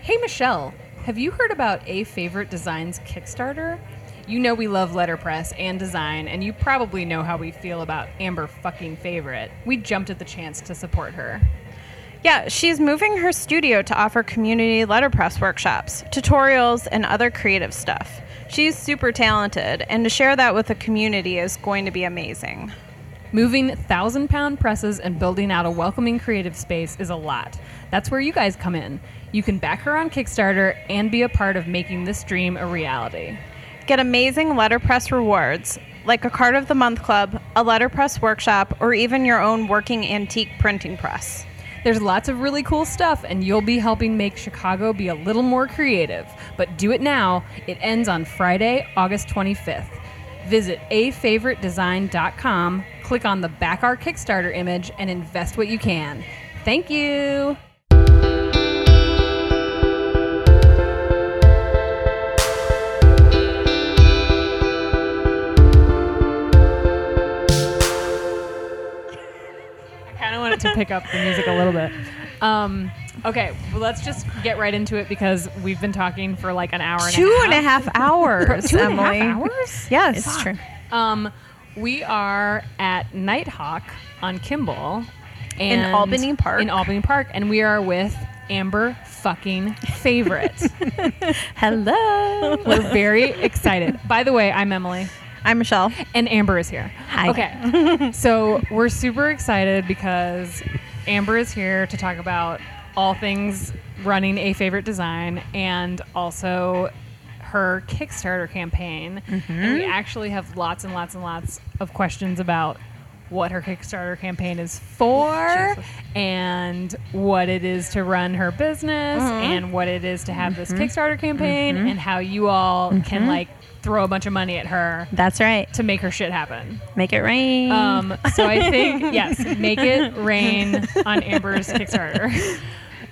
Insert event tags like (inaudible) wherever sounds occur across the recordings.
Hey, Michelle, have you heard about A Favorite Designs Kickstarter? You know we love letterpress and design, and you probably know how we feel about Amber fucking Favorite. We jumped at the chance to support her. Yeah, she's moving her studio to offer community letterpress workshops, tutorials, and other creative stuff. She's super talented, and to share that with the community is going to be amazing. Moving thousand pound presses and building out a welcoming creative space is a lot. That's where you guys come in. You can back her on Kickstarter and be a part of making this dream a reality. Get amazing letterpress rewards, like a card of the month club, a letterpress workshop, or even your own working antique printing press. There's lots of really cool stuff, and you'll be helping make Chicago be a little more creative. But do it now. It ends on Friday, August 25th. Visit afavoritedesign.com, click on the Back Our Kickstarter image, and invest what you can. Thank you. I kind of wanted to pick up the music a little bit. Um, okay, well, let's just get right into it because we've been talking for like an hour and Two a half. and a half hours, Two and a half Emily. hours? Yes, Fuck. true. Um, we are at Nighthawk on Kimball In and- Albany Park. In Albany Park, and we are with Amber fucking favorite. (laughs) Hello. We're very excited. By the way, I'm Emily, I'm Michelle. and Amber is here. Hi. Okay, (laughs) so we're super excited because Amber is here to talk about all things running a favorite design and also her Kickstarter campaign. And we actually have lots and lots and lots of questions about what her Kickstarter campaign is for and what it is to run her business and what it is to have this Kickstarter campaign and how you all can like throw a bunch of money at her That's right. to make her shit happen. Make it rain. Um, so I (laughs) think yes, make it rain on Amber's Kickstarter.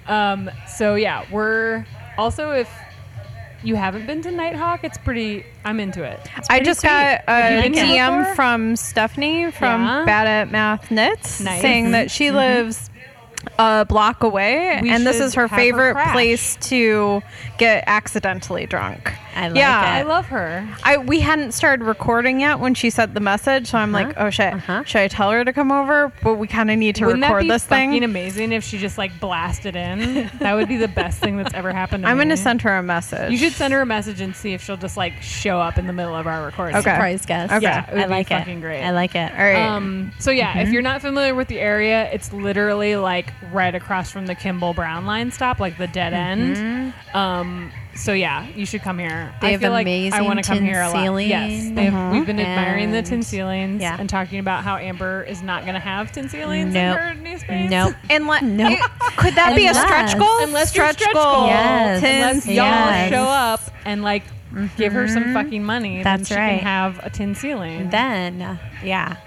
Um, so yeah, we're also if you haven't been to Nighthawk, it's pretty. I'm into it. It's I pretty just sweet. got You a been here DM before? from Stephanie from Yeah. Bad at Math Knits Nice. Mm-hmm. saying that she lives a block away We and this is should her have her favorite crash. place to get accidentally drunk. I like yeah. it. I love her. I we hadn't started recording yet when she sent the message, so I'm like, oh shit, Uh-huh. should I tell her to come over? But we kind of need to Wouldn't that record be this fucking thing. amazing if she just like blasted in? That would be the best thing that's ever happened. to (laughs) I'm me. gonna send her a message. You should send her a message and see if she'll just like show up in the middle of our recording. Okay. Surprise guest. Okay. Yeah, it would I be like it. fucking great. I like it. All right. Um, so yeah, if Mm-hmm. you're not familiar with the area, it's literally like right across from the Kimball Brown line stop, like the dead end. Um, so yeah, you should come here. Mm-hmm. They I have feel like I amazing want to come tin here a lot. Yes, ceiling. they have, we've been admiring the And- tin ceilings yeah. and talking about how Amber is not going to have tin ceilings Nope. in her new space. Nope. Unless, could that be a stretch Unless- goal? Unless you're stretch, stretch goal. goal. Yes. Ten Unless y'all Yes. Mm-hmm. show up and like give her some fucking money, then That's she can right. have a tin ceiling. Then, yeah,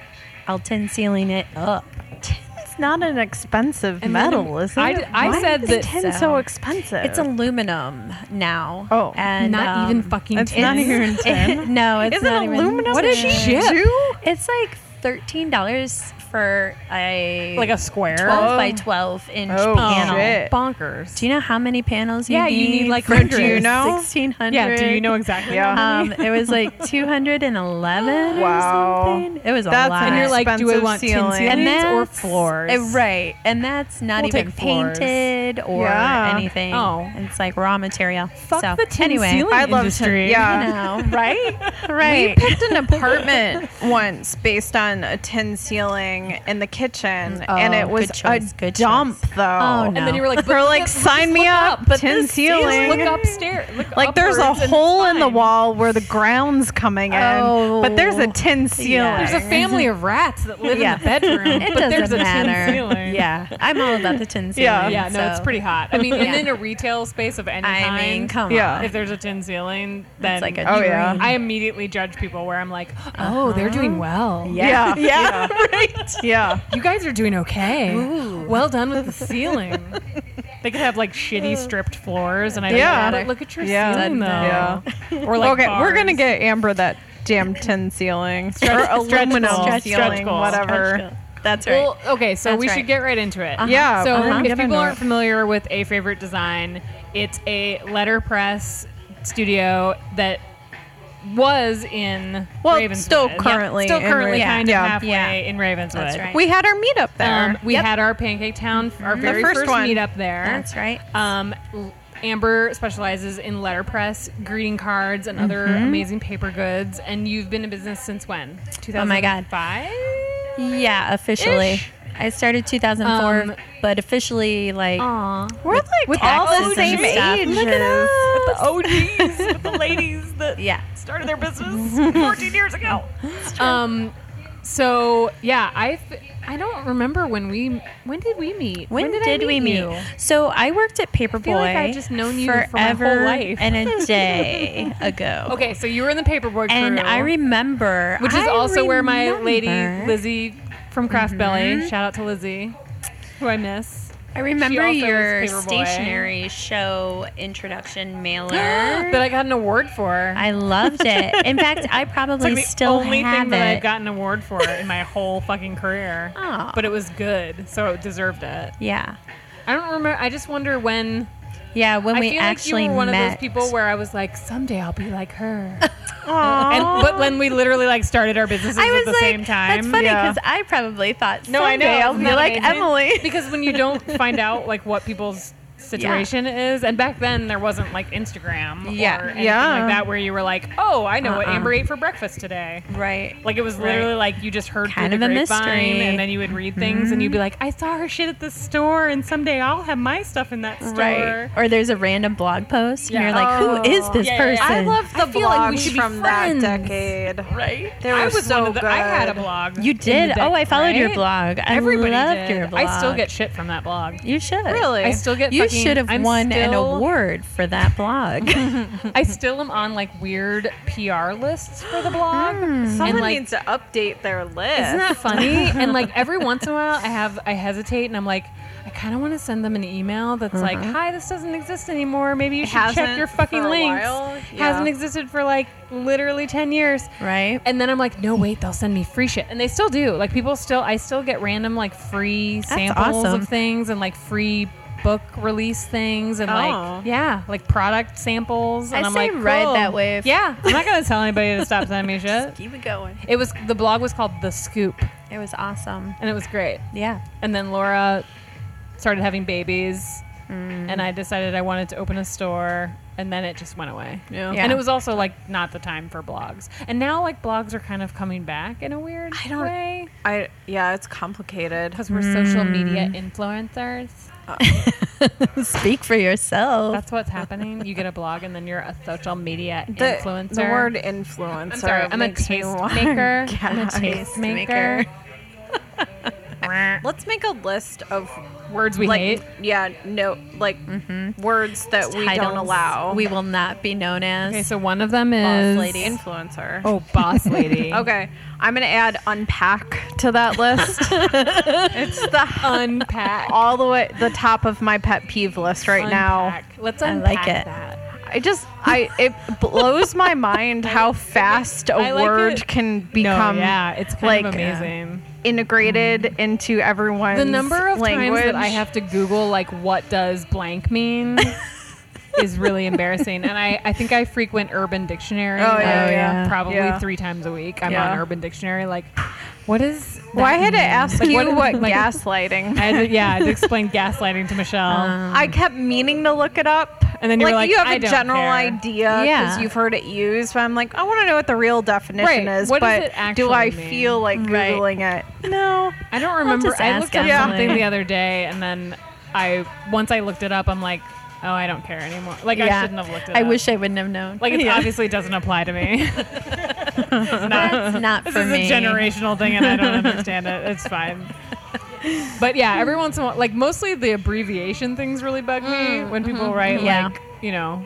I'll tin ceiling it up. It's not an expensive And then metal, is it? I d- I Why said is that- tin so, so expensive. It's aluminum now. Oh. and not um, even fucking it's tin. not even tin. (laughs) no, it's Isn't not even- aluminum What a cheap shit. too? It's like thirteen dollars for a like a square. twelve Oh. by twelve inch Oh, panel. shit. bonkers. Do you know how many panels? You Yeah, need you need, like, for hundreds. Do you know? Sixteen hundred. yeah, do you know exactly? Yeah. how many? Um, it (laughs) was like two hundred and eleven. Wow. or something. it was a That's lot. and you're like, do I expensive want tin ceilings. ceilings And or that's- floors? Uh, right, and that's not We'll even take floors. painted or Yeah. anything. Oh. it's like raw material. Fuck so the tin anyway, (laughs) ceiling I'd love to- industry. yeah. you know, (laughs) Right? We right? picked an apartment once based on a tin ceiling in the kitchen, and Oh, it was good choice, a good dump, choice. though. Oh, And no. then you were like, They were but like, this- sign me look up, but tin this ceiling. ceiling. Look upstairs. Look (laughs) Like there's a upwards and hole it's in the fine. wall where the ground's coming in, but there's a Oh, tin ceiling. There's a family of rats that (laughs) live Yeah. in the bedroom, (laughs) It but there's doesn't a tin matter. ceiling. Yeah, I'm all about the tin ceiling. Yeah. Yeah, no, it's so- pretty hot. I mean, and Yeah. in a retail space of any kind, I mean, come Yeah. on. if there's a tin ceiling, then It's like a Oh, (laughs) yeah. dream. I immediately judge people where I'm like, oh, they're doing well. Yeah. yeah, right. (laughs) (laughs) Yeah. You guys are doing okay. Ooh. Well done with the ceiling. (laughs) they could have like shitty Uh, stripped floors, and I don't Yeah. know, but look at your Yeah. ceiling though. Yeah. Or like okay, we're gonna bars. get Amber that damn tin ceiling Stretch- or stretch aluminum goal. Stretch ceiling, goal. whatever. That's That's right. Well, okay, so That's we right. should get right into it. Uh-huh. Yeah, So uh-huh. if Get people into aren't it. familiar with a favorite design, it's a letterpress studio that was in Well, Ravenswood. still currently still in currently Raven- kind of yeah. halfway Yeah. in Ravenswood. That's right. We had our meetup there. Um, we Yep. had our Pancake Town, our The very first Mm-hmm. first, one. meetup there. That's right. Um, L- Amber specializes in letterpress, greeting cards, and other amazing paper goods. And you've been in business since when? 2005? Mm-hmm. my God. yeah, officially. Ish. I started 2004, Um, uh, but officially, like, Aw. We're like With all taxes the and same stuff. age. Look at us. the OGs, with the (laughs) ladies that yeah. started their business 14 years ago. Um, so yeah, I I don't remember when we when did we meet? When, I did we meet? you? So I worked at Paperboy. feel like I've just known you forever for my whole life. (laughs) and a day ago. Okay, so you were in the paperboard And crew, I remember, which is I also where my lady remember- Mm-hmm. Lizzie from Craft Belly. Shout out to Lizzie, who I (gasps) miss. I remember also was your Paperboy. stationery show introduction mailer. (gasps) that I got an award for. I loved it. In fact, (laughs) I It's probably like the still only have thing it. that I've gotten an award for in my whole fucking career. (laughs) Aw. But it was good, so it deserved it. yeah, I don't remember. I just wonder when. yeah. When I we feel actually like you were one met, of those people where I was like, someday I'll be like (laughs) her. Aw. and but when we literally like started our businesses I at was the like, same time. that's funny Yeah. because I probably thought No, I know. someday I'll Isn't be that like amazing? Emily. (laughs) Because when you don't find out like what people's situation is, and back then there wasn't like Instagram Yeah. or anything Yeah. like that where you were like, oh, I know what Uh-uh. Amber ate for breakfast today. right. (laughs) Like it was Right. literally like you just heard Kind through of the a grapevine, mystery. Mm-hmm. and then you would read things, and you'd be like, "I saw her shit at the store, and someday I'll have my stuff in that store." Right. Or there's a random blog post, Yeah. and you're like, Oh. who is this Yeah, yeah, person? yeah. I love the I feel like we blogs should be from friends. that decade. Right? They I were was one so of the- I had a good. blog. You in the did? day, Oh, I followed your right? blog. I Everybody loved did. your blog. I still get shit from that blog. (laughs) You should Really? I still get. You fucking- should have I'm won an still- award for that (laughs) blog. I still am on like weird PR lists for the blog. Hmm. Someone and, like, needs to update their list. Isn't (laughs) that funny? and like every once in a while, I have I hesitate and I'm like, I kind of want to send them an email that's like, "Hi, this doesn't exist anymore. Maybe you should Uh-huh. hasn't check your fucking for a links. while, yeah. Hasn't existed for like literally ten years." Right. And then I'm like, no, wait, they'll send me free shit, and they still do. Like people still, I still get random like free samples awesome. of things and like free book release things and Oh. like yeah, like product samples. And I am say like, ride cool. that wave. Yeah, I'm not gonna tell anybody to stop sending me shit. (laughs) Keep it going. It was the blog was called The Scoop, It was awesome. and it was great. Yeah. And then Laura started having babies, Mm. and I decided I wanted to open a store, and then it just went away. Yeah. And it was also like not the time for blogs. And now like blogs are kind of coming back in a weird I don't- way I yeah, it's complicated. because we're social media Mm. influencers. Speak for yourself. That's what's happening. You get a blog, and then you're a social media The, influencer. the word influencer. I'm sorry. I'm a makes (laughs) me want- tastemaker. I'm a gag. tastemaker. Let's make a list of Words we like hate. Mm-hmm. yeah, no like words that we don't Titles allow. We will not be known as. Okay, so one of them Boss is lady. influencer. Oh, boss lady. (laughs) Okay, I'm gonna add unpack to (laughs) that list. it's the Unpack. all the way the top of my pet peeve list right now. Unpack. Let's I unpack like it. that. I just I it (laughs) blows my mind how fast a I like word it. can become no, yeah, it's kind like, of amazing. integrated into everyone's the number of language. times that I have to Google like what does blank (laughs) mean is really embarrassing. And I, I think I frequent Urban Dictionary. Oh, yeah, like, yeah, yeah. probably Yeah. three times a week. I'm Yeah. on Urban Dictionary. Like, what is? that Well, I had to mean? ask Like, you what, like, gaslighting. I had to, yeah, I had to explain gaslighting to Michelle. I kept meaning to look it up, And then you were like, Uh-huh. you have "I a don't general care." idea because Yeah. you've heard it used. But I'm like, I want to know what the real definition Right. is, What does but it actually do I mean? feel like Right. googling it? No. I don't remember. just I ask looked up Emily. something the other day, and then I once I looked it up, I'm like, oh, I don't care anymore. Like I Yeah. shouldn't have looked it I up. wish I wouldn't have known. Like it (laughs) Yeah. obviously doesn't apply to me. (laughs) it's (laughs) not. That's not This for is me. a generational thing, and I (laughs) don't understand it. It's fine. But yeah, every once in a while, like mostly the abbreviation things really bug me Mm, when mm-hmm. people write Yeah. like you know,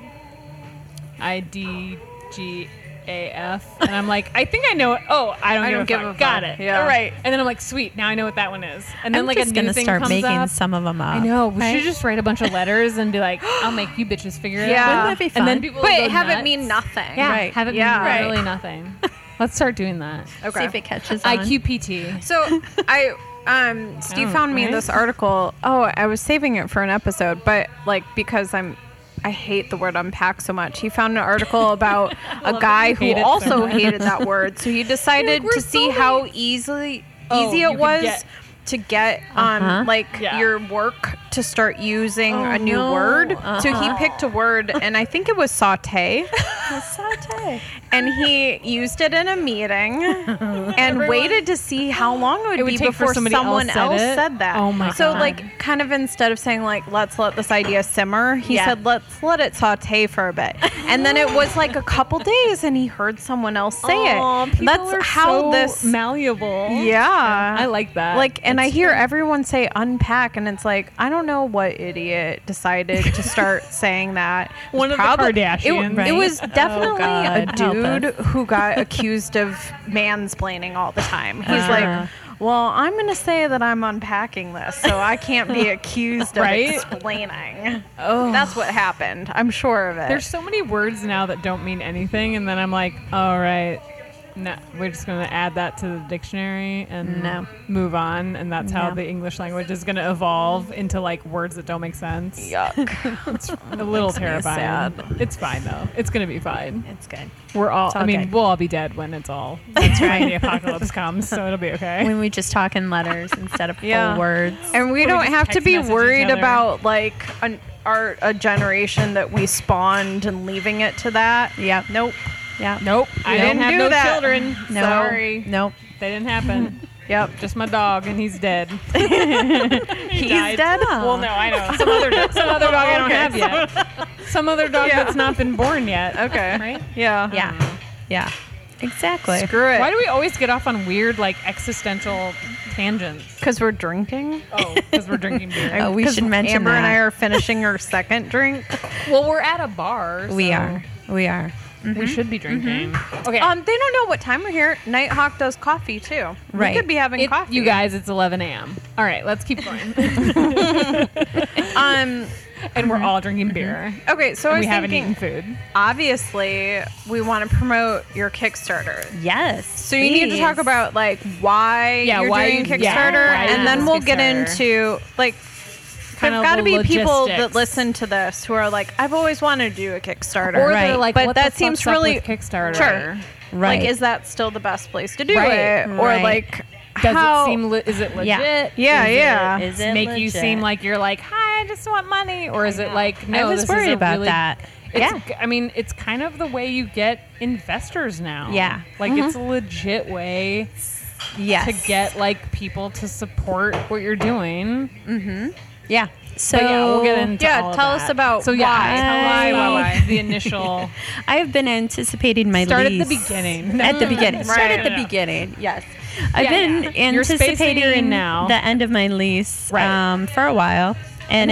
I D G A F, and I'm like, I think I know it. Oh, I don't, I give, don't a give fuck. a Got fuck. it. Yeah. All right. And then I'm like, sweet. Now I know what that one is. And then I'm like just a new gonna thing start comes making up. some of them up. I know. We right? should just write a bunch of letters and be like, I'll make you bitches figure it Yeah. out. Wouldn't that be And fun? then people will But go have it nuts. mean nothing. Yeah, Right. have it Yeah. mean Right. literally nothing. Let's start doing that. Okay. See if it catches on. IQPT. So I Um, Steve Oh, found me right. this article. Oh, I was saving it for an episode, but like because I'm, I hate the word unpack so much. He found (laughs) an article about a guy you who hate it so also much. hated that (laughs) word, so he decided we're to see so how easily Oh, easy you it could was get- to get um Uh-huh. like Yeah. your work to start using Oh, a new no. word. So he Uh-huh. picked a word, and I think it was saute. (laughs) Saute. and he used it in (laughs) a meeting and waited to see how long it would, It would be take for before somebody someone else said else it? said that. Oh my So God. like kind of instead of saying like let's let this idea simmer, he Yeah. said let's let it saute for a bit. And then it was like a couple days and he heard someone else say Aw, it. people That's are how so this malleable. Yeah. I like that. Like and I It's hear true. everyone say unpack and it's like I don't know what idiot decided to (laughs) start saying that. It was One of the probably- it- Kardashians. It, Right? was Oh, definitely a God, help us. dude who got accused of mansplaining all the time. He's Uh-huh. like, "Well, I'm going to say that I'm unpacking this, so I can't be accused of (laughs) Right? explaining." Oh. That's what happened. I'm sure of it. There's so many words now that don't mean anything, and then I'm like, all right, no, we're just gonna add that to the dictionary and No. move on, and that's how No. the English language is gonna evolve into like words that don't make sense. Yuck. (laughs) It's a little terrifying. sad. It's fine though. It's gonna be fine. It's good. We're all. all I mean, good. we'll all be dead when it's all. (laughs) That's right. the apocalypse comes, so it'll be okay. When we just talk in letters instead of Yeah. full words. And we Or we don't just have to text be message each worried other. about like an our a generation that we spawned and leaving it to that. Yep. Nope. Yeah. Nope. I didn't don't have do no that. children. No. Sorry. Nope. They didn't (laughs) happen. Yep. Just my dog, and he's dead. He's died. dead. Well, no, I know. Some other, some other dog I don't have yet. Some other dog Yeah. that's not been born yet. Okay. (laughs) Right? Yeah. Yeah. Yeah. Exactly. Screw Why it. do we always get off on weird, like, existential tangents? Because we're drinking. Oh, because we're drinking (laughs) beer. Oh, we 'Cause should mention Amber and I that. are finishing our second (laughs) drink. well, we're at a bar. We so are. We are. We should be drinking. Mm-hmm. Okay. Um, they don't know what time we're here. Nighthawk does coffee too. Right. We could be having It- coffee. You guys, it's 11 a.m. All right, let's keep going. (laughs) Um. and we're all drinking beer. Okay. So I And was we haven't thinking. eaten food. Obviously, we want to promote your Kickstarter. Yes. So you need to talk please. about like why Yeah, you're why doing you- Kickstarter, yeah, why and you then did we'll get Kickstarter. into like. Kind there's of got to the be people that logistics. listen to this who are like, I've always wanted to do a Kickstarter, Or Right. they're like, but what that the seems fuck's up really with Kickstarter. Sure. Right. Like, is that still the best place to do Right, it, or right. like, Does it how- seem? Le- is it legit? Yeah. Yeah, Is yeah. It, is it make you legit? seem like you're like, hi, I just want money, or is it like, no, I was this is worried a about really- that. It's, Yeah. I mean, it's kind of the way you get investors now. Yeah. like it's a legit way yes. to get like people to support what you're doing. Yeah. So but yeah, we'll get into Yeah, all of tell us that. about so yeah, why. tell us Why, why, about why. (laughs) the initial I've been anticipating my start at the lease. beginning. (laughs) At the beginning. Start Right. at the Yeah. beginning. Yes. I've Yeah, been yeah. Your space that you're anticipating in now. the end of my lease Right. um, for a while. And,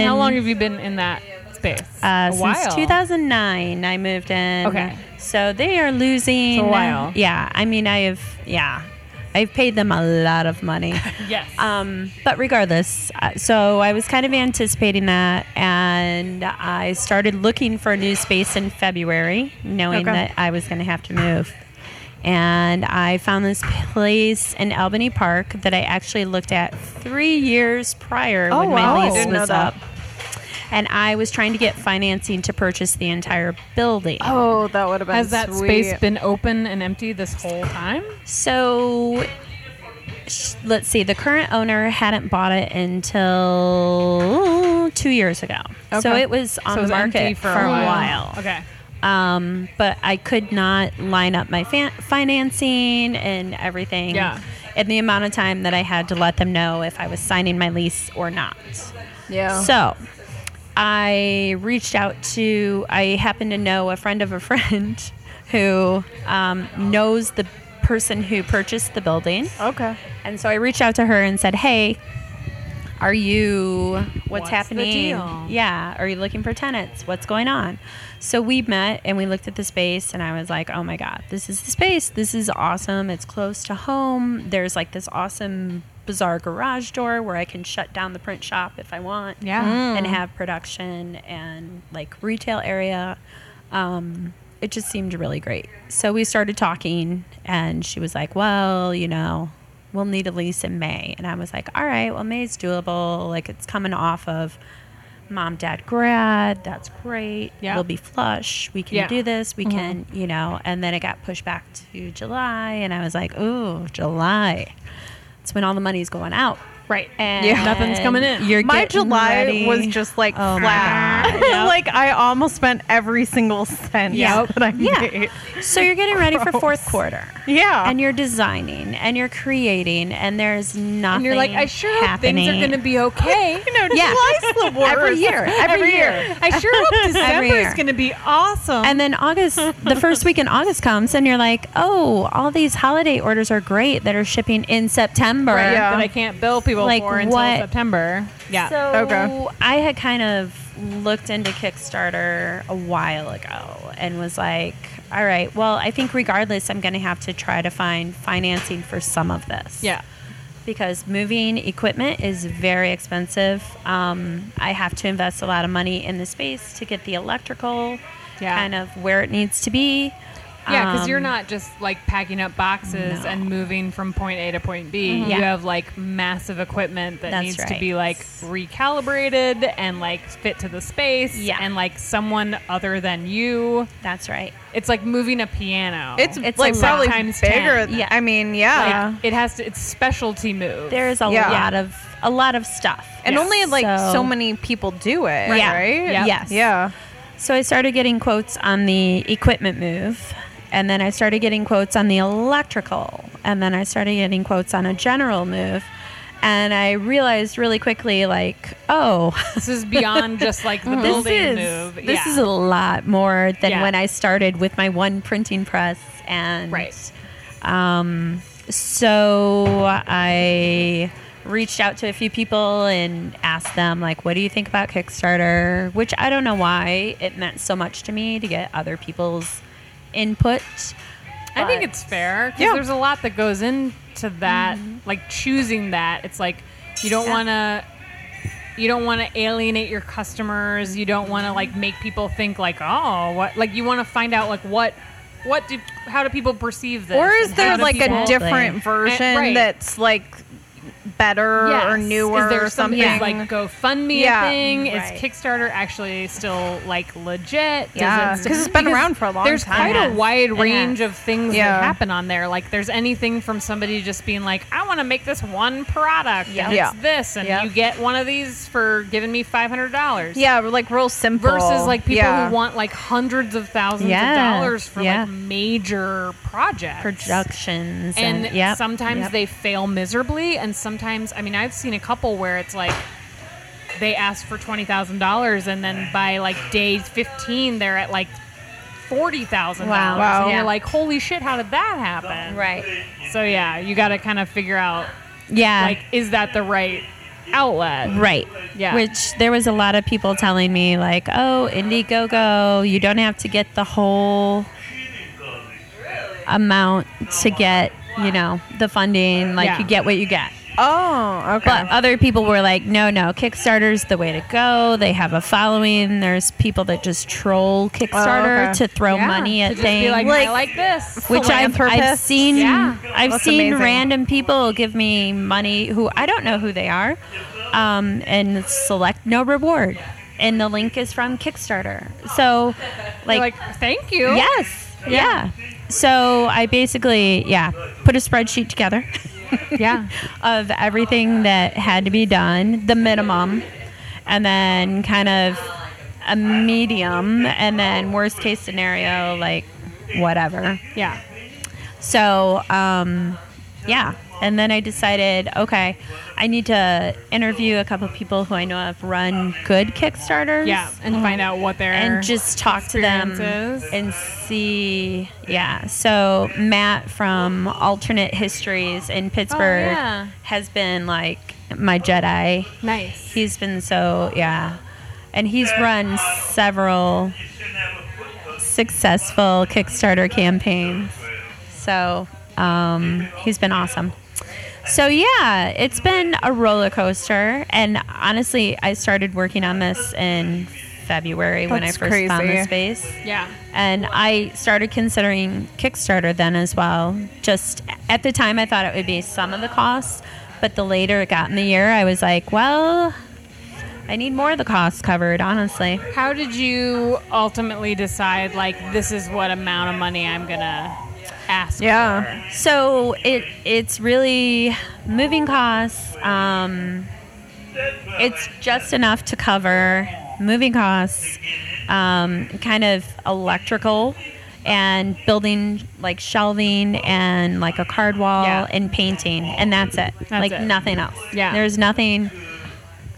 And in, how long have you been in that space? uh, a while. since 2009 I moved in. Okay. So they are losing. It's a while. Yeah. I mean, I have, yeah. I've paid them a lot of (laughs) money. Yes. Um, but regardless, uh, so I was kind of anticipating that, and I started looking for a new space in February, knowing Okay. that I was going to have to move. And I found this place in Albany Park that I actually looked at three years prior Oh, when wow. I my lease didn't know was that. up. And I was trying to get financing to purchase the entire building. Oh, that would have been Has that sweet. space been open and empty this whole time? So sh- let's see, the current owner hadn't bought it until two years ago. So Okay. it was so on it the was empty market for, a while. while. Okay. Um, but I could not line up my fan- financing and everything Yeah. and the amount of time that I had to let them know if I was signing my lease or not. yeah. So I reached out to, I happen to know a friend of a (laughs) friend who um, knows the person who purchased the building. okay. And so I reached out to her and said, hey, are you, what's, What's the happening? deal? Yeah. Are you looking for tenants? What's going on? So we met and we looked at the space, and I was like, oh my God, this is the space. This is awesome. It's close to home. There's like this awesome, bizarre garage door where I can shut down the print shop if I want Yeah. and have production and like retail area. Um, it just seemed really great. So we started talking, and she was like, Well, you know, we'll need a lease in May. And I was like, all right, well, May's doable. Like, it's coming off of mom, dad, grad. That's great. Yeah. We'll be flush. We can Yeah. Mm-hmm. do this. We can, you know. And then it got pushed back to July. And I was like, ooh, July. It's when all the money's going out. Right. And Yeah. Nothing's coming in. You're my getting July ready. was just like Oh my flat. (laughs) God. Yep. like I almost spent every single cent Yep. that I Yeah. (laughs) made. So you're getting ready for fourth quarter. Yeah. And you're designing and you're creating and there's nothing. And you're like, I sure hope happening. things are going to (laughs) be (laughs) okay. you know, Yeah. July's the (laughs) worst. every year. Every, year. I sure hope (laughs) Every December is year. going to be awesome. And then August, (laughs) the first week in August comes, and you're like, oh, all these holiday orders are great that are shipping in September. Right, Yeah. that I can't bill people uh, Like for until what? September. Yeah. So Okay. I had kind of looked into Kickstarter a while ago and was like, all right, well, I think regardless, I'm going to have to try to find financing for some of this. yeah. because moving equipment is very expensive. Um, I have to invest a lot of money in the space to get the electrical Yeah. kind of where it needs to be. Yeah, because Um, you're not just like packing up boxes no. Mm-hmm. and moving from point A to point B. Yeah. You have like massive equipment that That's needs to right. be like recalibrated and like fit to the space Yeah. and like someone other than you. That's right. It's like moving a piano. It's, It's like a lot. probably Times bigger. 10. Than, Yeah. I mean, yeah. like, it has to. It's specialty move. There is a Yeah. lot of a lot of stuff. and yeah. only like so, So- many people do it, Yeah. right? Yep. Yes. Yeah. So I started getting quotes on the equipment move, and then I started getting quotes on the electrical, and then I started getting quotes on a general move, and I realized really quickly, like, oh. (laughs) This is beyond just like the this building is, move. This yeah. is a lot more than Yeah. when I started with my one printing press and Right. Um, so I reached out to a few people and asked them like, "What do you think about Kickstarter?" Which I don't know why it meant so much to me to get other people's input. I think but- it's fair because Yeah. Mm-hmm. there's a lot that goes into that, like choosing that. It's like you don't Yeah. want to. You don't want to alienate your customers. You don't want to like make people think like, oh, what? Like you want to find out like what, what do, how do people perceive this? Or is and how there do like people- a different version Eh, right. that's like better or Yes. newer Is there or some- something? is, like GoFundMe Yeah. a thing? Right. Is Kickstarter actually still like legit? Does yeah, it still- (laughs) because it's been because around for a long there's time. quite a It wide has. range of things Yeah. that happen on there. Like there's anything from somebody just being like, I want to make this one product, Yeah. and Yeah. it's this, and Yeah. you get one of these for giving me five hundred dollars. yeah, but, like real simple Versus like people yeah. who want like hundreds of thousands Yeah. of dollars for Yeah. like major projects. Productions and, And yep, sometimes yep. they fail miserably, and sometimes I mean I've seen a couple where it's like they ask for twenty thousand dollars, and then by like day fifteen they're at like forty thousand Wow. dollars, Wow. and Yeah. you're like, holy shit, how did that happen? right. So yeah, you got to kind of figure out Yeah. like is that the right outlet? Right. Yeah. Which there was a lot of people telling me like, "Oh, Indiegogo, you don't have to get the whole amount to get, you know, the funding. Like Yeah. you get what you get." oh, okay. But other people were like, "No, no, Kickstarter's the way to go. They have a following. There's people that just troll Kickstarter okay. to throw Oh, Yeah, money to at just things." Be like, Like- I like this. which I've, I've Philanthropists. seen Yeah. I've That's seen amazing. random people give me money who I don't know who they are um, and select no reward and the link is from Kickstarter so You're like, like, thank you. yes yeah. so I basically yeah put a spreadsheet together yeah. of everything that had to be done the minimum and then kind of a medium and then worst case scenario like whatever Yeah. so, um, yeah. And then I decided, okay, I need to interview a couple of people who I know have run good Kickstarters. Yeah. And find out what they're And just talk to them experiences. and see. Yeah. So, Matt from Alternate Histories in Pittsburgh Oh, yeah. has been like my Jedi. nice. He's been so, yeah. And he's run several successful Kickstarter campaigns. So um, he's been awesome. So yeah, it's been a roller coaster. And honestly, I started working on this in February when I That's first found crazy. the space. Yeah. And I started considering Kickstarter then as well. Just at the time, I thought it would be some of the costs, but the later it got in the year, I was like, well, I need more of the costs covered, honestly. How did you ultimately decide, like, this is what amount of money I'm going to ask Yeah. for? So it it's really moving costs. Um, it's just enough to cover moving costs, um, kind of electrical, and building like shelving and like a card wall Yeah. and painting, and that's it. like it. nothing else. Yeah. There's nothing.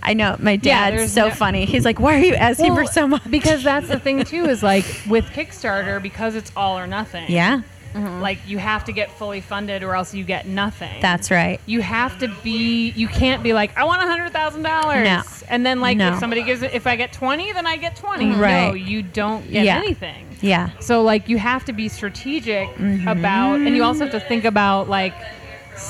I know my Yeah, dad's there's so no- funny. He's like, "Why are you asking Well, for so much?" Because that's the thing, too, is like with Kickstarter, because it's all or nothing. (laughs) Mm-hmm. yeah, Like, you have to get fully funded or else you get nothing. that's right. you have to be you can't be like i want a hundred thousand No. dollars and then like No. Mm-hmm. if somebody gives it if i get 20 then i get 20 no Right. you don't get Yeah. anything Yeah. so like you have to be strategic Mm-hmm. about and you also have to think about like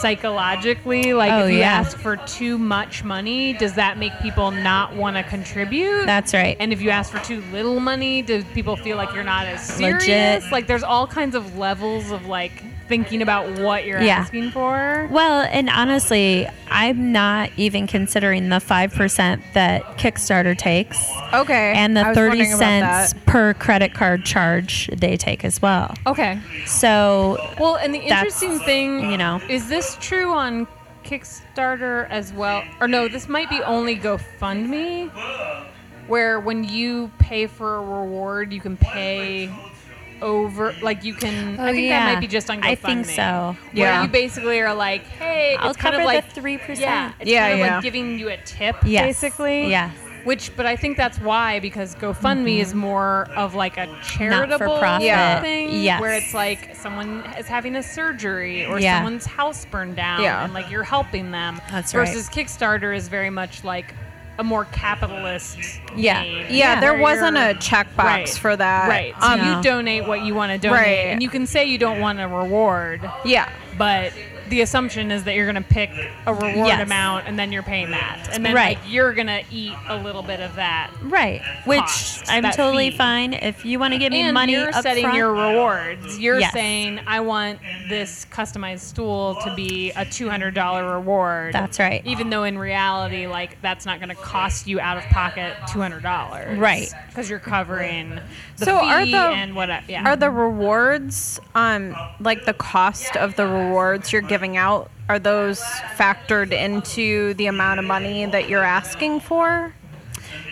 psychologically like Oh, if you yeah. ask for too much money does that make people not want to contribute That's right. and if you ask for too little money do people feel like you're not as serious Legit. like there's all kinds of levels of like thinking about what you're Yeah. asking for Well, and honestly, I'm not even considering the 5% that Kickstarter takes Okay. and the I was 30 wondering about cents that. per credit card charge they take as well. Okay. So, Well, and the That's, interesting thing, you know. is this true on Kickstarter as well? Or no, this might be only GoFundMe, where when you pay for a reward, you can pay over, like you can. I think that might be just on GoFundMe. Oh, I think so. Where Yeah. you basically are like, hey, I'll it's kind of cover the like 3%. Yeah, it's Yeah, kind of yeah. like giving you a tip, Yes. basically. Yes. Which, but I think that's why because Mm-hmm. GoFundMe is more of like a charitable profit. Yeah. thing, Yes. where it's like someone is having a surgery or Yeah. someone's house burned down, Yeah. and like you're helping them. That's right. versus Kickstarter is very much like a more capitalist. Yeah. game, Yeah, there where wasn't you're- a checkbox Right. for that. Right, so Um, No. you donate what you want to donate, Right. and you can say you don't want a reward, Yeah. but the assumption is that you're going to pick a reward Yes. amount and then you're paying that and then Right. like you're going to eat a little bit of that Right. Which Costs, I'm that totally fee. fine. If you want to give me and money, you're up setting front, your rewards you're Yes. saying i want this customized stool to be a $200 reward That's right. even though in reality like that's not going to cost you out of pocket $200 Right. because you're covering the So fee are the- and what yeah Are the rewards, um, like the cost of the rewards you're giving out, are those factored into the amount of money that you're asking for?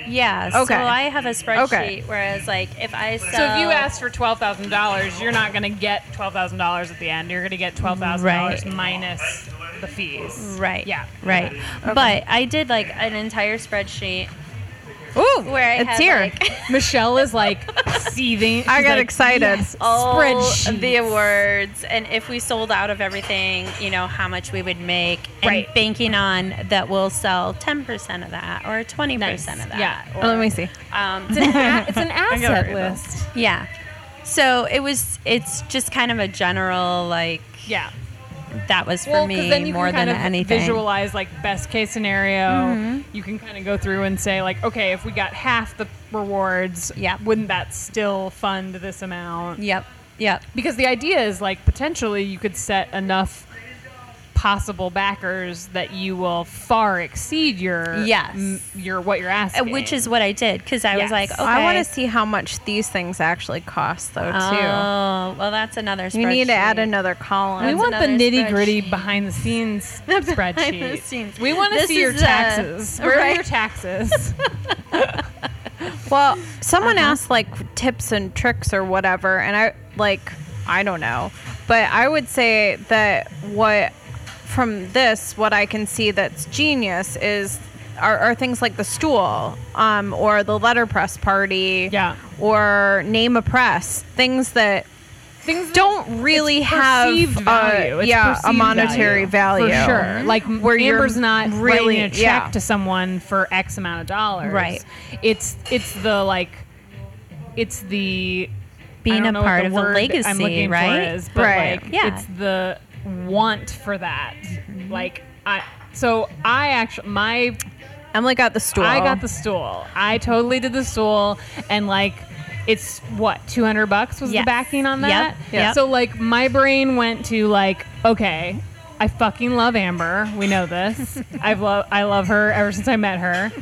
Yeah. Okay. So I have a spreadsheet Okay. whereas like if I sell So if you ask for twelve thousand dollars, you're not going to get twelve thousand dollars at the end. You're going to get twelve thousand dollars Right. minus the fees. Right. Yeah. Right. But I did like an entire spreadsheet Ooh, Where I it's had, here. like- (laughs) Michelle is like seething. I She's got like, excited. "Yes, all Spreadsheets. Oh, the awards and if we sold out of everything you know how much we would make Right. and banking on that we'll sell 10% of that or 20% of that Yeah. or, Oh, let me see. um, (laughs) (laughs) it's an gotta asset read this. list. yeah so it was it's just kind of a general like Yeah. that was for Well, 'cause me then you more can kind than of anything Mm-hmm. visualize like best case scenario. You can kind of go through and say like, okay, if we got half the rewards, Yeah. wouldn't that still fund this amount? yep yep because the idea is like potentially you could set enough possible backers that you will far exceed your Yes. your what you're Uh, asking which is what i did because i Yes. was like okay I want to see how much these things actually cost, though, too. oh well that's another spreadsheet. you need to add another column. we That's want the another nitty gritty spreadsheet. behind the scenes spreadsheet. scenes. We want to This see your is, uh, taxes. Where are right. your taxes? Well, someone Uh-huh. asked like tips and tricks or whatever, and I like I don't know, but I would say that what from this what I can see that's genius is are, are things like the stool, um, or the letterpress party, Yeah. or name a press, things that Things don't really have perceived a- value. It's yeah, a perceived monetary value, for sure. Like Where where you're Amber's not really- really a check yeah. to someone for X amount of dollars. Right. It's it's the like it's the being I don't a know what part the of word the legacy I'm looking for right is, (laughs) but Right. like Yeah. Mm-hmm. it's the want for that. Like I so I actually my Emily got the stool. I got the stool. I totally did the stool, and like, it's what two hundred bucks was Yes. the backing on Yep, that. yep. So like, my brain went to like, okay, I fucking love Amber. We know (laughs) this. I've lo- I love her ever since I met her.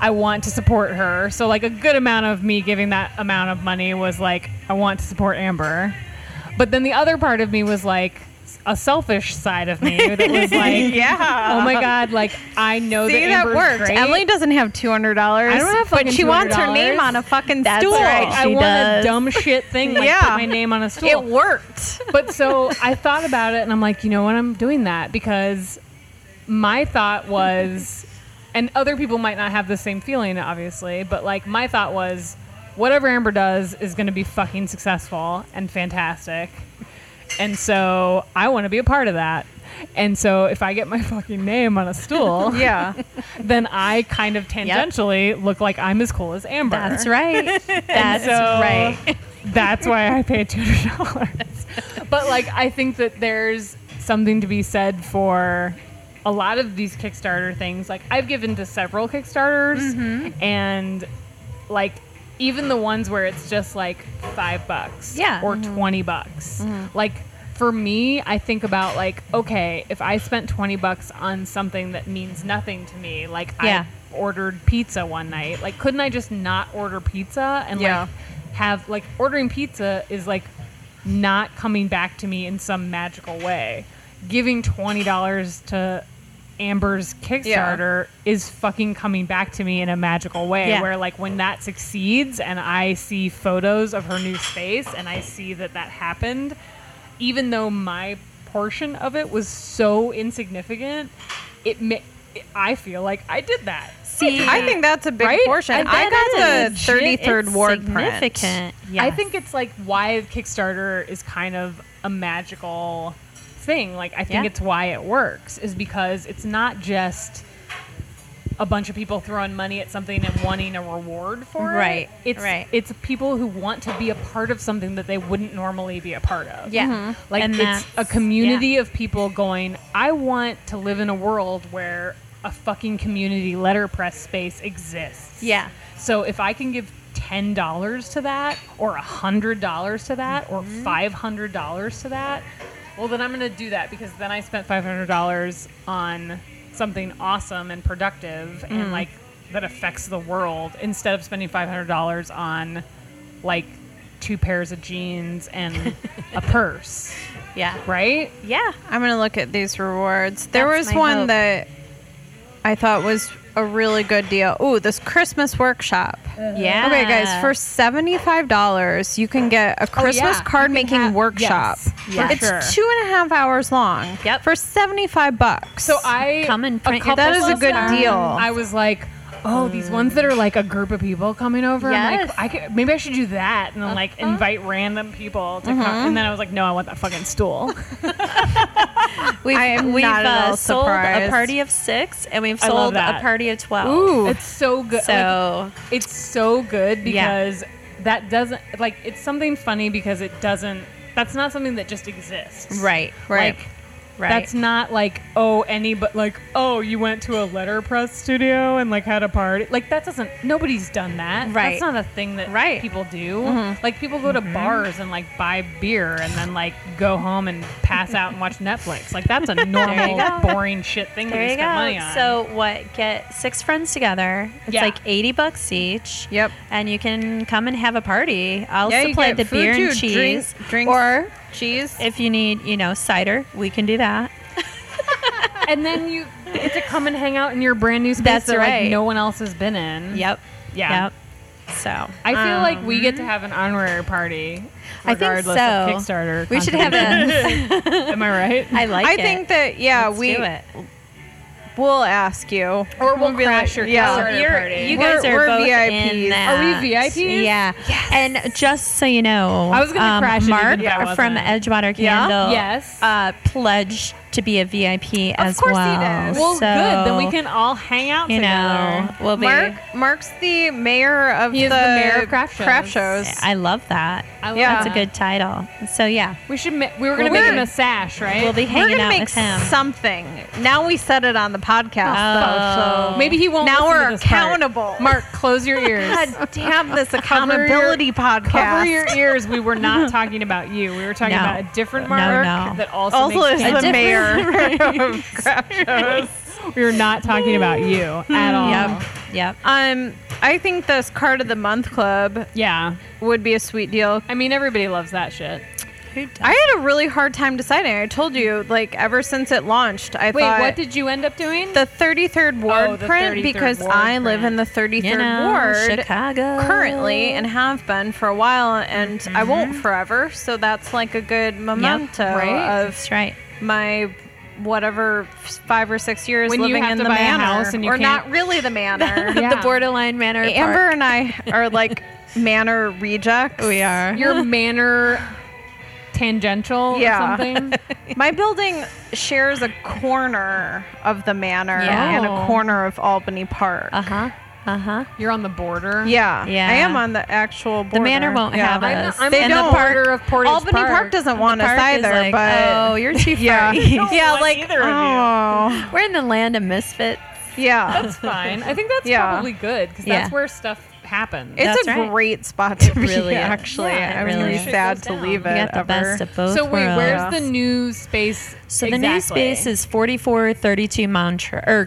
I want to support her. So like, a good amount of me giving that amount of money was like, I want to support Amber. But then the other part of me was like. A selfish side of me that (laughs) was like, (laughs) Yeah. oh my god, like I know See, that that Amber's worked. great. Emily doesn't have two hundred dollars. I don't have but fucking she wants her $200. name on a fucking That's stool. right. I She want does. a dumb shit thing like Yeah. put my name on a stool. It worked. but so I thought about it and I'm like, you know what? I'm doing that because my thought was, and other people might not have the same feeling, obviously, but like my thought was, whatever Amber does is going to be fucking successful and fantastic. And so I want to be a part of that. And so if I get my fucking name on a (laughs) stool, Yeah. then I kind of tangentially look like I'm as cool as Amber. That's right. That's So right. (laughs) that's why I paid two hundred dollars. But like, I think that there's something to be said for a lot of these Kickstarter things. Like, I've given to several Kickstarters, Mm-hmm. and like even the ones where it's just like five bucks, Yeah. or twenty bucks, like. For me, I think about like, okay, if I spent twenty bucks on something that means nothing to me, like Yeah. I ordered pizza one night, like couldn't I just not order pizza and Yeah. like have like ordering pizza is like not coming back to me in some magical way. Giving twenty dollars to Amber's Kickstarter is fucking coming back to me in a magical way. Yeah. Where like when that succeeds and I see photos of her new space and I see that that happened, even though my portion of it was so insignificant, it, ma- it I feel like I did that. See, I think that's a big Right? portion. I I, bet got that the is thirty legit. third It's ward print. significant. Yes. I think it's like why Kickstarter is kind of a magical thing. Like I think Yeah. it's why it works is because it's not just a bunch of people throwing money at something and wanting a reward for Right, it. It's right. it's people who want to be a part of something that they wouldn't normally be a part of. Mm-hmm. yeah. Mm-hmm. Like And it's a that's- community of people going, I want to live in a world where a fucking community letterpress space exists. Yeah. So if I can give ten dollars to that, or hundred dollars to that, or five hundred dollars to that, well then I'm gonna do that because then I spent five hundred dollars on something awesome and productive and like that affects the world instead of spending five hundred dollars on like two pairs of jeans and a purse. Yeah. Right? Yeah. I'm gonna look at these rewards. There That's was my one hope. that I thought was a really good deal. Ooh, this Christmas workshop. Yeah. Uh-huh. Okay, guys, for seventy-five dollars, you can get a Christmas yeah. card You can making have- workshop. yes, for it's sure. two and a half hours long. Yep. for seventy-five bucks. So I Come and a print your couple That is a months good ago, deal. I was like, oh, these ones that are like a group of people coming over. I'm Yes. like, I could, maybe I should do that and then like invite random people to come. And then I was like, no, I want that fucking stool. we've, I am We've not at uh, all sold surprised. a party of six, and we've I love sold a that. party of twelve. Ooh, it's so good. Like, So it's so good Yeah. because that doesn't like it's something funny because it doesn't. That's not something that just exists. right, right. Like, right. That's not like oh any but like oh you went to a letterpress studio and like had a party like that doesn't nobody's done that Right. that's not a thing that Right. Mm-hmm. people do like people go to bars and like buy beer and then like go home and pass out and watch Netflix like (laughs) that's a normal boring shit thing there that you you spend money go. on So what? Get six friends together. It's Yeah. like eighty bucks each. Yep. And you can come and have a party. I'll Yeah, you supply get the food beer and too, cheese, drink- drinks. or cheese. if you need, you know, cider, we can do that. Mm-hmm. and then you get to come and hang out in your brand new space That's that right. like no one else has been in Yep. Yeah. Yep. So I feel like we get to have an honorary party Mm-hmm. I think regardless so. of Kickstarter we should have a. contribution. (laughs) am I right I like. I it. think that yeah, Let's we do it. will ask you. or we'll crash your yeah. Kickstarter You're- party. You guys We're- are we're both VIPs. in that. Are we VIPs? Yeah. And just so you know, um, I was gonna crash it even Mark if I from wasn't. Edgewater Candle. Yes. Uh, pledged to be a VIP as course he well. does. Well, good. so, Then we can all hang out you know, together. we'll be. Mark Mark's the mayor of He the, is the mayor of craft shows. shows. I love that. I love Yeah. That's a that. good title. So yeah, We should. Ma- we were gonna We're- make him a sash, right? we'll be We're hanging gonna out make with him. something. Now we said it on the podcast. Oh. though, so Maybe he won't. listen to Now we're this part. accountable. Mark, close (laughs) your ears. God damn this Cover your- accountability podcast. Cover your ears. We were (laughs) not talking about you. We were talking No. about a different No, Mark no. that also, also makes is cake. the different- mayor of craft shows. We were not talking about you at all. (laughs) Yep, yep. Um, I think this card of the month club Yeah. would be a sweet deal. I mean, everybody loves that shit. I had a really hard time deciding. I told you, like ever since it launched, I Wait, thought what did you end up doing? the 33rd ward Oh, the print 33rd because ward I live print. in the 33rd You know, ward Chicago currently and have been for a while, and I Mm-hmm. won't forever. So that's like a good memento right. of That's right. my whatever five or six years When you living have in to the buy a manor, house and you or can't- not really (laughs) the manor. Yeah. The borderline manor. Amber and I are like manor rejects. we are. (laughs) Your manner tangential Yeah. or (laughs) something? My building shares a corner of the manor Yeah. and Oh. a corner of Albany Park. Uh huh. Uh huh. You're on the border. Yeah, Yeah. I am on the actual border. The manor won't Yeah. have I'm, us. I'm They on don't. the border of Portage Albany Park. doesn't want The us park is either, like, but oh, you're too (laughs) far. yeah, east." yeah, want like either of you. oh, We're in the land of misfits. yeah. (laughs) That's fine. I think that's Yeah. probably good because Yeah. that's where stuff happens. It's That's a right. great spot (laughs) to be. really is. actually, Yeah, I'm it really really is. sad It to goes leave it. down. We got the ever. best of both so wait, worlds. where's the new space? So the new exactly? space is 4432 Montreux or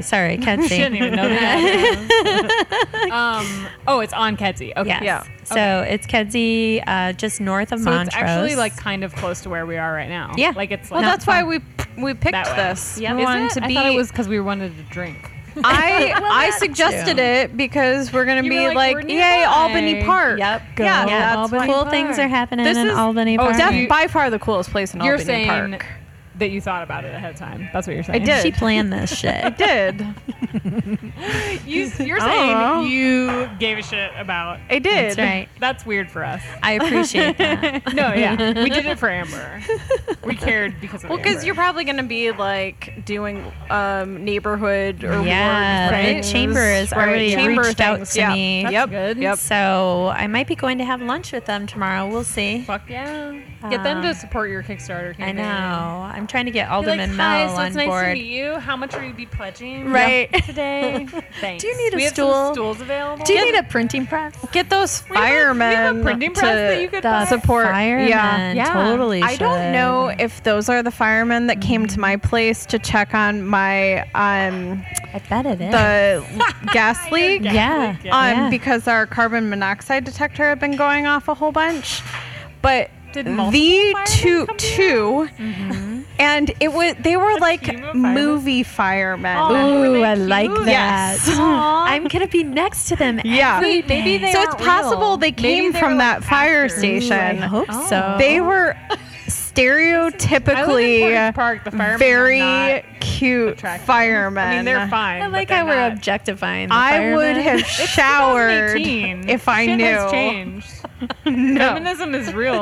(laughs) Sorry, Kedzie. She didn't even know that. um, oh, it's on Kedzie. Okay. (laughs) Yes. Yeah. So it's Kedzie, uh, just north of So Montrose. it's actually like kind well, that's fine. Is it? I thought it was because we were right now. Yeah. Like it's like Well, that's why we we picked way. this. Yep. We Is wanted to be. I thought it was because we wanted to drink. I I that suggested too. it because we're gonna You be were like, like, we're yay, nearby." Albany Park. Yep. Go yeah, Yeah, that's Albany why- cool Park. things are happening This in is- Albany oh, Park. Def- You- by far the coolest place in You're Albany saying Park. that you thought about it ahead of time. That's what you're I saying. did. She planned (laughs) this (laughs) shit. Did You, (laughs) you're I don't know. saying you gave a shit about. I did? That's right. That's weird for us. I (laughs) appreciate that. No, yeah, we did it for Amber. (laughs) We cared because of Well, because Amber. you're probably gonna be like doing um, neighborhood or yeah, ward the things, chamber has right? already Chamber reached out things, to yeah. me. yep, good. yep. So I might be going to have lunch with them tomorrow. We'll see. Fuck yeah! Get them to Um, support your Kickstarter I campaign. know. I'm trying to get Be like, Alderman Hi, Mel so on it's nice to board. meet you. How much will you be pledging? (laughs) Right. (laughs) (laughs) Today. Thanks. need a we have stool? Some stools available. Do you need a printing press? Get those We have a- we have a firemen printing to press that you could buy. support. Firemen Yeah, yeah. totally. I should. don't know if those are the firemen that came to my place to check on my um I bet it is. the (laughs) gas Your leak. gas Yeah. leak, Um, Yeah. because our carbon monoxide detector had been going off a whole bunch, but Did the multiple two firemen come two, and it was they were like team of firemen? movie firemen. Oh, were Ooh, they I like cute? that. Yes. (gasps) (laughs) I'm gonna be next to them. Yeah. every Wait, maybe day. they so are- it's aren't possible real. they Maybe came they from were, that like, fire actors. Ooh, I Ooh, I station. hope Oh. so. They were I live in Portage stereotypically Park. The firemen are very not cute attractive. firemen. I mean, they're fine. I but like they're how we're not. objectifying. The I would firemen. have (laughs) showered 2018. if I Shit knew. Has changed. No. Feminism is real.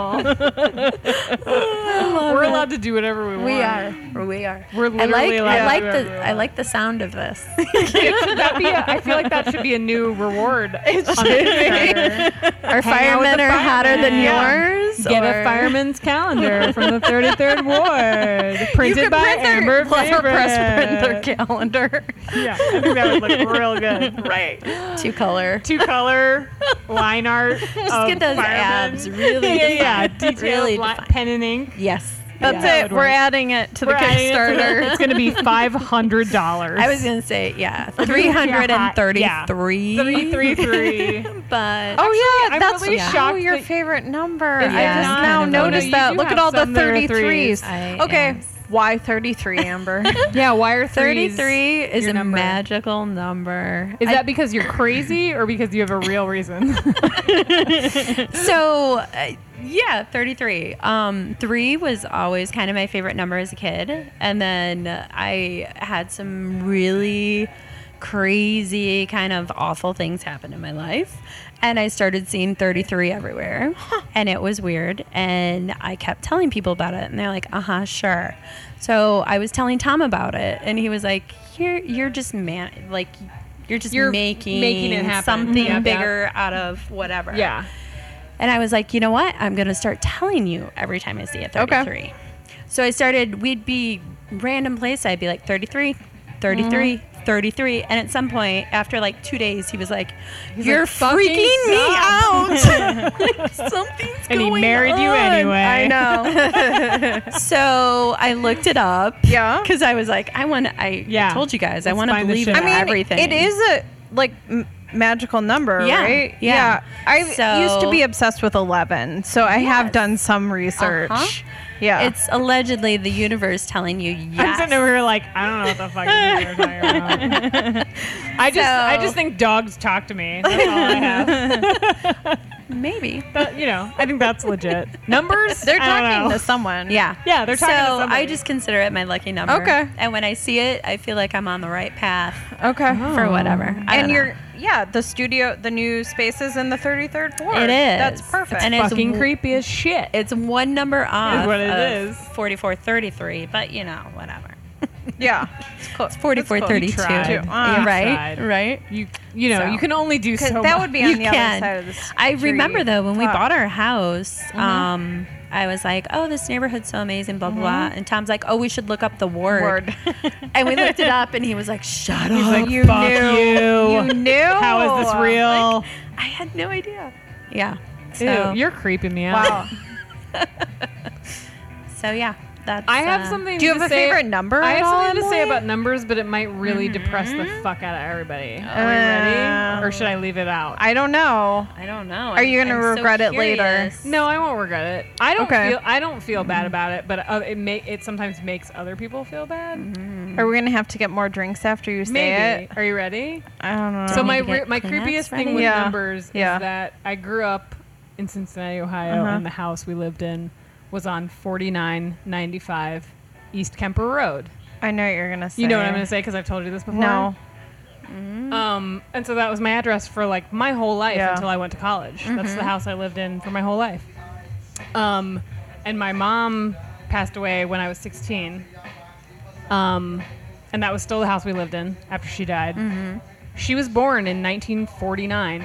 We're allowed to do whatever we want. We are. We are. We're I like. literally allowed I to like do the. whatever we I want. like the sound of this. Should that be? A, I feel like that should be a new reward. It should Our out with firemen the are hotter than firemen. Yeah. yours. Get or- a fireman's calendar from the 33rd Ward, printed by Amber Faber. calendar. Yeah, I think that would look real good. Right, Two color. two color line art. Just get those abs (laughs) really. Yeah, yeah, defined. detailed (laughs) really li- defined. pen and ink. Yes. That's Yeah. it. We're adding it to the We're adding it to the- Kickstarter. (laughs) It's going to be five hundred dollars. I was gonna say yeah, three hundred and thirty-three. three three three. But oh yeah, I'm that's really yeah. shocked your that- favorite number. It's I just not- now I know, noticed you that. do Look at have all the some that are 33s. threes. I okay, am- why 33, Amber? Yeah, why are threes thirty-three is your a number? magical number. Is that because you're crazy or because you have a real reason? so uh, yeah 33 um three was always kind of my favorite number as a kid and then i had some really crazy kind of awful things happen in my life And I started seeing 33 everywhere. And it was weird. And I kept telling people about it. And they're like, uh huh, sure. So I was telling Tom about it. And he was like, you're, you're just man, like, you're just You're making, making it happen. Mm-hmm. something Yep, yep. bigger out of whatever. (laughs) Yeah. And I was like, you know what? I'm going to start telling you every time I see it 33. So I started, we'd be random place. I'd be like 33, 33, Uh-huh. 33. And at some point, after like two days, he was like, you're like, "Fucking freaking me out. (laughs) (laughs) Like, something's And he going married you on." anyway. I (laughs) know. So I looked it up. Yeah. Because I was like, I want to, I Yeah. told you guys, I Let's want to find this believe shit in out. I mean, everything. it is a like m- magical number, Yeah, right? yeah. I So- used to be obsessed with eleven, so I have Yes. done some research. Uh-huh. Yeah, It's allegedly the universe telling you yes. I'm sitting over here like (laughs) I don't know what the fuck you're talking about. I just I So- just think dogs talk to me. That's all I (laughs) have. Maybe. But, you know, I think that's legit. Numbers? (laughs) they're I don't talking know. to someone. Yeah. Yeah, they're talking to So somebody. I just consider it my lucky number. Okay. And when I see it, I feel like I'm on the right path Okay. for Oh. whatever. Oh, I and don't you're yeah the studio the new spaces in the 33rd floor know. it is that's perfect And it's fucking w- creepy as shit. It's one number off. what it of is. 4433, but you know, whatever. yeah it's cool it's 4432. You tried. Yeah, You right? tried. Right? you you know, So- you can only do because so that much. would be on you the can. other side of the street. I remember though when we bought our house, Mm-hmm. um, I was like, "Oh, this neighborhood's so amazing," blah blah Mm-hmm. blah. And Tom's like, "Oh, we should look up the word." word (laughs) (laughs) And we looked it up, and he was like, "Shut up!" like, you Oh, fuck knew you. you knew How is this real? I had no idea. Yeah. Ew, you're creeping me out. wow So yeah, that's. I have uh, something. do you to have a say- favorite number I at have all, something to say Emily? about numbers, but it might really depress the fuck out of everybody. Are we Um, ready, or should I leave it out? i don't know I don't know. Are you gonna regret it later? no, I won't regret it. I don't Okay. feel. I don't feel bad about it, but uh, it may. It sometimes makes other people feel bad. are we gonna have to get more drinks after you Mm-hmm. say Mm. Maybe. it Are you ready? i don't know so need my to get re- my Kleenex creepiest ready? thing with Yeah. numbers Yeah. is that I grew up in Cincinnati, Ohio, Uh-huh. and the house we lived in was on forty nine ninety five East Kemper Road. i know what you're gonna say You know what I'm going to say because I've told you this before. no Um, and so that was my address for like my whole life Yeah. Mm-hmm. until I went to college. That's the house I lived in for my whole life. Um, and my mom passed away when I was 16. Um, and that was still the house we lived in after she died. Mm-hmm. She was born in 1949,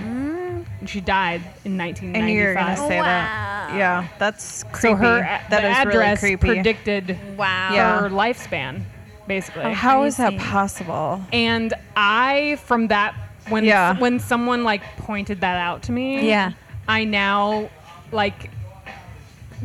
and she died in 1995. Mm. and you're gonna say that Wow. yeah that's creepy so her a- That the is really address creepy predicted Wow. Yeah. her lifespan, basically. how is that Crazy. possible and I from that when Yeah. when someone like pointed that out to me, Yeah. I now like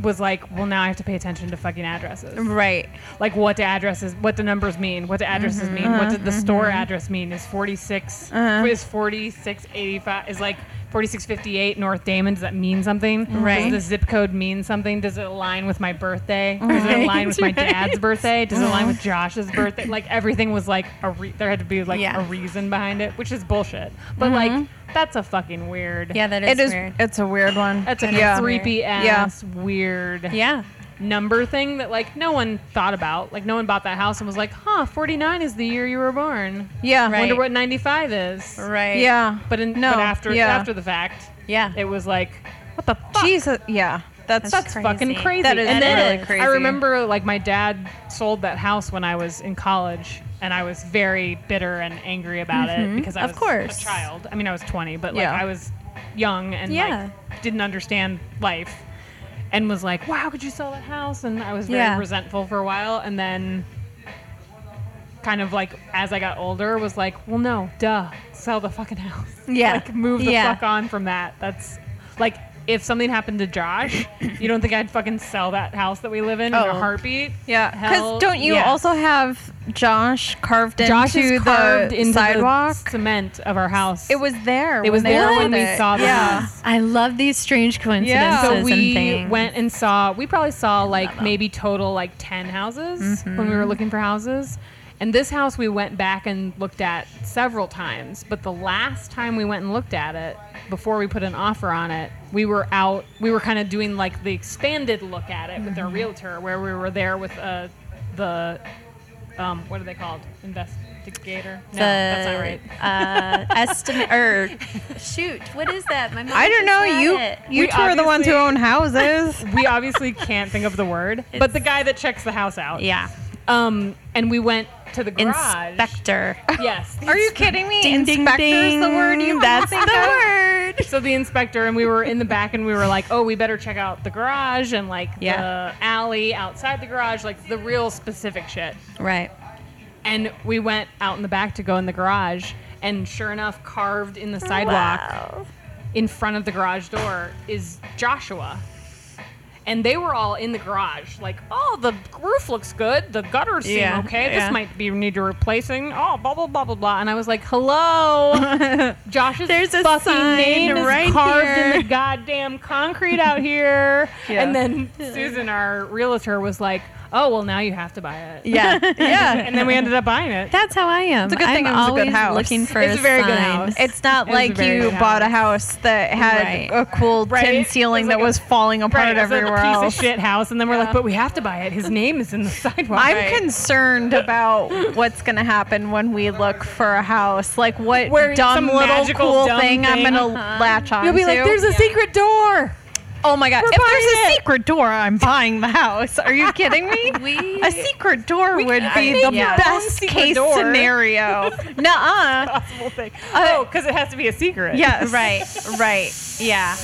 was like, well, now I have to pay attention to fucking addresses. Right. Like what the addresses, what the numbers mean, what the addresses Mm-hmm. mean, what did the store address mean? Is forty Uh-huh. is forty six eighty five is like. 4658 North Damon, does that mean something? Right. Does the zip code mean something? Does it align with my birthday? Does it align with my Right, Uh-huh. right. dad's birthday? Does it align with Josh's birthday? Like everything was like a re- there had to be like Yeah. Mm-hmm. a reason behind it, which is bullshit. But like that's a fucking weird. Yeah, that is, it is weird. it's a weird one That's a yeah. creepy Yeah. ass weird yeah. number thing that like no one thought about. Like no one bought that house and was like, "Huh, 49 is the year you were born. yeah Right. Wonder what 95 is." Right. yeah But in No, but after yeah. after the fact, Yeah. it was like, "What the fuck?" jesus yeah that's, That's That's crazy. fucking crazy. That is and then really crazy. I remember like my dad sold that house when I was in college and I was very bitter and angry about it because I Mm-hmm. Of was course. a child. I mean I was 20, but like Yeah. I was young and Yeah. like didn't understand life and was like, "Wow, how could you sell that house?" and I was very Yeah. resentful for a while and then kind of like as I got older was like, "Well, no, duh, sell the fucking house." (laughs) Yeah. Like move the Yeah. fuck on from that. That's like if something happened to Josh, you don't think I'd fucking sell that house that we live in in Oh. a heartbeat? yeah Hell because don't you yeah. also have josh carved Josh into is carved the into sidewalk the cement of our house. it was there it was they there when opened we it. saw the yeah house. I love these strange Yeah. coincidences So and we things. went and saw. We probably saw like them. maybe total like ten houses Mm-hmm. when we were looking for houses. And this house we went back and looked at several times, but the last time we went and looked at it before we put an offer on it, we were out. We were kind of doing like the expanded look at it with Mm-hmm. our realtor, where we were there with uh, the um, what are they called? Invest The gator. No, that's not right. (laughs) Uh, estimate or shoot, what is that? My mind I don't just know. had You it. you We two are the ones who obviously- (laughs) own houses. We obviously can't think of the (laughs) word, but the guy that checks the house out. Yeah, Um, and we went to the garage. inspector. yes. (laughs) Are you kidding me? Inspector is the word you Oh That's the think of? word. (laughs) So the inspector and we were in the back and we were like, oh, we better check out the garage and like Yeah. the alley outside the garage, like the real specific shit. Right. And we went out in the back to go in the garage, and sure enough, carved in the sidewalk Wow. in front of the garage door is Joshua. And they were all in the garage, like, oh, the roof looks good, the gutters seem Yeah, okay, yeah. this might be need to replacing. Oh, blah blah blah blah blah. And I was like, (laughs) hello, Josh's There's a fucking sign name is right carved in here." the goddamn concrete out here. (laughs) Yeah. And then Susan, our realtor, was like, oh, well, now you have to buy it. Yeah. (laughs) yeah. And then we ended up buying it. That's how I am. It's a good I'm thing it was a good always house. looking for It's a very good sign. house. It's not It was a like very you good bought a house that had Right. a cool tin Right. ceiling It was that like was a- falling apart it was everywhere a piece else. of shit house, and then we're like, but we have to buy it. His name is in the (laughs) sidewalk. I'm (laughs) concerned about what's going to happen when we look for a house. Like what Where dumb some little magical cool dumb thing, I'm thing- uh-huh. going to latch on to. a secret door. oh my god! we're If there's buying a it. secret door, I'm buying the house. Are you kidding (laughs) me? (laughs) We- a secret door would I be make the our own best secret case door. (laughs) scenario. Nuh-uh. Possible (laughs) thing. oh, because it has to be a secret. Yes. Right. Right. Yeah.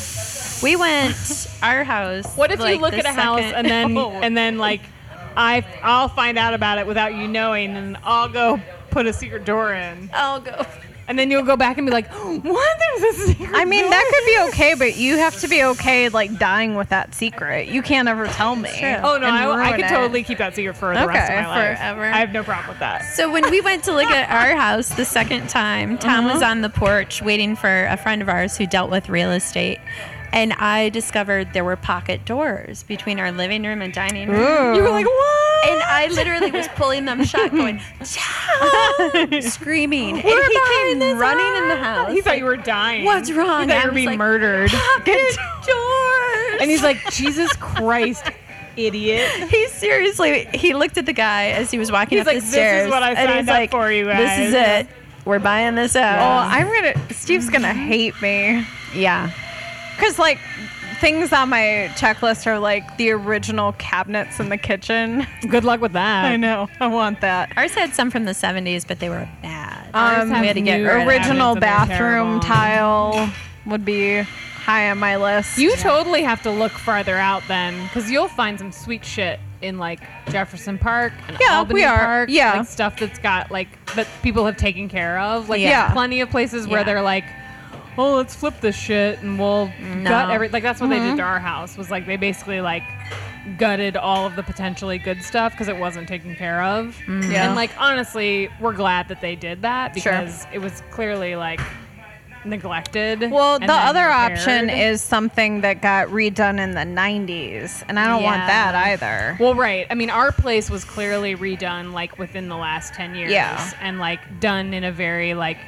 We went our house. What if like, you look the at a house second- and then Oh. and then like I I'll find out about it without you knowing, and I'll go put a secret door in, (laughs) I'll go. and then you'll go back and be like, what? There's a secret. I mean, that could (laughs) be okay, but you have to be okay like dying with that secret. You can't ever tell me. Oh no, and I, I ruin could it. totally keep that secret for the rest of Okay, my life. forever. I have no problem with (laughs) that. So when we went to look at our house the second time, Tom was Uh-huh. on the porch waiting for a friend of ours who dealt with real estate. And I discovered there were pocket doors between our living room and dining room. You were like, what? And I literally was pulling them shut, going, (laughs) "Tom!" screaming. We're and he behind came this running in the house. house. He thought you were dying. What's wrong? He thought I you were was being like, murdered. (laughs) pocket doors. And he's like, Jesus Christ, idiot. He seriously, he looked at the guy as he was walking He's up like, the "This is stairs. what I and he's signed up like, for, you This is guys." it. We're buying this Oh, uh, up. I'm gonna. Steve's gonna hate me yeah. because like things on my checklist are like the original cabinets in the kitchen. (laughs) Good luck with that. know. I want that. Ours had some from the 70s, but they were bad. Um, we had to get new rid of. cabinets and original they're terrible. bathroom tile would be high on my list. You totally have to look farther out then, because you'll find some sweet shit in like Jefferson Park and Yeah, Albany we are. Park. Yeah. like stuff that's got like that people have taken care of. Like, Yeah. there's plenty of places where Yeah. they're like, "Oh, let's flip this shit and we'll Mm-hmm. No. gut every." Like that's what they did to our house. Was like they basically like gutted all of the potentially good stuff because it wasn't taken care of. Mm-hmm. Yeah. And like honestly, we're glad that they did that Sure. because it was clearly like neglected. Well, and the then other option repaired. is something that got redone in the 90s, and I don't want Yeah. that either. Well, right. I mean, our place was clearly redone like within the last 10 years. Yeah. And like done in a very like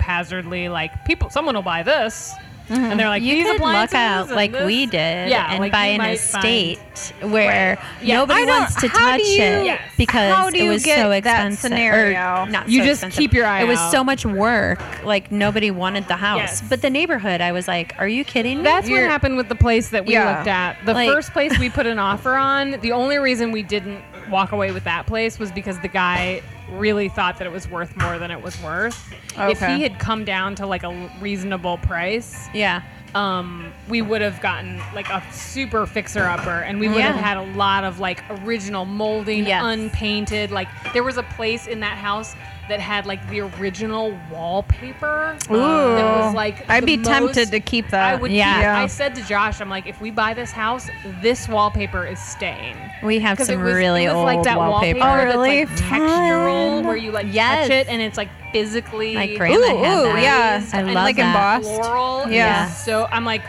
haphazardly, like people, someone will buy this. And they're like, Mm-hmm. You these could luck appliances out and like this." we did Yeah, and like, buy you an might find- estate where Yeah. nobody I don't- wants to how touch do you- it Yes. how because do it you was get so that expensive. or scenario? not You so just expensive. keep your eye It was out. so much work. Like nobody wanted the house. Yes. But the neighborhood, I was like, are you kidding me? That's what You're- happened with the place that we Yeah. looked at. The Like- first place we put an offer on, the only reason we didn't walk away with that place was because the guy really thought that it was worth more than it was worth. If Okay. he had come down to like a reasonable price, yeah. um, we would have gotten like a super fixer upper and we would Yeah. have had a lot of like original molding, Yes. unpainted. Like there was a place in that house that had like the original wallpaper. Ooh. That was like I'd the be most- tempted to keep that. I would Yeah. yeah. Yeah. I said to Josh, I'm like, if we buy this house, this wallpaper is staying. We have 'Cause some it was- really it was old like that wallpaper. wallpaper Oh, really? that's like textural Fun. where you like Yes. touch it and it's like physically My grandma Ooh, had ooh, that. yeah. I and love Like that. embossed. floral. Yeah. is So I'm like,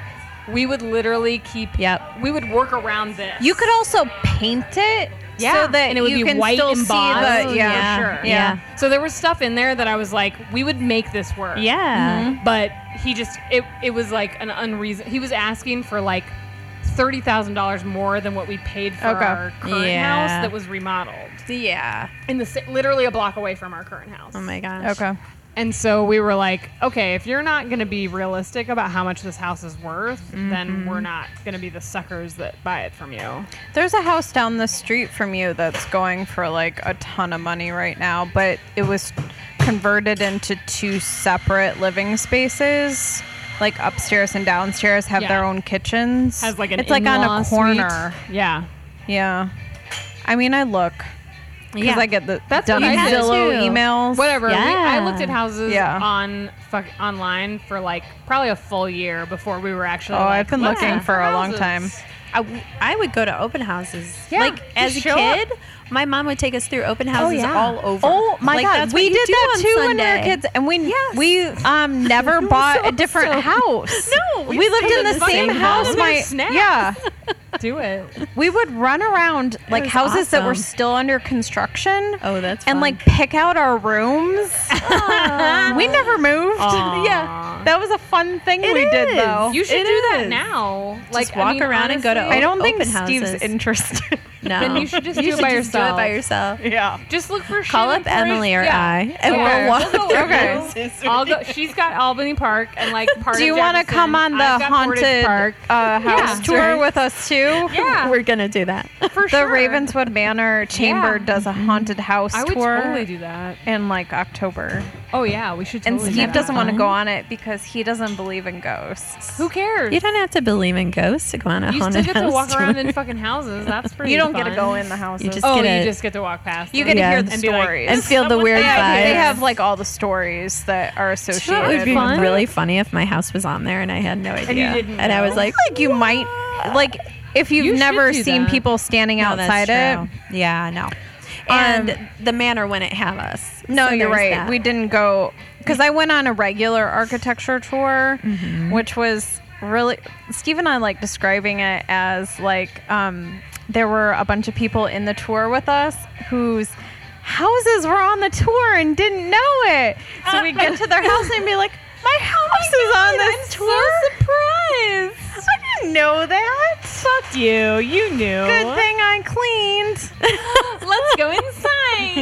we would literally keep. Yep. We would work around this. You could also paint it Yeah. so that and Oh, it would you be can white still embossed. see the for yeah. sure. Yeah. So there was stuff in there that I was like, we would make this work. Yeah. But he just it it was like an unreason. He was asking for like thirty thousand dollars more than what we paid for Okay. our current Yeah. house that was remodeled Mm-hmm. Yeah. in the sa- literally a block away from our current house. Oh my gosh. Okay. And so we were like, okay, if you're not going to be realistic about how much this house is worth, then we're not going to be the suckers that buy it from you. There's a house down the street from you that's going for like a ton of money right now, but it was converted into two separate living spaces. Like upstairs and downstairs have their Yeah. own kitchens. Has like an it's like on in-law a suite. corner. Yeah. Yeah. I mean, I look because Yeah. I get the That's dumb what I had Zillow too. emails. Whatever. we- I Yeah. looked at houses Yeah. on fuck, online for like probably a full year before we were actually. Oh, like, I've been "Let's looking look for a long houses." time. I, w- I would go to open houses. Yeah, like just as a show kid, my mom would take us through open houses yeah. all over. Oh my Like, god, that's we what you did do that on too when we were Sunday. kids, and we Yes. we (laughs) um never bought a different house. No, we, we lived stayed in in the the same same house. house. My There's snacks. yeah, (laughs) Do it. we would run around like was houses that were awesome. still under construction. Oh, that's and fun. like pick out our rooms. (laughs) we never moved. Aw. Yeah, that was a fun thing It we did is. though. You should It do that is. now. Just walk around and go to honestly, I don't think Open Steve's houses. interested. no. Then you should just do it should by just do it by yourself. yeah. Just look for Call Shannon up Curry's- Emily or yeah. I, and Okay. we'll walk. We'll go with Okay. you. I'll (laughs) go. She's got Albany Park and like part. Do you want to come on the haunted park? uh, house Yeah. tour with us too? (laughs) Yeah, We're gonna do that. for the sure. Ravenswood Manor Chamber Yeah. does a haunted house I would tour totally do that. in like October. Oh yeah, we should. And Totally Steve do doesn't want to fun? go on it because he doesn't believe in ghosts. Who cares? You don't have to believe in ghosts to go on a You still haunted get to (laughs) house walk around tour. in fucking houses. That's pretty. You don't fun. get to go in the houses. just- Oh, Get you a- just get to walk past. you them. get to Yeah. hear the and be like, stories. And feel the someone weird there. Yeah, they vibes. have like all the stories that are associated. It would be fun. really funny if my house was on there and I had no idea. didn't I know. was like, like you might like if you've You should never do seen that. people standing No, that's outside it. true. Yeah, no. Um, And the manor wouldn't have us. No, So you're there's right. that. (laughs) We didn't go because I went on a regular architecture tour, Mm-hmm. which was really Steve and I like describing it as like um, there were a bunch of people in the tour with us whose houses were on the tour and didn't know it. So we get to (laughs) their house and be like, "My house is on this tour." surprised. I didn't know that. Fuck you. You knew. Good thing I cleaned. Let's go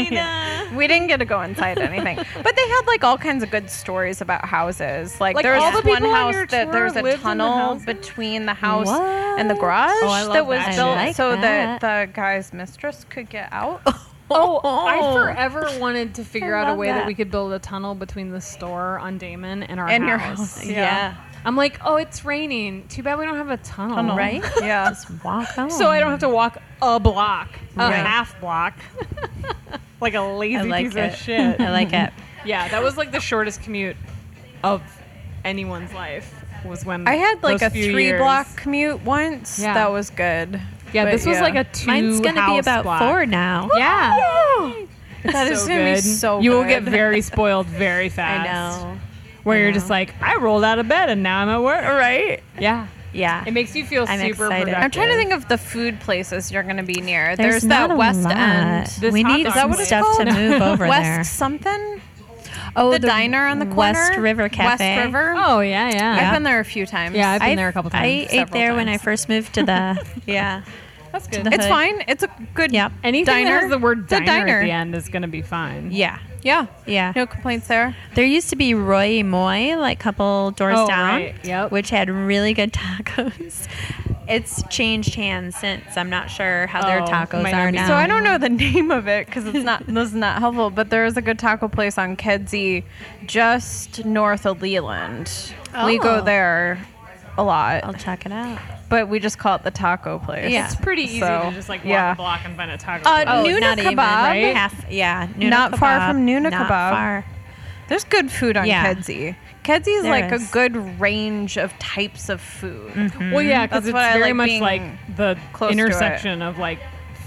(laughs) inside. (laughs) We didn't get to go inside anything, but they had like all kinds of good stories about houses. Like, Like, there was all the one people on house your that tour there's a lived in the tunnel houses? between the house and the garage Oh, I love that was that. I built like so that. the guy's mistress could get (laughs) out. Oh, I forever wanted to figure I out a love way that. that. we could build a tunnel between the store on Damon and our And your house. house. Yeah. I'm like, oh, it's raining. Too bad we don't have a tunnel, Right? yeah. Just walk home. (laughs) So I don't have to walk a block, a Right. half (laughs) block, like a lazy I like piece it. of (laughs) shit. (laughs) I like it. yeah, that was like the shortest commute of anyone's life. Was when I had like those a few three years. block commute once. Yeah. That was good. Yeah, But this was like a two. Mine's gonna be house about block. four now. Yeah, That is gonna be so You will get good. (laughs) very spoiled very I fast. know. Where I you're know. just like, I rolled out of bed and now I'm at work. Right? Yeah. Yeah. It makes you feel I'm super excited. productive. I'm trying to think of the food places you're going to be near. There's, There's that not a West lot. End. This we hot need dog some place. stuff (laughs) to No. move over (laughs) West there. something? Oh, the, diner on the corner. West River Cafe. West River. Oh yeah, yeah. I've been there a few times. Yeah, I've been I've- there a couple I times. ate there several when I times. first moved to the. (laughs) yeah. That's to good. the it's hood. fine. It's a good Yep. Anything diner. that has the word It's a diner, at the end is going to be fine. Yeah. Yeah. Yeah. No complaints there. There used to be Roy Moy, like couple doors Oh, down, right. Yep. which had really good (laughs) tacos. It's changed hands since. I'm not sure how their Oh, tacos might not are be- now. So I don't know the (laughs) name of it because it's not. this is not helpful. But there is a good taco place on Kedzie, just north of Leland. We go Oh. there a I'll lot, check it out. but we just call it the taco place. Yeah. It's pretty easy So, to just like walk yeah. a block and find a taco. Uh, place. Nuna Oh, not even, kebab, right? Half, yeah, Nuna Not far kebab, from Nuna not kebab. Far. There's good food on Yeah. Kedzie. Kedzie is There like is. a good range of types of food. Mm-hmm. well, yeah, because That's it's what I very like much being like the close to intersection of like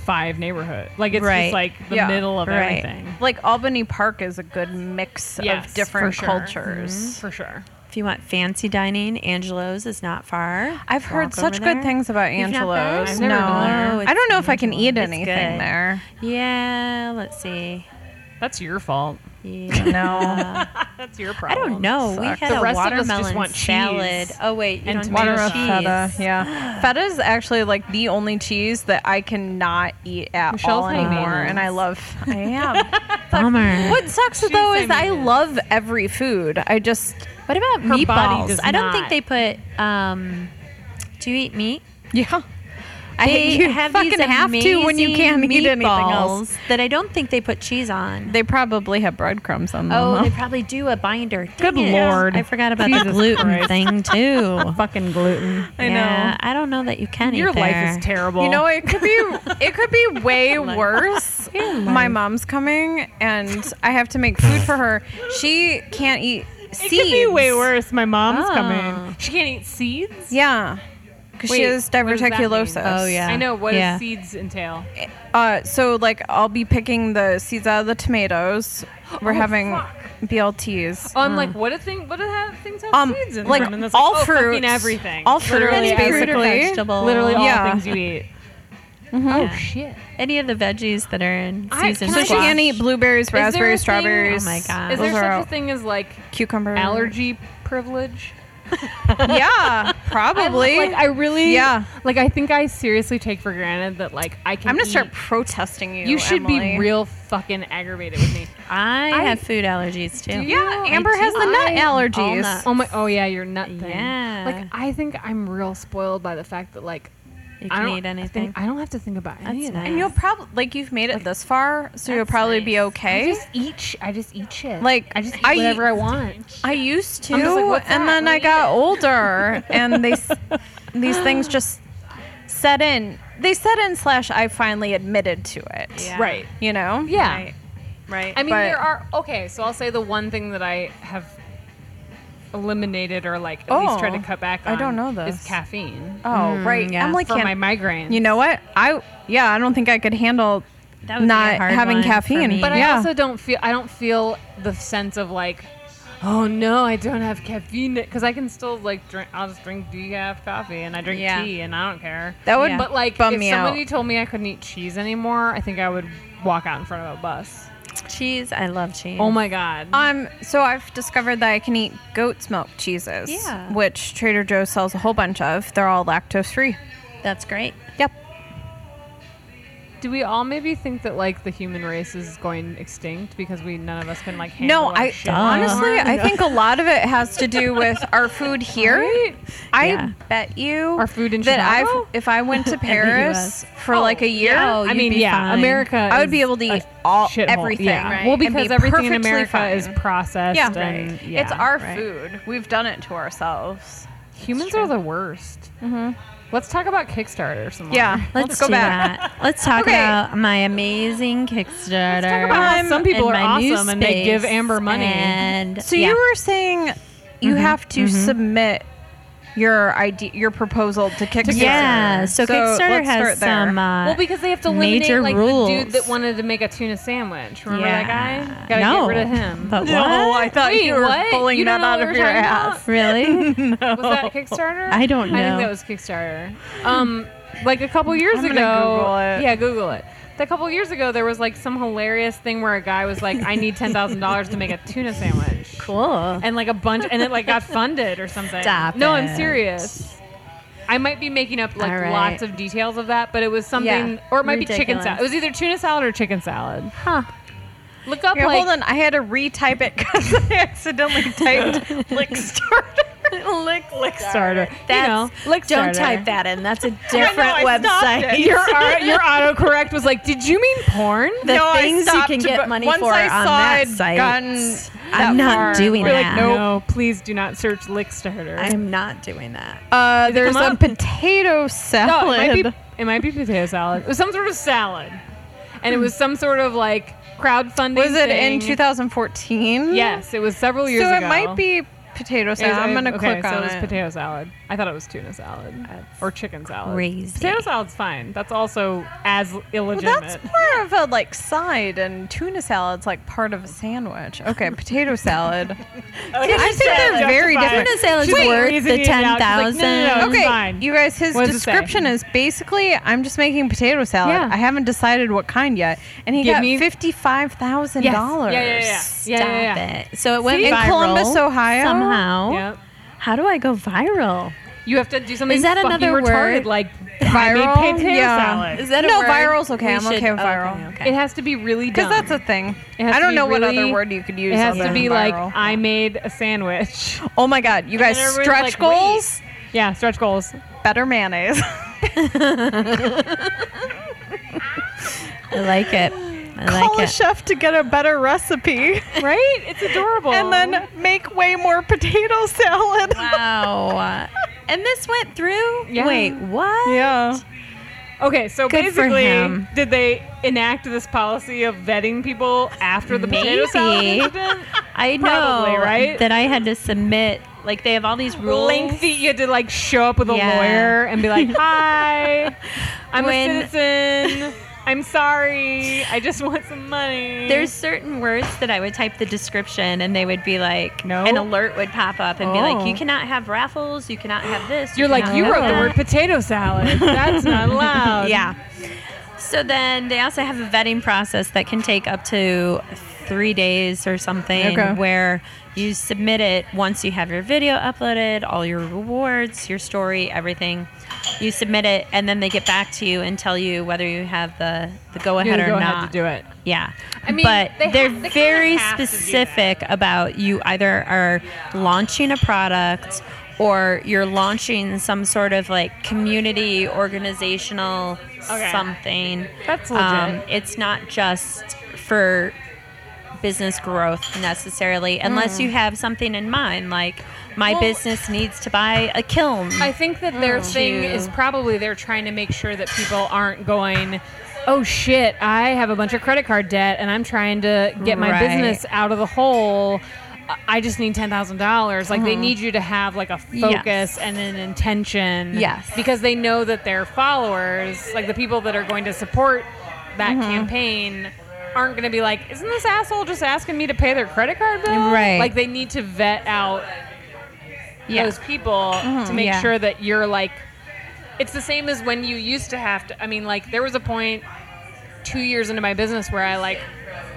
five neighborhood. Like it's Right. just like the Yeah. middle of Right. everything Like Albany Park is a good mix Yes, of different for sure. Mm-hmm. cultures. for sure. If you want fancy dining, Angelo's is not far. I've heard Walk such over good there. things about You've not Angelo's. been? I've never no, been there. Oh, I don't know if I can it's eat Angelo's. It's anything good. there. Yeah, let's see. Uh, That's your fault. (laughs) Yeah. No. That's your I problem. don't know. We Sucks. had The a rest of us just watermelon want cheese salad. Oh wait, you and don't Water do of cheese. feta. Yeah. Feta is actually like the only cheese that I cannot eat at Michelle's all honey anymore. mayonnaise. And I love (laughs) I am. Bummer. what sucks She's though the is I mayonnaise. love every food. I just What about Her body meatballs? does I don't not. think they put. Um, do you eat meat? Yeah. I They you have fucking these have to when you amazing can't eat anything else. meatballs That I don't think they put cheese on. They probably have breadcrumbs on them. oh, though. they (laughs) probably do a binder. Dang Uh-huh. Good it. Lord. I forgot about the Jesus gluten Christ. (laughs) thing too. Fucking gluten. I know. Yeah, I don't know that you can. Your eat life there. is terrible. You know, it could be it could be way worse. My mom's coming, and I have to make food for her. She can't eat seeds. Ah. It could be way worse. My mom's Oh. coming. She can't eat seeds. Yeah, because she Wait, has what does that mean? diverticulosis. Oh, yeah. I know. What does Yeah. seeds entail? Uh, so like, I'll be picking the seeds out of the tomatoes. We're Oh, having fuck. BLTs. Oh, I'm like, what do thing? What do have things have Hmm. Um, seeds in like, them? And it's all oh, fucking fruits. everything. All fruits, Literally Any every- fruit or basically. vegetable. Literally all Yeah. Mm-hmm. things you eat. Oh shit! Any of the veggies that are in I- can season. So I just- she squash. can't eat blueberries, there a thing- raspberries, strawberries. Oh my God. Is Those there such are a out. thing as like Cucumber allergy privilege? (laughs) yeah, probably. I'm, like I really, Yeah. Like I think I seriously take for granted that like I can. I'm gonna start eat- protesting you. You should Emily. be real fucking aggravated with me. I, I- have food allergies too. Do you? Yeah, I Amber has do. the nut I- allergies. nuts. Oh my! Oh yeah, your nut thing. Yeah. Like I think I'm real spoiled by the fact that like You I can don't eat anything. Think, I don't have to think about any That's of that. nice. And you'll probably like you've made it this far, so you'll That's probably be nice. I okay. just eat. sh- I just eat shit. Like, I just eat I- whatever I want. I used to, I'm just like, "What's and that? then Let I me got (laughs) older, and these these things just set in. They set in slash I finally admitted to it. Yeah. Right. You know. Yeah. Right. Right. I mean, But- there are okay. So I'll say the one thing that I have eliminated or like at least tried to Oh, cut back. On I don't know this. Is caffeine Oh right. Mm, yeah. Emily for can't. my migraine. you know what? I yeah. I don't think I could handle That would be a not hard having one for caffeine. me. But I yeah. also don't feel I don't feel the sense of like, oh no, I don't have caffeine because I can still like drink. I'll just drink decaf coffee and I drink Yeah. tea and I don't care. That would but like bum if me somebody out. told me I couldn't eat cheese anymore, I think I would walk out in front of a bus. cheese. I love cheese. Oh my god. Um, so I've discovered that I can eat goat's milk cheeses, Yeah. which Trader Joe's sells a whole bunch of. They're all lactose free. That's great. Yep. Do we all maybe think that like the human race is going extinct because we none of us can like handle No, our I shit honestly anymore? I think a lot of it has to do (laughs) with our food here. I Yeah. bet you Our food in that Chicago? I've if I went (laughs) to US. Paris for like a year, yeah. Oh, I you'd mean, be yeah, fine. America. I would is be able to a eat all- shithole. everything, Yeah. right? Well, And be because everything in perfectly America fine. is processed. Yeah. and, Right. yeah. it's our right. food. We've done it to ourselves. humans are the worst. Mm-hmm. Let's talk about Kickstarter some more. Yeah. Let's, go do (laughs) back. that. Let's talk Okay. about my amazing Kickstarter. Let's talk about how some people are and my new awesome and they give space Amber money. And So yeah. Mm-hmm, you were saying you have to submit your idea, your proposal to Kickstarter. yeah. So, Kickstarter let's has start there. some uh, Well, because they have to eliminate major like rules. the dude that wanted to make a tuna sandwich. Remember that guy? Gotta no. get rid of him. But (laughs) No, what? I thought Wait, you were what? pulling You don't that know out what of we're your talking about? (laughs) ass. really? Was (laughs) that Kickstarter? I don't I know. think that was Kickstarter. Um, like a couple years I'm gonna ago. Google it. Yeah, Google it. A couple years ago, there was like some hilarious thing where a guy was like, "I need ten thousand dollars to make a tuna sandwich," cool. and like a bunch, and it like (laughs) got funded or something. Stop no, it. I'm serious. I might be making up like All right. lots of details of that, but it was something, or it might be chicken Ridiculous. salad. It was either tuna salad or chicken salad. Huh. Look up Here, like (laughs) hold on. I had to retype it (laughs) because I accidentally typed Lickstarter. Lick, Kickstarter. That's, you know, like don't type that (laughs) in. That's a different I stopped website. it. (laughs) Your your autocorrect was like, "Did you mean porn?" the No, I things you stopped, can get but money once for I on saw that I'd site. gotten that I'm not far, doing we're that. Like, nope. No, please do not search Lickstarter. I am not doing that. Uh, there's come a up? potato (laughs) No, salad. it might, be, it might be potato salad. It was some sort of salad, and it was some sort of like crowdfunding. was it in thing. 2014? Yes, it was several So years it ago. might be potato salad. I'm gonna okay, click so on it was it. potato salad. I thought it was tuna salad That's or chicken salad. crazy. Potato salad's fine. That's also as Well, illegitimate. (laughs) that's more of a like side, and tuna salad's like part of a sandwich. Okay, potato salad. Okay, I she think said they're very justified. different. Tuna salad's She's like worth easing the it out. She's like, no, no, no, it's okay, fine. you guys, his What does it say? description is basically I'm just making potato salad. Yeah. I haven't decided what kind yet, and he Give got me- fifty five thousand dollars. Yeah, yeah, yeah. Stop Yeah, yeah, yeah. it. So it went See? In viral Columbus, Ohio? Somehow. Yep. How do I go viral? You have to do something. Is that fucking another retarded, word? Like I made Viral? potato Yeah. salad. Is that a No, word? viral's okay. We I'm should- okay with okay, viral. It has to be really dumb. Because that's a thing. It has I to don't be know what really- other word you could use. It has to other than be like viral. I made a sandwich. (laughs) oh my god, you guys, And everyone's stretch like, goals, Yeah, stretch goals. (laughs) better mayonnaise. I like it. I Call like a it. chef to get a better recipe, (laughs) Right? It's adorable. (laughs) and then make way more potato salad. (laughs) Wow. and this went through? Yeah. Wait, what? yeah. okay, so Good for basically, him. did they enact this policy of vetting people after the potato salad Maybe. (laughs) incident? I know Probably, right? that I had to submit, like, they have all these rules. Lengthy. You had to like show up with a Yeah. lawyer and be (laughs) like, "Hi, I'm When- a citizen. I'm sorry. I just want some money." There's certain words that I would type the description and they would be like, No. an alert would pop up and be Oh. like, you cannot have raffles, you cannot have this. You're like, cannot you have wrote the that." word potato salad. That's (laughs) not allowed. Yeah. So then they also have a vetting process that can take up to three days or something Okay. where you submit it once you have your video uploaded, all your rewards, your story, everything. You submit it and then they get back to you and tell you whether you have the, the go You ahead go or ahead not. to do it. Yeah. I mean, but they ha- they're they kinda very have to do that. specific about you either are launching a product or you're launching some sort of like community organizational Okay. something. Um, That's legit. it's not just for business growth necessarily, unless you have something in mind like my Hmm. Well- business needs to buy a kiln. I think that their thing Chew. is probably they're trying to make sure that people aren't going, oh shit, I have a bunch of credit card debt and I'm trying to get my Right. business out of the hole. I- I just need ten thousand dollars. Like they need you to have like a focus Uh-huh. Yes. and an intention. Yes. because they know that their followers, like the people that are going to support that Mm-hmm. campaign, aren't going to be like, isn't this asshole just asking me to pay their credit card bill? Right. Like they need to vet out yeah. Mm-hmm. those people to make Yeah. sure that you're like it's the same as when you used to have to i mean like there was a point two years into my business where i like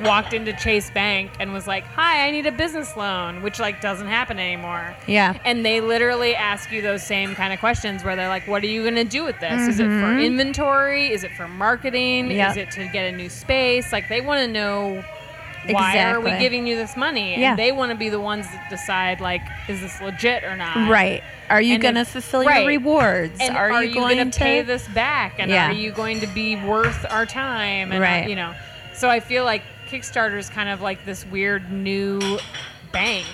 walked into chase bank and was like hi i need a business loan which like doesn't happen anymore Yeah. and they literally ask you those same kind of questions where they're like what are you going to do with this is it for inventory is it for marketing Mm-hmm. Yep. is it to get a new space like they want to know why are we Exactly. giving you this money Yeah. and they want to be the ones that decide like is this legit or not Right. Are you And going to if- fulfill right. your rewards? and are, you, going gonna to pay this back and Yeah. are you going to be worth our time and Right. you know so i feel like kickstarter is kind of like this weird new bank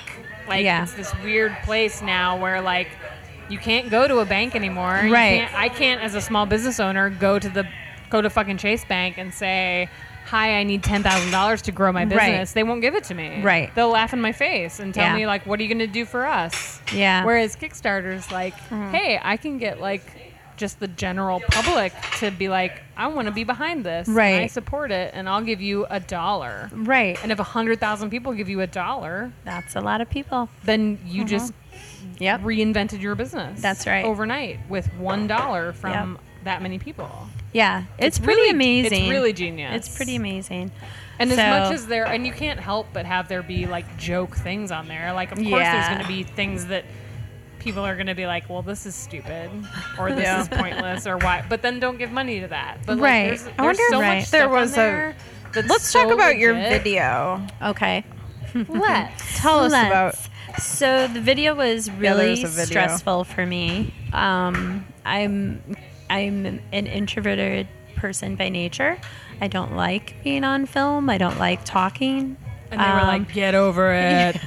like Yeah. it's this weird place now where like you can't go to a bank anymore You Right. can't- i can't as a small business owner go to the go to fucking chase bank and say hi i need $10000 to grow my Right. business they won't give it to me Right. they'll laugh in my face and tell Yeah. me like what are you going to do for us Yeah. Uh-huh. Whereas Kickstarter's like, hey, I can get like just the general public to be like, I want to be behind this. and I Right. support it and I'll give you a dollar. Right. And if a 100,000 people give you a dollar, That's a lot of people. then you just Uh-huh. Yep. reinvented your business. That's right. Overnight with $1 from that many people. Yeah. It's, It's pretty really- amazing. it's really genius. It's pretty amazing. And So- as much as there, and you can't help but have there be like joke things on there. Like, of course, there's Yeah. going to be things that people are going to be like, well, this is stupid, or this Yeah. is pointless, or why. But then don't give money to that. But like, Right. There's, I there's wonder if so right. much there stuff on was a- there that's Let's so talk about your legit. video. (laughs) Okay. Let's. Tell us Let's. about. So the video was there really was a video. stressful for me. Um, I'm I'm an introverted person by nature. I don't like being on film. I don't like talking. And they were Um, like, get (laughs) over it.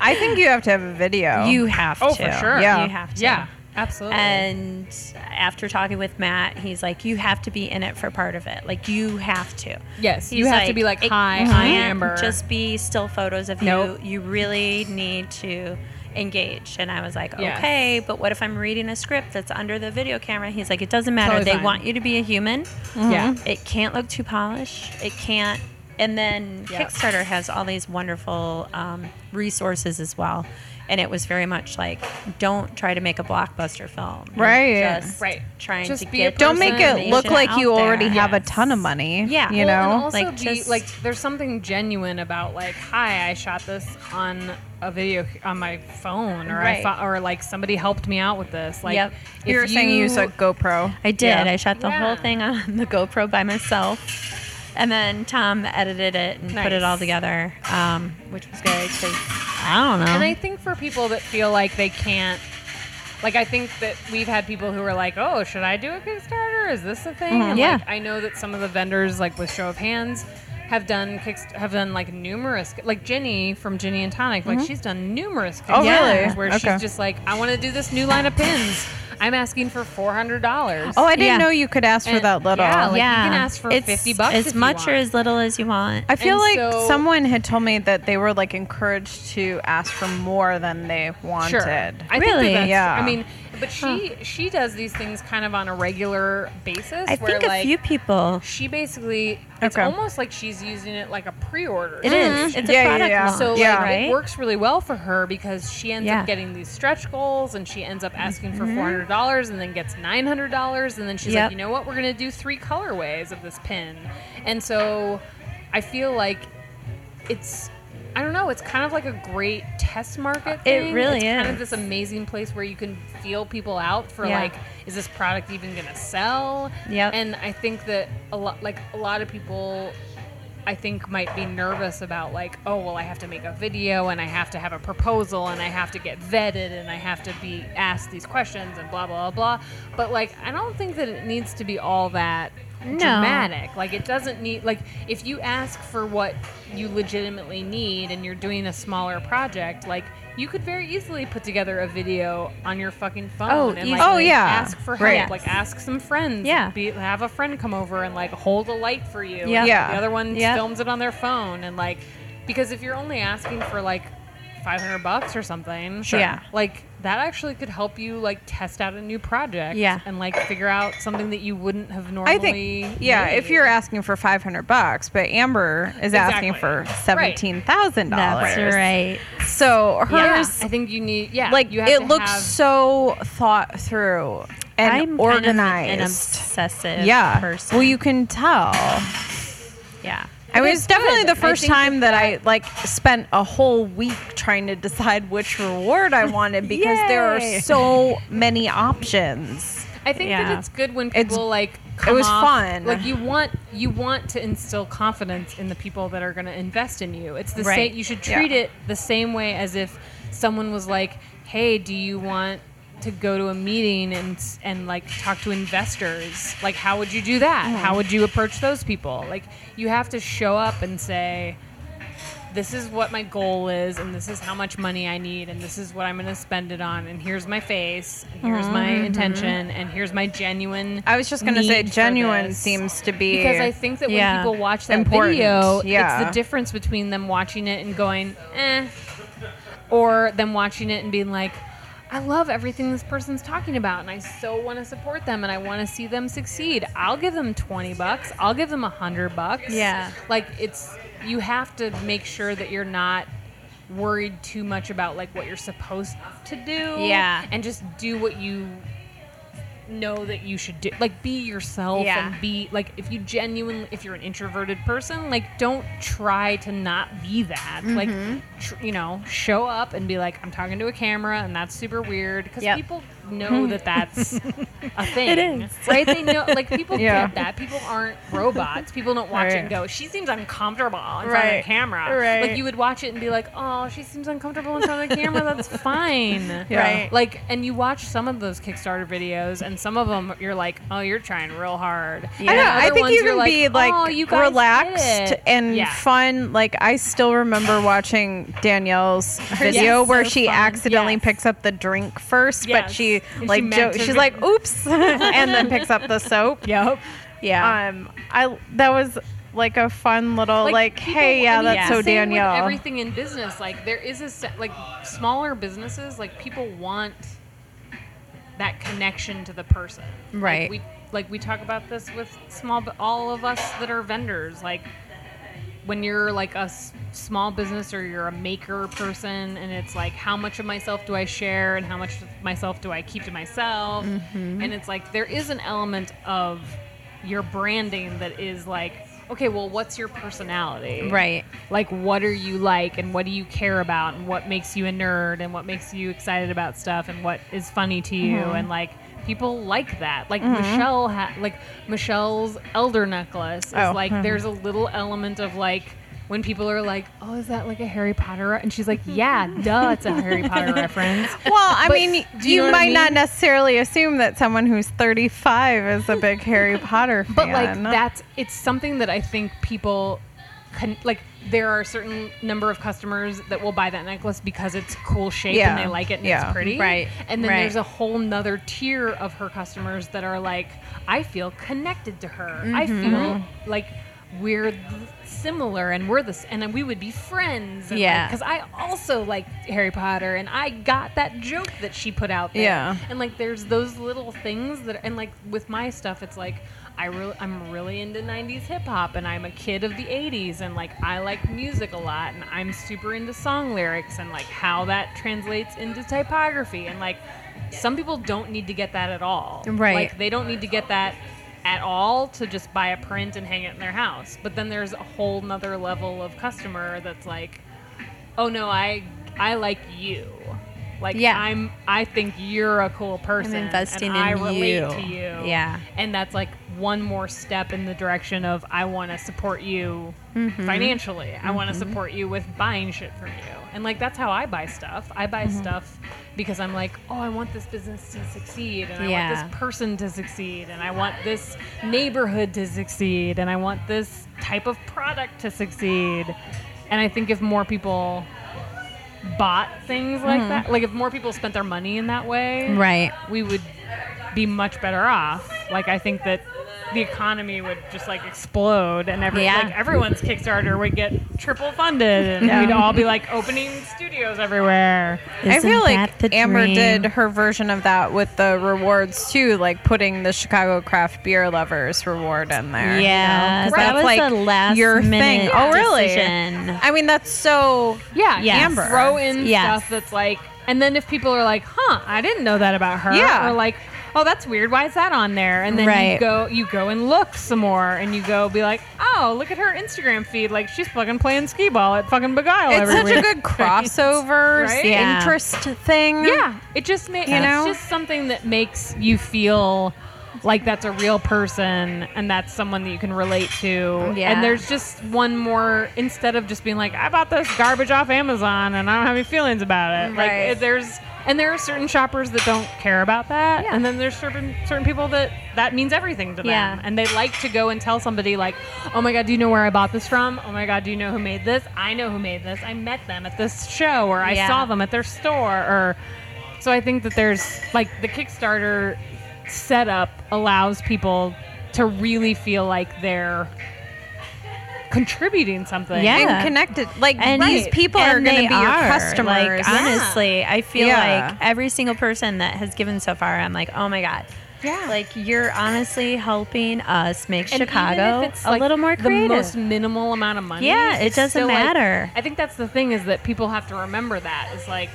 I think you have to have a video. you have Oh, for to. sure. Yeah. You have to. yeah, absolutely. And after talking with Matt, he's like, "You have to be in it for part of it. Like you have to." Yes, you He's have to be like, "It "Hi, I'm can't Amber." Just be still photos of Nope. you. You really need to. engaged. And I was like, Yes. okay, but what if I'm reading a script that's under the video camera? He's like, it doesn't matter. Totally they fine. Mm-hmm. want you to be a human. Yeah. It can't look too polished. It can't. And then Yeah. Kickstarter has all these wonderful um, resources as well. And it was very much like, don't try to make a blockbuster film. You're Right. Just Right. Trying Just to be get a Don't make it Person look information like you out there. already have a Yes. ton of money. Yeah. You Well, Well, and know? also Like, be, just- like there's something genuine about like, hi, I shot this on a video on my phone, or I Right. fo- or like somebody helped me out with this. Like Yep. if you were saying you used a GoPro. I did. Yeah. I shot the whole Yeah. thing on the GoPro by myself. And then Tom edited it and put Nice. it all together, um, which was good because I don't know. And I think for people that feel like they can't, like I think that we've had people who are like, "Oh, should I do a Kickstarter? Is this a thing?" And, Yeah. like, I know that some of the vendors, like with show of hands, have done kicks- have done like numerous, like Jenny from Jenny and Tonic, like she's done numerous. Oh, Kickstarters really? Where Okay. she's just like, "I want to do this new line of pins. I'm asking for four hundred dollars." Oh, I didn't Yeah. know you could ask for And- that little. yeah, like, you yeah, can ask for It's 50 bucks as if you much or want. as little as you want. I feel And like so- someone had told me that they were like encouraged to ask for more than they wanted. Sure. I think that Really? that's- Yeah. I mean, but she she does these things kind of on a regular basis. I where, think a like, few people. she basically it's Okay. almost like she's using it like a pre-order It is. It's Yeah, a yeah, product yeah. launch, Mm. so like Yeah. it right? works really well for her because she ends Uh-huh. Yeah. Mm-hmm. up getting these stretch goals and she ends up asking for $400 and then gets $900 and then she's Yep. like you know what we're going to do three colorways of this pin and so i feel like it's I don't know. It's kind of like a great test market. It thing. really It's Kind of is. this amazing place where you can feel people out for Yeah. like, is this product even going to sell? Yep. And I think that a lot, like a lot of people, I think might be nervous about like, oh well, I have to make a video and I have to have a proposal and I have to get vetted and I have to be asked these questions and blah blah blah. But like, I don't think that it needs to be all that No. dramatic. Like, it doesn't need like if you ask for what you legitimately need and you're doing a smaller project, like. You could very easily put together a video on your fucking phone Oh, and like, easily. Oh, yeah. ask for help, Right. like ask some friends, Yeah. be, have a friend come over and like hold a light for you. Yeah. And Yeah. The other one Yeah. films it on their phone and like because if you're only asking for like 500 bucks or something, Sure. Yeah. like that actually could help you like test out a new project Yeah. and like figure out something that you wouldn't have normally I think, yeah, made. if you're asking for 500 bucks, but Amber is asking Exactly. for Right. $17,000. That's right. So yeah, hers, I think you need yeah, like, you have it to looks have- so thought through and I'm organized. Kind of an obsessive yeah. person. Well, you can tell. yeah. I mean, is it's definitely good. the I first think time that, I like spent a whole week trying to decide which reward I wanted because there are Yay. so many options. I think Yeah. that it's good when people It's- like. it was off- fun. Like you want you want to instill confidence in the people that are going to invest in you. It's the Right. same. You should treat Yeah. it the same way as if someone was like, "Hey, do you want?" to go to a meeting and s- and like talk to investors like how would you do that Mm-hmm. how would you approach those people like you have to show up and say this is what my goal is and this is how much money i need and this is what i'm going to spend it on and here's my face and here's my intention and here's my genuine Mm-hmm. I was just going to say, need for genuine this. seems to be because i think that when Yeah. people watch that Important, video yeah. it's the difference between them watching it and going eh or them watching it and being like I love everything this person's talking about, and I so want to support them, and I want to see them succeed. I'll give them twenty bucks. I'll give them a hundred bucks. Yeah. like it's you have to make sure that you're not worried too much about like what you're supposed to do. Yeah. and just do what you know that you should do. Like be yourself Yeah. and be like if you genuinely if you're an introverted person, like don't try to not be that. Like tr- you know, show up and be like I'm talking to a camera and that's super weird cuz Yep. people know that that's a thing. It is. Right? They know like people Yeah. get that. People aren't robots. People don't watch Right. and go, "She seems uncomfortable in front Right. of camera." Right. Like you would watch it and be like, "Oh, she seems uncomfortable in front of the camera. That's fine." Yeah. Right. Like, and you watch some of those Kickstarter videos, and some of them you're like, "Oh, you're trying real hard." I know, And I other think ones you you're can be like "Oh, you guys relaxed did it." and Yeah. fun. Like I still remember watching Danielle's video yes. where So she fun. accidentally Yes. picks up the drink first, but Yes. she And she like meant to- jo- she's (laughs) like oops, and then picks up the soap. Yep. Yeah. Um, I that was like a fun little like, people- hey yeah I mean, that's it's so the same with Danielle. everything in business, like there is a se- like smaller businesses, like people want that connection to the person. Like, Right. we like we talk about this with small, bu- all of us that are vendors. Like when you're like a s- small business or you're a maker person, and it's like how much of myself do I share and how much of myself do I keep to myself? And it's like there is an element of your branding that is like. Okay, well, what's your personality? Right. like what are you like and what do you care about and what makes you a nerd and what makes you excited about stuff and what is funny to you and like people like that like michelle ha- like michelle's elder necklace is Oh, like there's a little element of like when people are like oh is that like a harry potter re-" and she's like yeah duh it's a harry potter reference (laughs) Well, I But mean, do you, you know what might I not mean? necessarily assume that someone who's 35 is a big (laughs) Harry Potter fan. but like that's it's something that i think people can like there are a certain number of customers that will buy that necklace because it's cool shape Yeah. and they like it and Yeah. it's pretty Right. and then Right. there's a whole nother tier of her customers that are like i feel connected to her i Mm-hmm. feel like we're th- similar and we're this and we would be friends and Yeah. because i also like harry potter and i got that joke that she put out there Yeah. and like there's those little things that and like with my stuff it's like I really I'm really into 90s hip hop and I'm a kid of the 80s and like I like music a lot and I'm super into song lyrics and like how that translates into typography and like some people don't need to get that at all. Right. Like they don't need to get that at all to just buy a print and hang it in their house. But then there's a whole nother level of customer that's like oh no i i like you like Yeah. i'm i think you're a cool person investing and in i relate you. to you Yeah. and that's like one more step in the direction of i want to support you Mm-hmm. financially i want to support you with buying shit from you and like that's how i buy stuff i buy Mm-hmm. stuff because i'm like oh i want this business to succeed and i Yeah. want this person to succeed and i want this neighborhood to succeed and i want this type of product to succeed and i think if more people bought things like that like if more people spent their money in that way Mm-hmm. Right. we would be much better off. Like I think that the economy would just like explode, and every Yeah. like everyone's Kickstarter would get triple funded, and Yeah. we'd all be like opening studios everywhere. I feel like Amber did her version of that with the rewards too, like putting the Chicago Craft Beer Lovers reward in there. you Yeah, know? 'Cause that that's, was like a last your thing. minute Oh, really? decision. I mean, that's so. Yeah, Yes. Amber. Throw in Yes. stuff that's like, and then if people are like, "Huh, I didn't know that about her," Yeah. or like, "Oh, that's weird. Why is that on there?" And then you Right. go, you go and look some more, and you go be like, "Oh, look at her Instagram feed. Like she's fucking playing skee ball at fucking Beguile." It's every such a week." (laughs) good crossover Right? Yeah. interest thing. Yeah, it just makes You it's know? just something that makes you feel like that's a real person and that's someone that you can relate to. Yeah. And there's just one more instead of just being like, I bought this garbage off Amazon and I don't have any feelings about it. Like Right. it- there's and there are certain shoppers that don't care about that, and then there's certain certain people that that means everything to them, Yeah. and they like to go and tell somebody like, "Oh my God, do you know where I bought this from? Oh my God, do you know who made this? I know who made this. I met them at this show, or I Yeah. saw them at their store, or so I think that there's like the Kickstarter setup allows people to really feel like they're contributing something. Yeah. And connected. Like, and these people are and going they to be are. your customers. Like, honestly, I feel Yeah. like every single person that has given so far, I'm like, oh my god. Yeah. Like you're honestly helping us make And even Chicago if it's, a like, little more creative. The most minimal amount of money. Yeah, it it's doesn't still, like- matter. I think that's the thing is that people have to remember that. It's like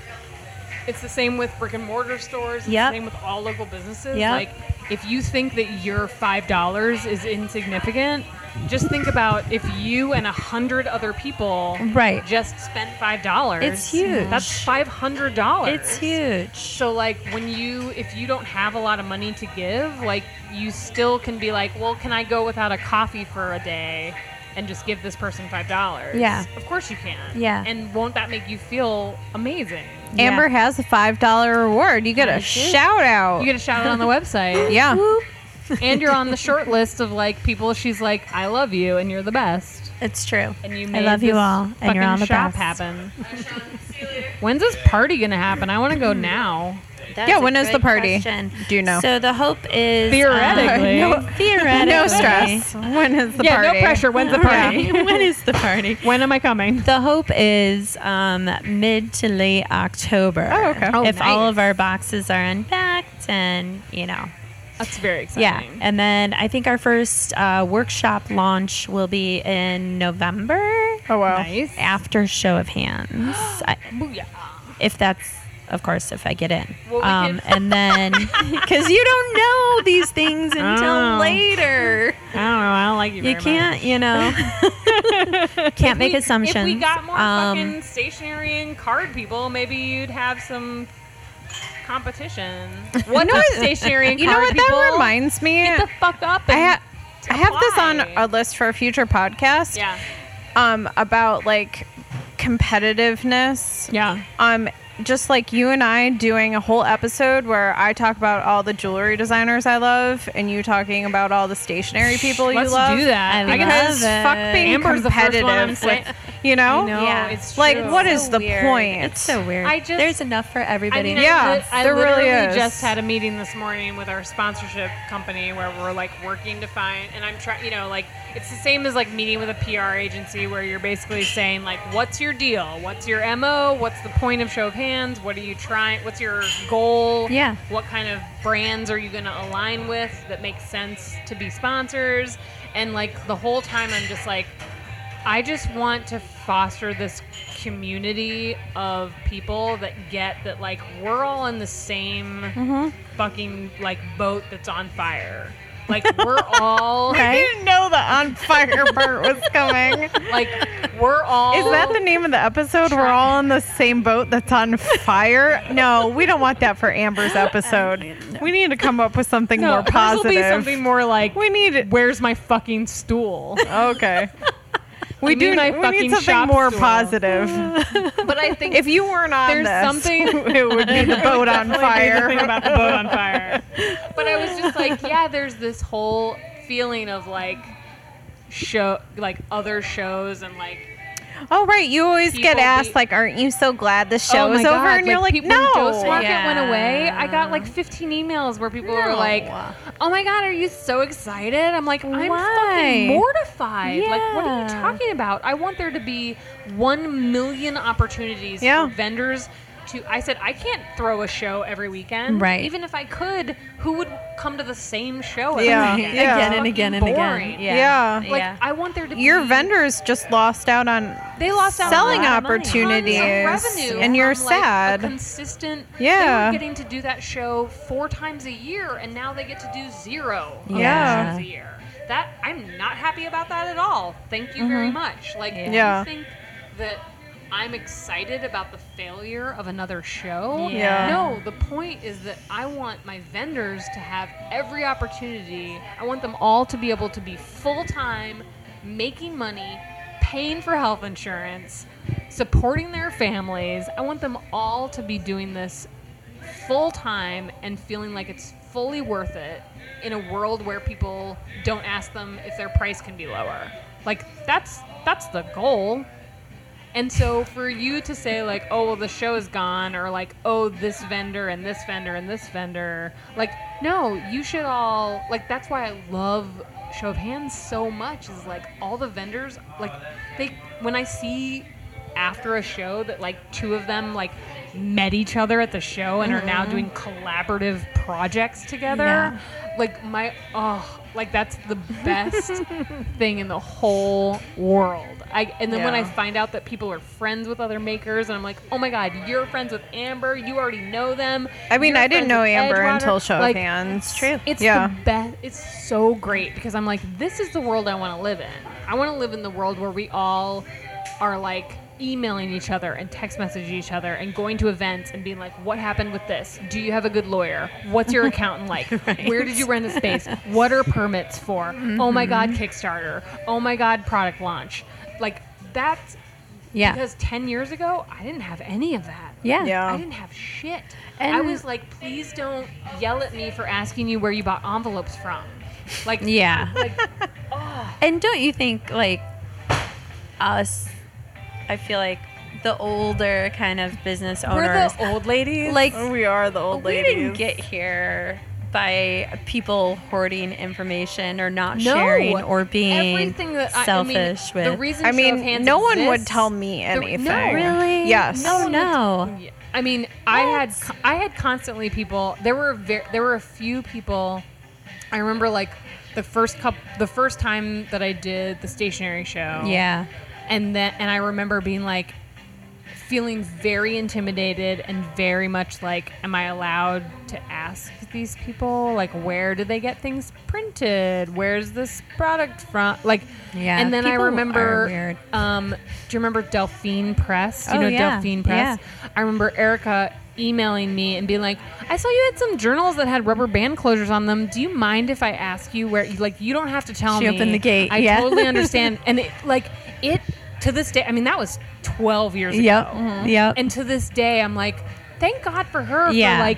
it's the same with brick and mortar stores. It's Yep. the same with all local businesses. Yep. Like if you think that your five dollars is insignificant, just think about if you and a hundred other people Right. just spent five dollars. It's huge. That's five hundred dollars. it's huge. So like when you if you don't have a lot of money to give, like you still can be like, well, can I go without a coffee for a day and just give this person five dollars? Yeah. of course you can. Yeah. and won't that make you feel amazing? Amber has a $5 reward. You get a shout out. You get a shout out on the (laughs) website, yeah. and you're on the short list of like people. She's like, I love you, and you're the best. It's true. And you I made love you this all, and fucking you're on the shop best. happen. When's this party gonna happen? I want to go now. That's Yeah, a when is the good party? question. Do you know? So the hope is um, Theoretically. theoretically. no stress. When is the yeah, party? no pressure. When's (laughs) the party? (laughs) when is the party? When am I coming? The hope is um, mid to late October. Oh, okay. Oh, if nice. all of our boxes are unpacked and, you know, That's very yeah. exciting. And then I think our first uh, workshop launch will be in November Oh wow. Nice. after Show (gasps) of Hands. I, Booyah. if that's of course if i get in Well, we um, can- (laughs) and then because you don't know these things until Oh. later I don't know. I don't like you. you very can't (laughs) you know much. can't make We- assumptions If we got more Um, fucking stationery and card people, maybe you'd have some competition. (laughs) What know up, what- stationery and You know card what people? that reminds me? Get the fuck up. I, And ha- I have this on apply. a list for a future podcast. yeah. Um, about like competitiveness. Yeah. Um, just like you and I doing a whole episode where I talk about all the jewelry designers I love, and you talking about all the stationery people Let's you love. do that. I I Because love it. fuck being Amber's the first competitive one I'm saying. with, you know, know. Yeah. It's like true. what is so the weird. point? it's so weird I just- there's enough for I everybody mean, Yeah, I, li- I there really literally is. just had a meeting this morning with our sponsorship company where we're like working to find, and I'm trying, you know, like it's the same as like meeting with a PR agency where you're basically saying like, what's your deal? What's your mo? What's the point of show of hands? What are you trying? What's your goal? Yeah. What kind of brands are you going to align with that make sense to be sponsors? And like the whole time, I'm just like, I just want to foster this community of people that get that like we're all in the same Mm-hmm. fucking like boat that's on (laughs) fire. Like we're all I didn't know the on fire (laughs) part was coming. like we're all Is that the name of the episode? We're all in the same boat that's on fire. No, we don't want that for Amber's episode. We need to come up with something no, more This will positive. be something more like we need it. where's my fucking stool? (laughs) Okay. We need do my we fucking need something shop more stool. positive. (laughs) but I (laughs) think If you weren't on There's this, (laughs) something- it would be the (laughs) boat on Think fire. about the boat on fire. But I was just like, yeah, there's this whole feeling of like show like other shows and like Oh right, you always get People asked be- like, "Aren't you so glad the show oh is my over?" God, and you're like, peop- "No." When Ghost Market went Yeah. away, I got like 15 emails where people were No. like, (laughs) "Oh my God, are you so excited?" I'm like, "I'm Why? fucking mortified. Like, what are you Yeah. talking about? I want there to be one million opportunities Yeah. for vendors." To, I said I can't throw a show every weekend. Right. Even if I could, who would come to the same show? Every Yeah. Weekend? Yeah. again and Fucking again and boring. again Yeah. Like I want there to be Your vendors just lost out on they lost out on a selling lot of money. opportunities, Tons of revenue and you're from, like, a sad. consistent Yeah. they were getting to do that show four times a year and now they get to do zero of those Yeah. shows a year that i'm not happy about that at all thank you very much like do Mm-hmm. Yeah. you think that i'm excited about the failure of another show Yeah. no the point is that i want my vendors to have every opportunity i want them all to be able to be full-time making money paying for health insurance supporting their families i want them all to be doing this full time and feeling like it's fully worth it in a world where people don't ask them if their price can be lower. Like that's that's the goal. And so for you to say like, "Oh, well the show is gone," or like, "Oh, this vendor and this vendor and this vendor." Like, no, you should all like that's why I love show of hands so much is like all the vendors like they when I see after a show that like two of them like met each other at the show and are now doing collaborative projects together. Yeah. Like my oh, like that's the best thing in the whole world. I and then when I Yeah. find out that people are friends with other makers and I'm like, "Oh my god, you're friends with Amber. You already know them." I mean, You're I friends didn't know with Amber Edgewater." until Show Like, of Hands. It's true. It's yeah. the best. It's so great because I'm like, this is the world I want to live in. I want to live in the world where we all are like emailing each other and text messaging each other and going to events and being like, what happened with this? Do you have a good lawyer? What's your accountant (laughs) like? Where did you rent the space? What are permits for? Oh Mm-hmm. my God, Kickstarter. Oh my God, product launch. Like, that's yeah because 10 years ago, I didn't have any of that. yeah Yeah. I didn't have shit. I And- was like, please don't yell at me for asking you where you bought envelopes from. Like, (laughs) Yeah. (laughs) Like, And don't you think like us? I feel like the older kind of business we're owners, the old ladies. like we are the old we ladies. didn't get here by people hoarding information or not sharing or being everything that I- I, mean, selfish with. the reason I show of mean, hands no one would exists- tell me The- no, anything. really? Yes. No, no. Yeah. I mean, I had co- I had constantly people. There were ver- there were a few people. I remember like the first cup the first time that I did the stationary show. yeah. and then and I remember being like feeling very intimidated and very much like am I allowed to ask these people like where do they get things printed where's this product from like Yeah, and then I people are remember weird. um do you remember Delphine Press do you Oh, know yeah, Delphine Press I remember Erica emailing me and being like I saw you had some journals that had rubber band closures on them do you mind if I ask you where like you don't have to tell She me opened the gate, I yeah. totally understand and it like it to this day I mean that was 12 years Yep. Mm-hmm. ago (laughs) Yep. and to this day I'm like thank God for her Yeah. for like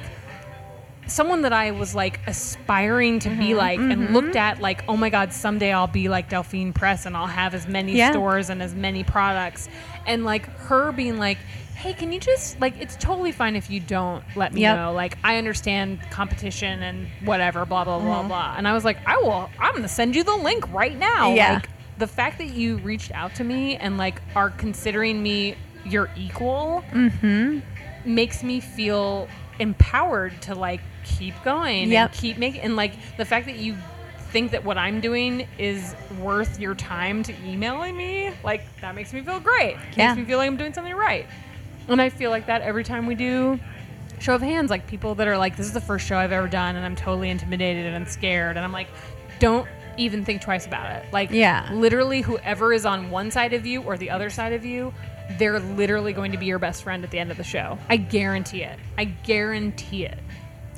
someone that I was like aspiring to Mm-hmm. be like and looked at like oh my god someday I'll be like Delphine Press and I'll have as many Yeah. stores and as many products and like her being like hey can you just like it's totally fine if you don't let me Yep. know like I understand competition and whatever blah blah blah Mm-hmm. blah and I was like I will I'm gonna send you the link right now Yeah. like the fact that you reached out to me and like are considering me your equal Mm-hmm. makes me feel empowered to like keep going Yep. and keep making and like the fact that you think that what I'm doing is worth your time to emailing me, like that makes me feel great. Yeah. Makes me feel like I'm doing something right. And I feel like that every time we do show of hands, like people that are like, This is the first show I've ever done and I'm totally intimidated and I'm scared and I'm like, don't even think twice about it. Like Yeah. literally whoever is on one side of you or the other side of you, they're literally going to be your best friend at the end of the show. I guarantee it. I guarantee it.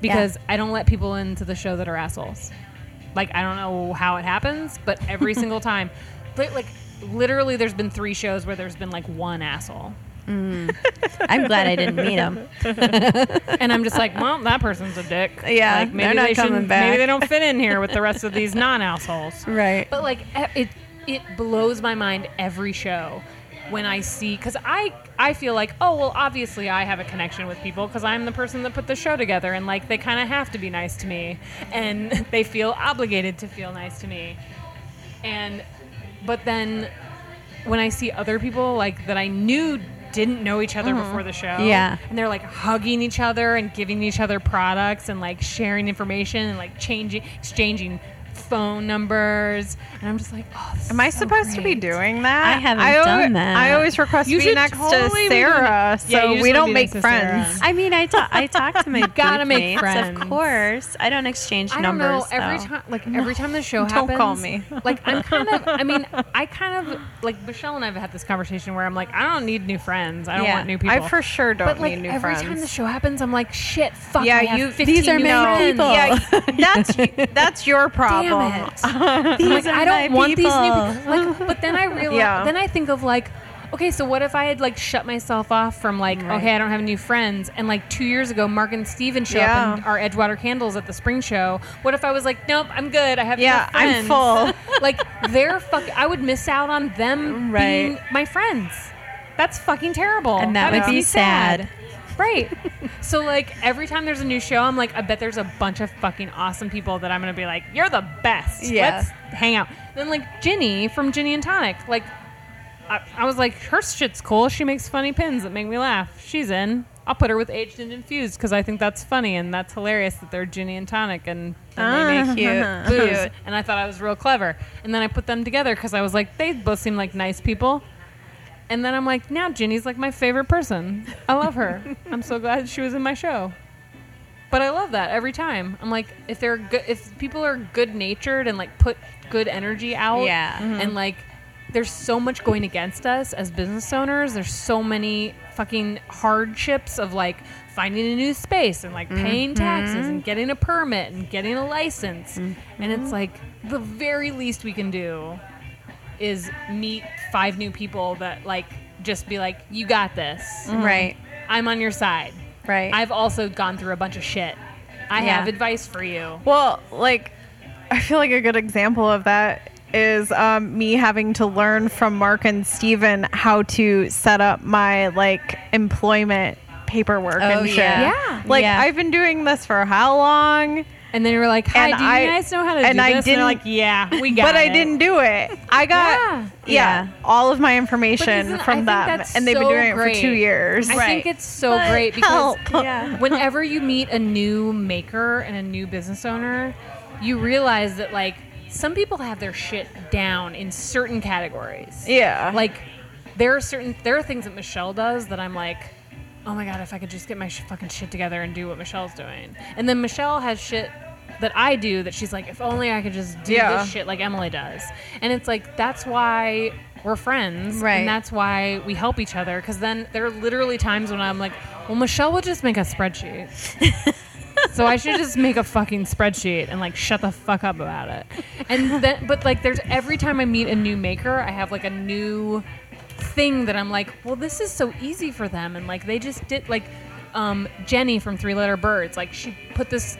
Because I don't let people into the show that are assholes. Like I don't know how it happens, but every single time, but like literally, there's been three shows where there's been like one asshole, I'm glad I didn't meet him. and I'm just like, well, that person's a dick. (laughs) Yeah, like, they're not they shouldn't- coming back. Maybe they don't fit in here with the rest of (laughs) these non-assholes. Right. But like e- it it blows my mind every show when I see cuz I I feel like, "Oh, well, obviously I have a connection with people cuz I'm the person that put the show together and like they kind of have to be nice to me and (laughs) they feel obligated to feel nice to me." And but then when I see other people like that I knew didn't know each other Mm-hmm. before the show. Yeah. And they're like hugging each other and giving each other products and like sharing information and like changing exchanging phone numbers. And I'm just like, oh, this Am is I so supposed to be great. doing that? I haven't al- done that. I always request You to be should next totally be doing to Sarah, that. Yeah, so you just we wanna don't be next make to Sarah. friends. (laughs) I mean, I ta- I talk to my (laughs) gotta booth make mates, friends. Of course, I don't exchange I don't numbers. know. Every though. time, like every time the show happens, (laughs) Don't call me. (laughs) like I'm kind of. I mean, I kind of like Michelle and I have had this conversation where I'm like, I don't need new friends. I don't Yeah. want new people. I for sure don't but like need new every friends. time the show happens, I'm like, shit, fuck. I yeah, have you. 15 These are new my friends. people. Yeah, (laughs) that's that's your problem. Damn it. Like, I don't want these new people. Like, but then I realize, Yeah. then I think of like, okay, so what if I had like shut myself off from like, okay, I don't have new friends, and like two years ago, Mark and Steven show Yeah. up in our Edgewater Candles at the spring show. What if I was like, nope, I'm good. I have Yeah, enough I'm friends. full. (laughs) like they're fuck. I would miss out on them Right. being my friends. That's fucking terrible. And that would makes be me sad. Right. so like every time there's a new show, I'm like, I bet there's a bunch of fucking awesome people that I'm gonna be like, you're the best. Yeah. Let's hang out. Then like Ginny from Ginny and Tonic, like I, I was like, her shit's cool. She makes funny pins that make me laugh. She's in. I'll put her with aged and infused because I think that's funny and that's hilarious that they're Ginny and Tonic and, and they make you Ah, booze. And I thought I was real clever. And then I put them together because I was like, they both seem like nice people. And then I'm like, now Ginny's like my favorite person. I love her. I'm so glad she was in my show. But I love that every time. I'm like, if they're good, if people are good natured and like put good energy out, Yeah. Mhm. and like, there's so much going against us as business owners. There's so many fucking hardships of like finding a new space and like paying taxes and getting a permit and getting a license, and it's like the very least we can do is meet five new people that like just be like, you got this. Mm-hmm. Right. I'm on your side. Right. I've also gone through a bunch of shit. I Yeah. have advice for you. Well, like, I feel like a good example of that is um, me having to learn from Mark and Steven how to set up my like employment paperwork Oh, and shit. yeah. Yeah. Like Yeah. I've been doing this for how long? And then you were like, "Hi, And do you I- guys know how to and do I this?" and they're didn't- like, "Yeah, (laughs) we got but it." I didn't do it. (laughs) I got Yeah. yeah, Yeah. all of my information isn't- I from think them, that's and they've so been doing it great. for two years. I Right. think it's so But great because help. (laughs) Yeah. whenever you meet a new maker and a new business owner, you realize that like some people have their shit down in certain categories. Yeah. Like there are certain there are things that Michelle does that I'm like, "Oh my god, if I could just get my sh- fucking shit together and do what Michelle's doing." And then Michelle has shit that I do that she's like, "If only I could just do Yeah. this shit like Emily does." And it's like that's why we're friends Right. and that's why we help each other. Because then there are literally times when I'm like, well, Michelle will just make a (laughs) spreadsheet. so I should just make a fucking spreadsheet and like shut the fuck up about it. And then, but like, there's every time I meet a new maker, I have like a new thing that I'm like, well, this is so easy for them. And like, they just did like, um, Jenny from Three Letter Birds, like, she put this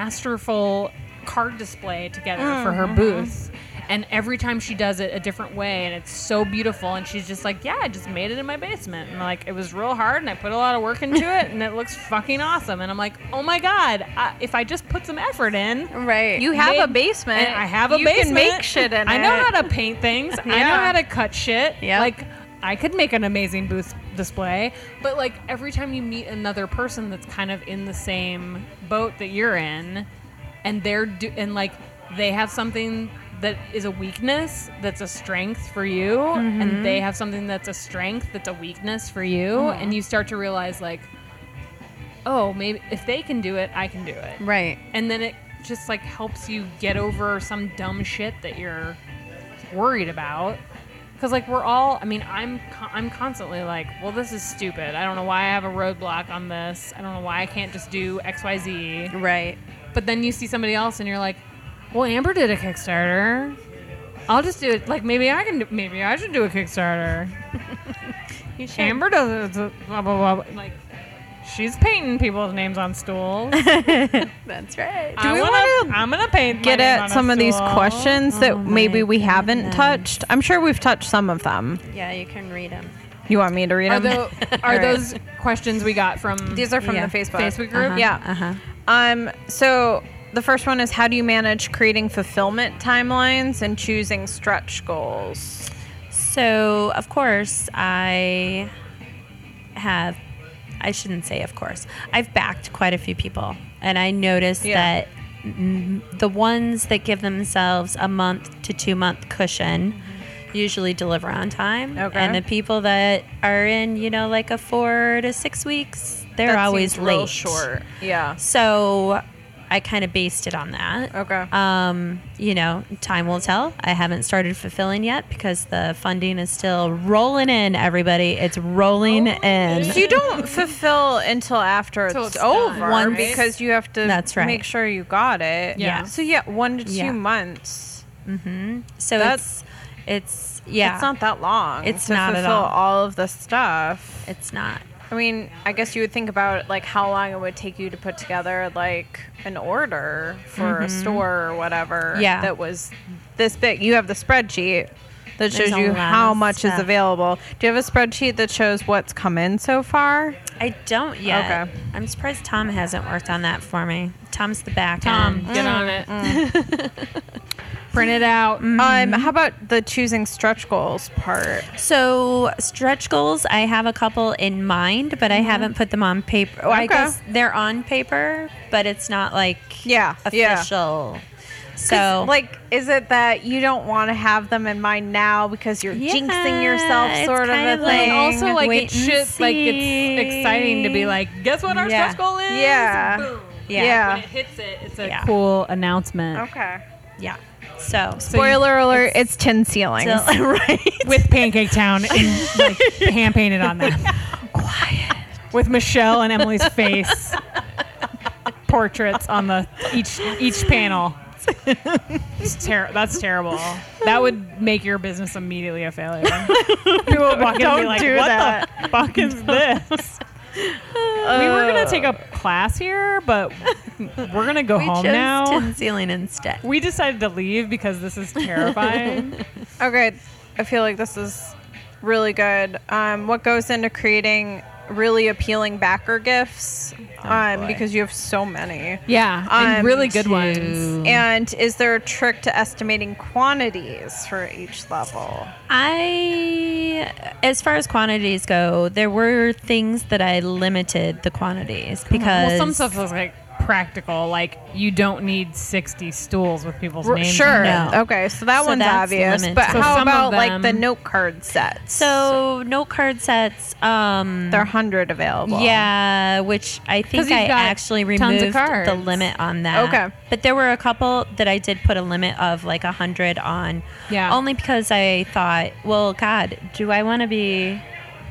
masterful card display together for her booth. And every time she does it a different way, and it's so beautiful. And she's just like, "Yeah, I just made it in my basement, and like it was real hard, and I put a lot of work into it, and it looks fucking awesome." And I'm like, "Oh my god, I, if I just put some effort in, right. You have a made- basement. and I have a you basement. You can make shit in I it. know how to paint things. I know Yeah. how to cut shit. Yeah. Like I could make an amazing booth display, but like every time you meet another person that's kind of in the same boat that you're in, and they're do- and like they have something that is a weakness that's a strength for you, Mm-hmm. and they have something that's a strength that's a weakness for you, and you start to realize like, oh, maybe if they can do it, I can do it Right. and then it just like helps you get over some dumb shit that you're worried about because like we're all i mean i'm con- i'm constantly like well this is stupid i don't know why i have a roadblock on this i don't know why i can't just do xyz Right. but then you see somebody else and you're like well amber did a kickstarter i'll just do it like maybe i can do, maybe i should do a kickstarter You should. amber does it blah blah blah like she's painting people's names on stools That's right. Do I we wanna- want to I'm gonna paint. my get name at on a some of these stool. questions that Oh maybe my we haven't goodness. touched? I'm sure we've touched some of them. Yeah, you can read them. You want me to read Are, them? (laughs) tho- are those questions we got from? These are from Yeah. the Facebook Facebook group? Yeah. Uh-huh. Um. So the first one is how do you manage creating fulfillment timelines and choosing stretch goals? So, of course, I have, I shouldn't say of course, I've backed quite a few people. And I noticed Yeah. that mm, the ones that give themselves a month to two month cushion usually deliver on time. Okay. And the people that are in, you know, like a four to six weeks, they're That always seems real late. Short. Yeah. So I kind of based it on that. Okay. Um, you know, time will tell. I haven't started fulfilling yet because the funding is still rolling in, everybody. It's rolling Oh, in. So you (laughs) don't fulfill until after Till it's, it's done, over Once- because you have to That's right. make sure you got it. Yeah. So yeah, one to two Yeah. months. So that's- it's it's yeah. It's not that long. It's to not at fulfill all. of the stuff. It's not. I mean, I guess you would think about like how long it would take you to put together like an order for a store or whatever. Mm-hmm. Yeah. That was this big. You have the spreadsheet that There's shows a you lot how of much stuff. is available. Do you have a spreadsheet that shows what's come in so far? I don't yet. Okay. I'm surprised Tom hasn't worked on that for me. Tom's the back Tom, end. get on it. Mm. (laughs) Print it out. Mm-hmm. Um, how about the choosing stretch goals part? So stretch goals, I have a couple in mind, but I haven't put them on paper. Oh, I Mm-hmm. Okay. guess they're on paper, but it's not like Yeah. Yeah. official. 'Cause, So like, is it that you don't want to have them in mind now because you're Yeah, jinxing yourself, it's sort of kind a of thing? like- and also, like wait it and should, like see. it's exciting to be like, guess what our Yeah. stretch goal is? Yeah. Boom. yeah, yeah. When it hits it, it's a Yeah. cool announcement okay. yeah. So, So you- Spoiler alert: It's tin ceilings. so- (laughs) right. with Pancake Town and like, hand painted on them. Quiet. With Michelle and Emily's face portraits on the each each panel. It's ter- that's terrible. That would make your business immediately a failure. People would walk in and Don't be like, do "What that." the fuck is this?" we were gonna take a class here, but we're gonna go we home chose now. tin ceiling instead. we decided to leave because this is terrifying. Okay, I feel like this is really good. Um, what goes into creating really appealing backer gifts? um, boy. because you have so many. Yeah, and Um, really good to- ones. And is there a trick to estimating quantities for each level? I, as far as quantities go, there were things that I limited the quantities because Mm-hmm. Well, some stuff was like practical, like you don't need 60 stools with people's R- names. sure. No. Okay, so that So one's that's obvious. limited. But So how some of about like the them- note card sets? so note card sets. Um, there are hundred available. Yeah, which I 'Cause think you've I got actually tons of removed cards. the limit on that. Okay. But there were a couple that I did put a limit of like a hundred on. Yeah. Only because I thought, well, God, do I want to be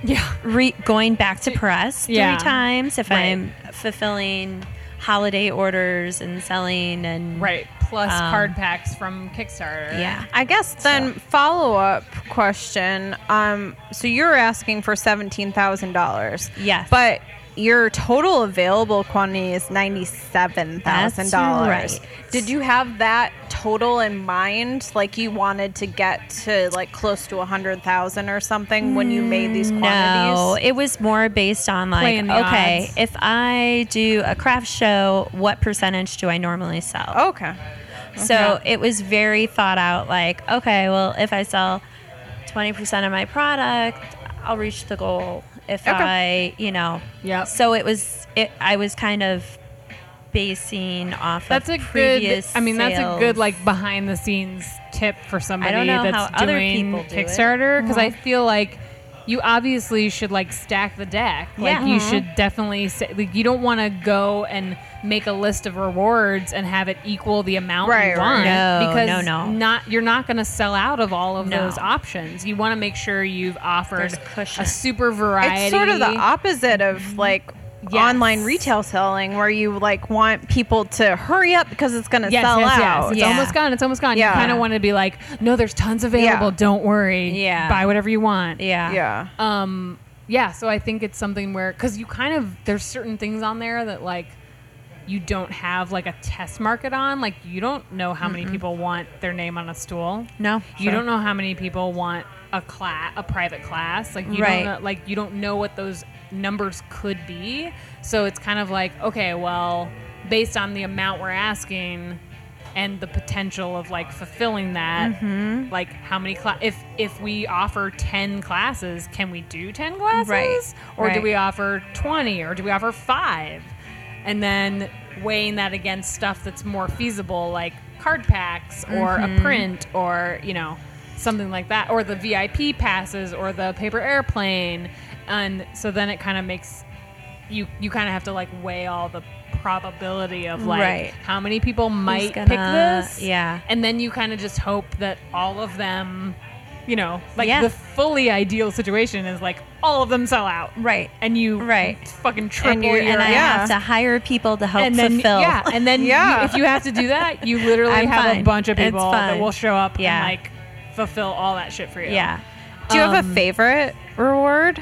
Yeah. re- going back to press three Yeah. times if Right. I'm fulfilling holiday orders and selling and Right. Plus Um, card packs from Kickstarter. Yeah. I guess then follow up question. Um, so you're asking for seventeen thousand dollars. Yes. But your total available quantity is ninety seven thousand That's dollars. right. Did you have that total in mind? Like you wanted to get to like close to a hundred thousand or something when you made these quantities? Mm, No, it was more based on like, Playing the okay, odds. if I do a craft show, what percentage do I normally sell? Okay. Uh-huh. So it was very thought out like, okay, well, if I sell 20% of my product, I'll reach the goal. If Okay. I, you know. Yep. So it was, it, I was kind of basing off That's a of good. previous I mean, that's a good sales. like behind the scenes tip for somebody know that's how other doing people do it. Uh-huh. Kickstarter because I feel like you obviously should like stack the deck. Like Yeah. you Mhm. should definitely say, like you don't want to go and make a list of rewards and have it equal the amount Right, you right. want No, because no, no. not you're not going to sell out of all of No. those options. You want to make sure you've offered There's cushion. a super variety. It's sort of the opposite of like Yes. online retail selling where you like want people to hurry up because it's going to sell out. It's Yeah. almost gone. It's almost gone. Yeah. You kind of want to be like, no, there's tons available. Yeah. Don't worry. Yeah. Buy whatever you want. Yeah. Yeah. Um, yeah. So I think it's something where, because you kind of, there's certain things on there that like, you don't have like a test market on. Like, you don't know how many people want their name on a stool. No. You don't know how many people want a class, a private class. Like you Right. don't know, like you don't know what those numbers could be. So it's kind of like okay, well, based on the amount we're asking and the potential of like fulfilling that, Mm-hmm. like how many cla- if if we offer 10 classes, can we do 10 classes? Or do Right. we offer 20 or do we offer 5? And then weighing that against stuff that's more feasible like card packs or Mm-hmm. a print or, you know, something like that or the VIP passes or the paper airplane. And so then it kind of makes you you kind of have to like weigh all the probability of like Right. how many people might pick gonna- this yeah. and then you kind of just hope that all of them you know like Yeah. the fully ideal situation is like all of them sell out Right. and you Right. fucking triple you- your And I Yeah. have to hire people to help and then fulfill. yeah and then you- Yeah. if you have to do that (laughs) you literally I'm have a fine. bunch of It's people that fine. will show up Yeah. and like fulfill all that shit for you (laughs) yeah. Do you have a favorite reward?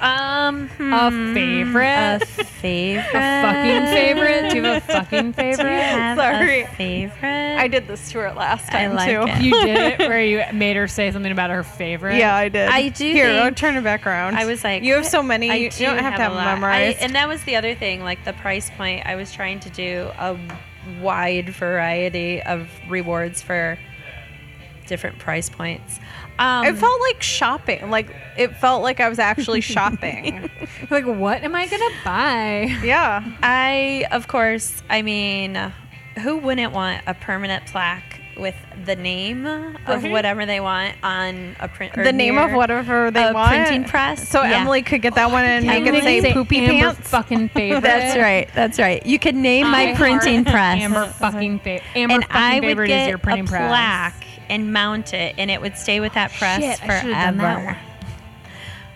Um, (laughs) a hmm, favorite A favorite. a (laughs) fucking favorite do you have a fucking Do you (laughs) favorite have Sorry. a favorite? I did this to her last I time like too. it. you did it where you made her say something about her favorite Yeah, I did. I do Here, think- I'll turn it back around. (laughs) I was like, you have so many. I you do don't have, to have them a lot. memorized. I, and that was the other thing, like the price point. I was trying to do a wide variety of rewards for different price points. Um, it felt like shopping. Like it felt like I was actually shopping. like what am i gonna buy yeah. I, of course, I mean, who wouldn't want a permanent plaque with the name of Right. whatever they want on a print? or The name of near whatever they a want. Printing press. So Yeah. Emily could get that one and make Emily it say, say poopy Amber pants. fucking favorite. (laughs) That's right. That's right. You could name my (laughs) I printing heart press. Amber fucking favorite. Amber and fucking I would favorite is get your a printing press. plaque and mount it, and it would stay with that press Shit, I should've done that forever. one.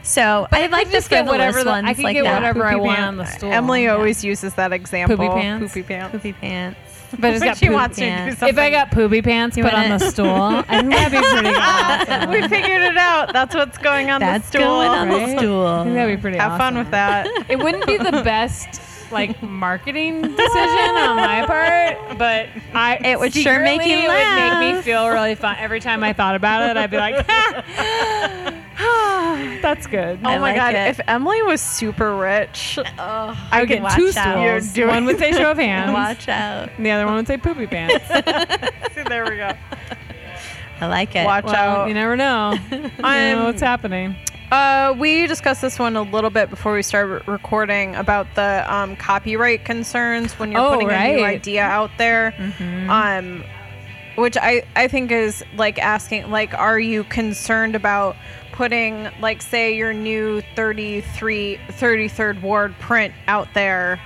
So I like the just get frivolous whatever the- I ones could like get that. whatever I Poopy want pants. on the stool. Emily Yeah. always uses that example. pants? Poopy (laughs) pants. Poopy pants. But I just got she poop- wants yeah. to do If If something. I got poopy pants You put on wanna- the stool, I think (laughs) that'd be pretty awesome. we figured it out. That's what's going on That's the stool. going on the Right? stool. I (laughs) think that'd be pretty Have fun awesome. with that. It wouldn't be the best like marketing decision on my part, but I It would sure make secretly It you would make me laugh. (laughs) feel really fun every time I thought about it. I'd be like, (sighs) That's good. Oh my I like god! it. If Emily was super (laughs) rich, Oh, I would could get watch two out. You're stools. doing- One would say show of hands. (laughs) watch out. and The other one would say poopy pants. there we go. I like it. Watch Well, out. you never (laughs) know. You I'm- know what's happening. Uh, we discussed this one a little bit before we started re- recording about the um, copyright concerns when you're Oh, putting a new right. Mm-hmm. idea out there. Um, which I, I think is like asking like are you concerned about putting like say your new 33 33rd ward print out there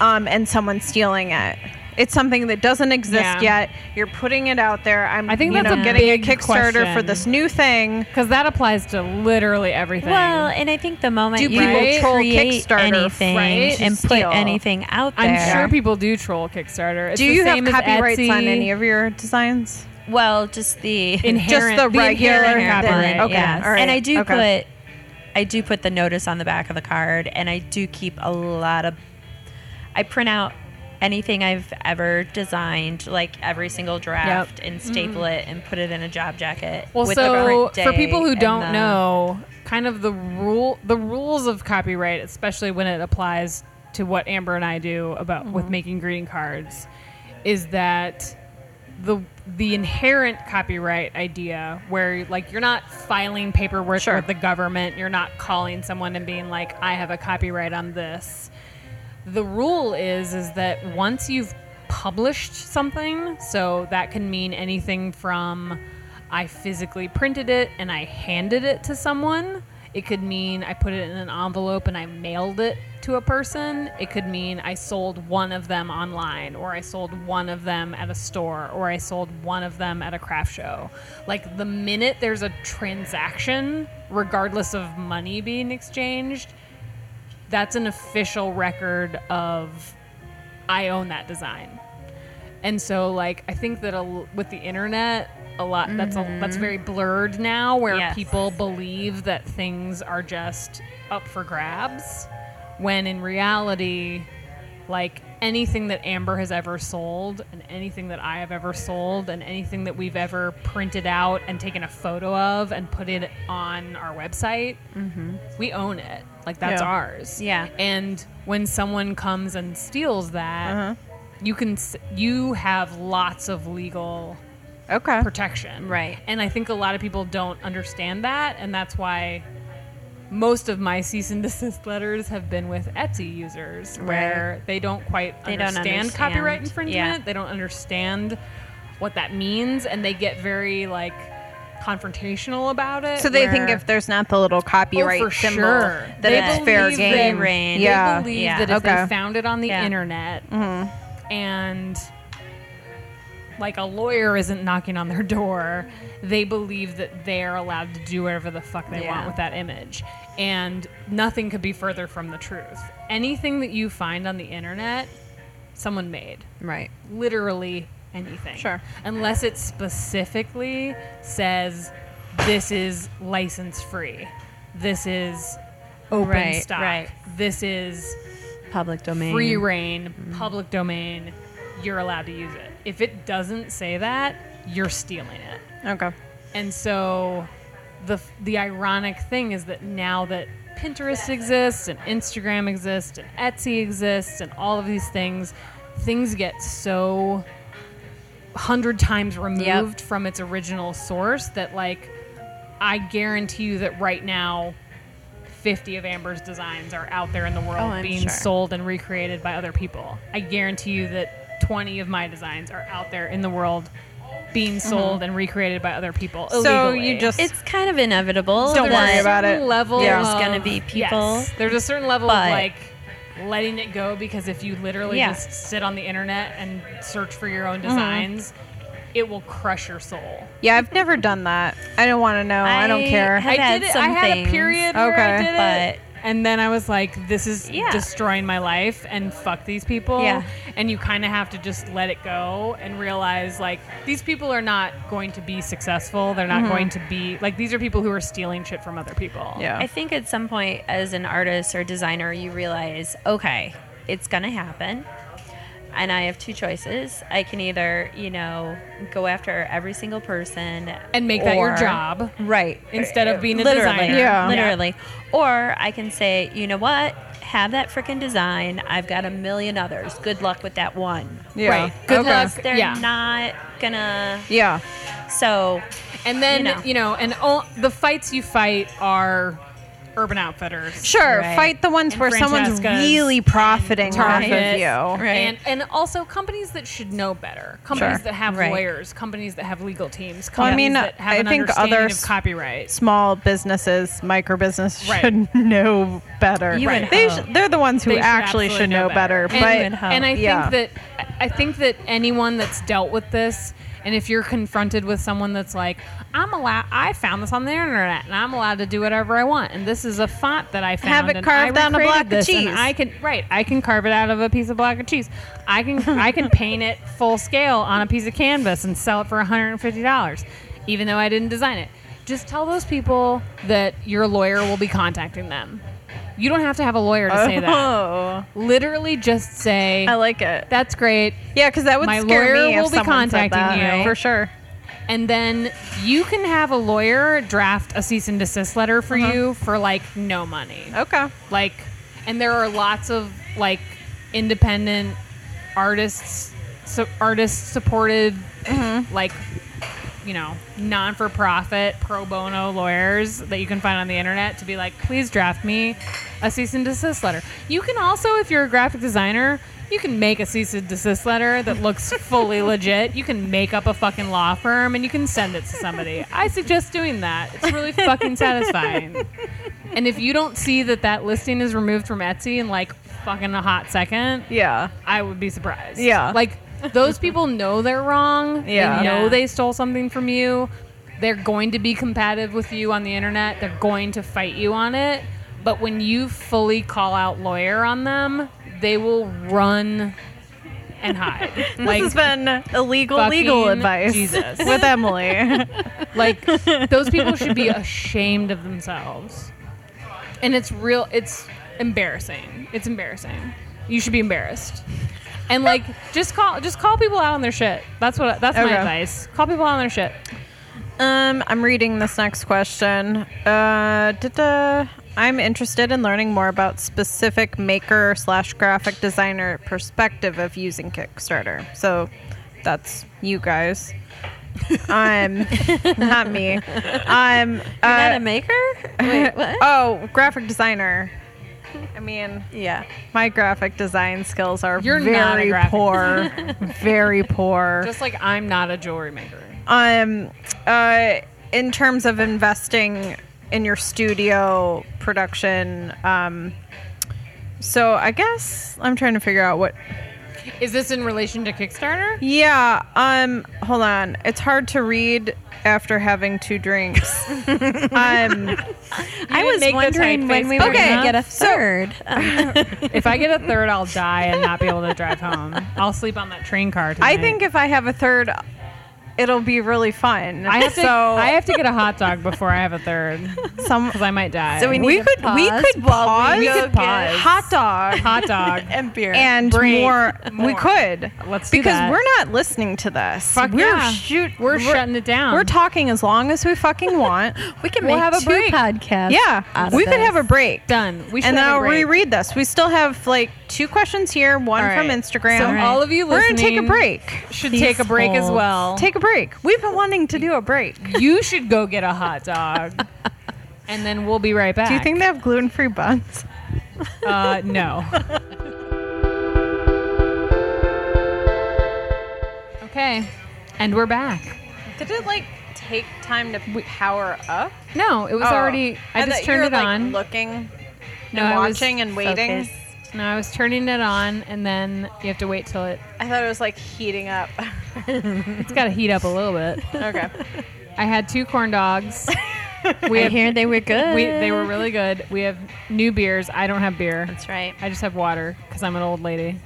um, and someone stealing it it's something that doesn't exist Yeah. yet you're putting it out there i'm I think you that's know, a getting a big kickstarter for question. this new thing Because that applies to literally everything. Well, and I think the moment Do you people troll create Kickstarter, anything right, and to put steal? anything out there, I'm sure people do troll Kickstarter. It's Do the you have same as copyrights Etsy. on any of your designs? well, just the (laughs) Inherent- Just the regular inherent inherent copyright? thing. Okay, yes. all right, And I do okay. put I do put the notice on the back of the card and I do keep a lot of I print out anything I've ever designed, like every single draft and staple it and put it in a job jacket. Well, with so the print for day people who and don't the- know, kind of the rule, the rules of copyright, especially when it applies to what Amber and I do about Mm-hmm. with making greeting cards, is that the the inherent copyright idea, where like you're not filing paperwork Sure. with the government, you're not calling someone and being like, I have a copyright on this. the rule is is that once you've published something so that can mean anything from i physically printed it and i handed it to someone it could mean i put it in an envelope and i mailed it to a person it could mean i sold one of them online or i sold one of them at a store or i sold one of them at a craft show like the minute there's a transaction regardless of money being exchanged that's an official record of I own that design. And so like I think that a, l- with the internet a lot that's a, that's very blurred now where Yes. people believe that things are just up for grabs when in reality like anything that Amber has ever sold and anything that I have ever sold and anything that we've ever printed out and taken a photo of and put it on our website we own it. Like that's Yeah. ours. Yeah. And when someone comes and steals that, Uh-huh. you can s- you have lots of legal Okay. protection. Right. And I think a lot of people don't understand that and that's why most of my cease and desist letters have been with Etsy users where they don't quite They don't understand, understand. copyright Yeah. infringement. They don't understand what that means and they get very like confrontational about it. So they think where- if there's not the little copyright Oh, for symbol, sure. that They it's fair believe they game. reign. They Yeah. they believe yeah. that if Okay. Mm-hmm. they found it on the Yeah. internet and like a lawyer isn't knocking on their door, they believe that they're allowed to do whatever the fuck they Yeah. want with that image. And nothing could be further from the truth. Anything that you find on the internet, someone made Right. literally anything. Sure. Unless it specifically says this is license free. This is open Right, stock. right. This is Public domain. free reign, Mm-hmm. public domain. You're allowed to use it. If it doesn't say that, you're stealing it. okay. And so the the ironic thing is that now that Pinterest exists and Instagram exists and Etsy exists and all of these things, things get so hundred times removed from its original source that like I guarantee you that right now 50 of Amber's designs are out there in the world Oh, I'm being sure. sold and recreated by other people. I guarantee you that 20 of my designs are out there in the world being sold and recreated by other people. Mm-hmm. Oh, So illegally. you just It's kind of inevitable. Don't There's a worry that- certain about it. Level There's of- gonna be people, yes. there's a certain level but- of like letting it go because if you literally Yeah. Mm-hmm. just sit on the internet and search for your own designs, it will crush your soul. yeah. I've never done that. I don't want to know. I, don't I care. have- I've I had did it. some I had things, a period where I Okay. did it, and then I was like, "This is Yeah. destroying my life," and fuck these people. Yeah. And you kind of have to just let it go and realize like these people are not going to be successful. They're Mm-hmm. not going to be like these are people who are stealing shit from other people. yeah. I think at some point, as an artist or designer, you realize, okay, it's going to happen. and I have two choices. I can either, you know, go after every single person And make that your or- job. right? Instead of being a literally, designer. Yeah. literally. Or I can say, you know what? Have that freaking design. I've got a million others. Good luck with that one. Yeah. Right. Good Okay. luck. They're Yeah. not gonna. Yeah. So And then, You you know. know, and all, the fights you fight are Urban Outfitters. Sure. Right. Fight the ones And where someone's Francesca's really profiting off of you. Target. Right. And, and also companies that should know better. Companies Sure. that have Right. lawyers, companies that have legal teams, Well, I companies mean, that have I an think understanding others- of copyright. Small businesses, micro businesses Right. should (laughs) know better. You would They hope. they're the ones who They actually absolutely should know better. And, You would but hope. and I Yeah. think that I think that anyone that's dealt with this, and if you're confronted with someone that's like, I'm allowed, I found this on the internet, and I'm allowed to do whatever I want, and this is a font that I found, it and carved I on a recreated block of this, and cheese." I can right, I can carve it out of a piece of block of cheese. I can (laughs) I can paint it full scale on a piece of canvas and sell it for 150 dollars, even though I didn't design it. Just tell those people that your lawyer will be contacting them. You don't have to have a lawyer to say that Oh, literally just say I like it. that's great (laughs) Yeah, because that would My scare lawyer me will if be someone said contacting that, you. for sure. and then you can have a lawyer draft a cease and desist letter for Uh-huh. you for like no money Okay. like and there are lots of like independent artists so artist supported like you know non-for-profit pro bono lawyers that you can find on the internet to be like please draft me a cease and desist letter you can also if you're a graphic designer you can make a cease and desist letter that looks fully legit. You can make up a fucking law firm and you can send it to somebody. I suggest doing that. It's really fucking satisfying. And if you don't see that that listing is removed from Etsy in like fucking a hot second, Yeah. I would be surprised. Yeah. Like those people know they're wrong. Yeah. They know Yeah. they stole something from you. They're going to be combative with you on the internet. They're going to fight you on it. But when you fully call out lawyer on them, they will run and hide. like this has been illegal fucking legal advice Jesus. (laughs) (laughs) with Emily. like those people should be ashamed of themselves and it's real it's embarrassing it's embarrassing you should be embarrassed and like just call just call people out on their shit that's what that's Okay. my advice call people out on their shit Um, I'm reading this next question. Uh, da-da. I'm interested in learning more about specific maker slash graphic designer perspective of using Kickstarter. So that's you guys. I'm (laughs) not me. I'm uh, you're not a maker. (laughs) Wait, what? oh graphic designer. I mean, yeah. my graphic design skills are You're not a very graphic poor, very poor. (laughs) just like i'm not a jewelry maker um uh in terms of investing in your studio production um so i guess i'm trying to figure out what is this in relation to kickstarter yeah um hold on it's hard to read after having (laughs) two drinks um I didn't was make the wondering when typeface we were big gonna enough. get a So- third. if i get a third i'll die and not be able to drive home i'll sleep on that train car tonight. i think if i have a third it'll be really fun I have, to, so I have to get a hot dog before I have a third (laughs) some because I might die. So we need we to could we pause could while pause, we We could go get pause. hot dog hot dog. and beer. and Break. more, we More. could Let's do because that. we're not listening to this Fuck we're yeah. shoot We're shutting it down. we're talking as long as we (laughs) fucking want we can we'll make have a two break. podcasts. yeah out of we could this. have a break done. We should and then have i'll a break. reread this we still have like two questions here one All from right. instagram So all of you we're gonna take a listening- break should Please take a break as hold. well. take a break we've been wanting to do a break you should go get a hot (laughs) dog, and then we'll be right back. do you think they have gluten-free buns Uh, (laughs) no. okay, and we're back. did it like take time to power up No, it was Oh. already. Oh. I, just turned it on. looking no, I was, and Focus. no, I was turning it on, and then you have to wait till it. I thought it was like heating up. (laughs) It's Mm-hmm. got to heat up a little bit. okay. I had two corn (laughs) dogs. We I hear they were good. We, they were really good. We have new beers. I don't have beer. That's right. I just have water because I'm an old lady.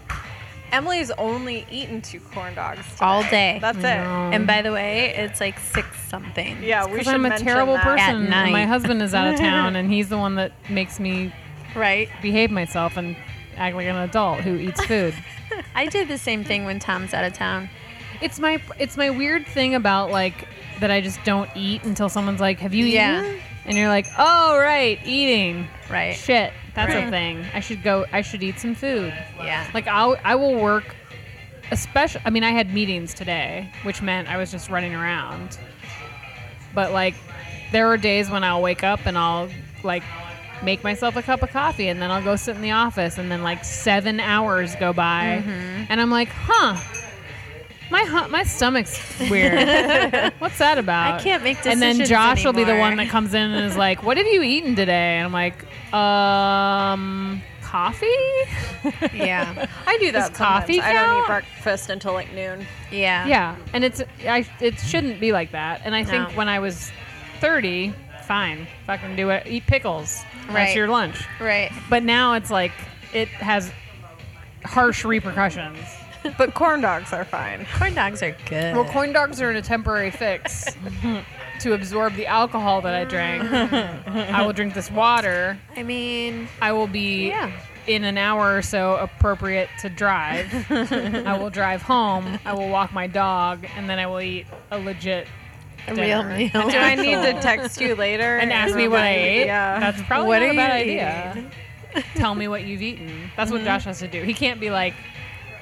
Emily's only eaten two corn dogs today. All day. Mm. That's No. it. And by the way, it's like six something. Yeah, we Because should I'm a mention terrible that. person. and night. (laughs) My husband is out of town, and he's the one that makes me Right. behave myself. And act like an adult who eats (laughs) food. I did the same thing when Tom's out of town. it's my it's my weird thing about like that I just don't eat until someone's like, "Have you Yeah. eaten?" And you're like, "Oh right, eating." Right. Shit, that's Right. a thing. I should go. I should eat some food. (laughs) Yeah. Like I I will work. Especially, I mean, I had meetings today, which meant I was just running around. But like, there are days when I'll wake up and I'll like make myself a cup of coffee, and then I'll go sit in the office, and then like seven hours go by, Mm-hmm. and I'm like, huh. My hu- my stomach's (laughs) weird. What's that about? I can't make And then decisions Josh will be the anymore. one that comes in and is like, "What have you eaten today?" And I'm like, "Um, coffee." Yeah. I do that Does coffee sometimes. I don't count? eat breakfast until like noon. Yeah. yeah, and it's I it shouldn't be like that. And I No. think when I was 30, fine, fucking do it. Eat pickles. Right. That's your lunch. Right. But now it's like it has harsh repercussions. But corn dogs (laughs) are fine. Corn dogs are good. Well, corn dogs are in a temporary fix (laughs) to absorb the alcohol that I (laughs) drank. I will drink this water. I mean, I will be Yeah. in an hour or so appropriate to drive. I will drive home. I will walk my dog, and then I will eat a legit a dinner. real meal. An Do I need to actual- text you later and ask me what I ate? Yeah. that's probably What not are a bad you Mm-hmm. idea. Tell me what you've eaten. That's what Josh has to do. He can't be like,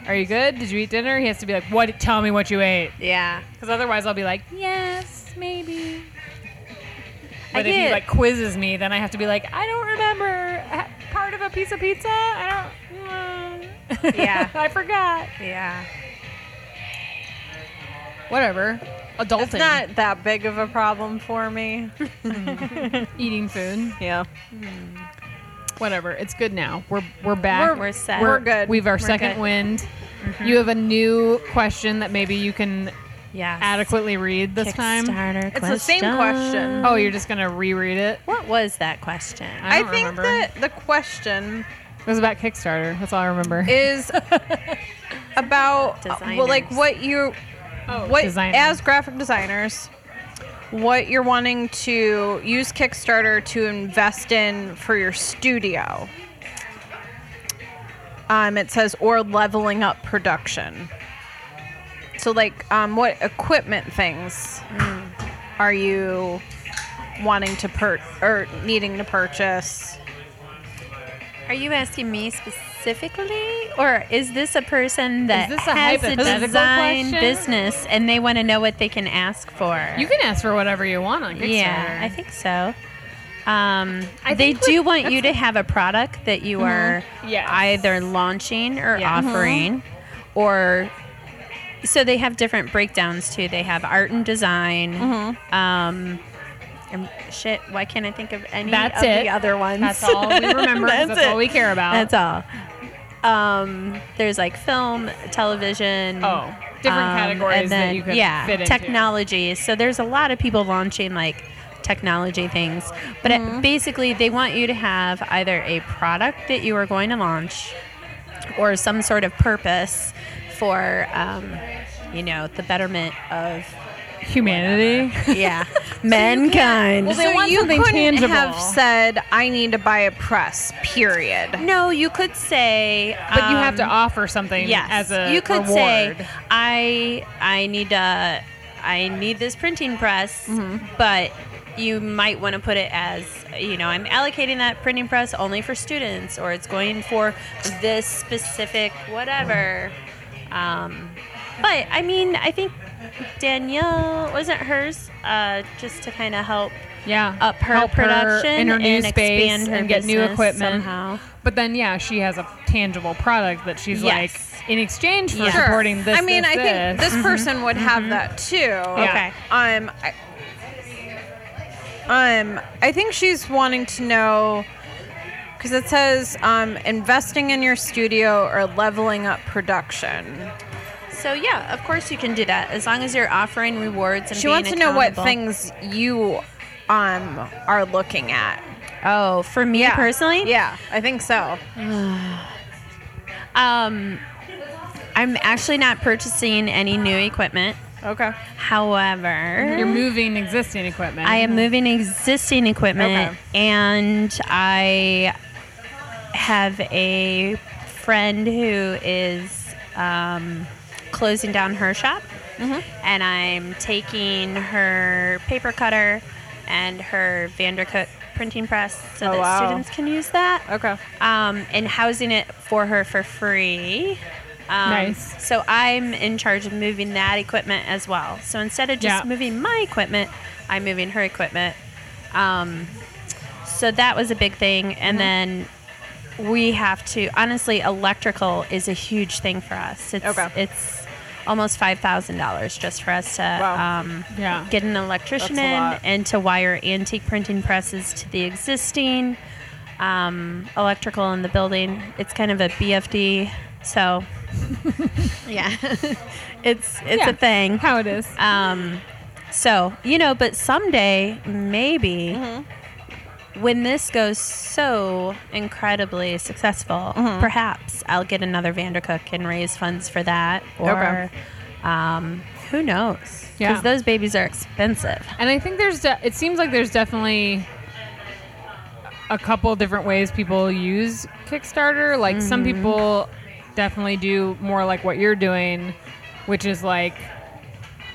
"Are you good? Did you eat dinner?" He has to be like, "What? Tell me what you ate." Yeah. Because otherwise, I'll be like, "Yes, maybe." I But if he get- like quizzes me, then I have to be like, "I don't remember Ha- part of a piece of pizza. I don't." mm." Yeah. (laughs) I forgot. Yeah. Whatever. It's Adulting, not that big of a problem for me. eating food, Yeah. whatever. It's good now. We're we're back. We're set. We're good. We've our We're second good. Mm-hmm. wind. You have a new question that maybe you can Yes. adequately read this time. Kickstarter It's the same question. Oh, you're just gonna reread it. What was that question? I I, don't think remember. that the question It was about Kickstarter. That's all I remember. (laughs) is about uh, well, like Designers. what you oh, what designer. as graphic designers what you're wanting to use Kickstarter to invest in for your studio. Um, it says or leveling up production. So like um, what equipment things Hmm. are you wanting to per or needing to purchase? Are you asking me specifically, or is this a person that this a has a, hypothetical design question? business and they want to know what they can ask for? you can ask for whatever you want on Kickstarter. yeah, I think so. Um, I they think do with- want you to have a product that you are Yes. either launching or Yeah. Mhm. offering, or so they have different breakdowns too. They have art and design. Mm-hmm. Um, and shit, why can't I think of any That's of it. the other (laughs) ones? That's all (laughs) we remember. 'cause that's That's it. all we care about. That's all. Um, there's like film, television. Oh, different um, categories and that then- you could yeah, fit into. technology. So there's a lot of people launching like technology things, but it- Mm-hmm. basically they want you to have either a product that you are going to launch or some sort of purpose for, um, you know, the betterment of humanity. (laughs) yeah mankind. Well, they want you something couldn't tangible. have said, "I need to buy a press." Period. no, you could say, But you have to um, offer something yes. as a you could reward. say I I need a I need this printing press, Mm-hmm. but you might want to put it as you know I'm allocating that printing press only for students, or it's going for this specific whatever. Um, but I mean, I think Danielle wasn't hers uh, just to kind of help yeah, up her Help production in her new and space expand her and get new business equipment. somehow. But then, yeah, she has a tangible product that she's Yes. like in exchange for Yeah. Sure. supporting this. I mean, this, I think this. Mm-hmm. this person would have that too. Okay. Um, I, um, I think she's wanting to know because it says um, investing in your studio or leveling up production. So yeah, of course you can do that as long as you're offering rewards and She being wants to know what accountable. things you um are looking at. Oh, for me personally, Yeah, I think so. um, I'm actually not purchasing any new equipment. Okay. However, You're moving existing equipment. I am moving existing equipment, Okay. and I have a friend who is um, closing down her shop, Mm-hmm. and I'm taking her paper cutter and her Vandercook printing press so Oh, that wow. students can use that Okay. um, and housing it for her for free. Um, Nice. So I'm in charge of moving that equipment as well. So instead of just Yeah. moving my equipment, I'm moving her equipment. Um, so that was a big thing. And then we have to honestly, electrical is a huge thing for us. It's Okay. it's almost five thousand dollars just for us to Uh, Wow. um, Yeah. get an electrician That's a in lot. and to wire antique printing presses to the existing um, electrical in the building. It's kind of a BFD, (laughs) so yeah, (laughs) it's it's Yeah. a thing. How it is. Um, so you know, but someday maybe Mm-hmm. when this goes so incredibly successful, Mm-hmm. perhaps I'll get another Vandercook and raise funds for that, or Okay. um, who knows? Because Yeah. those babies are expensive. And I think there's, de- it seems like there's definitely a couple different ways people use Kickstarter. Like some Mm-hmm. people definitely do more like what you're doing, which is like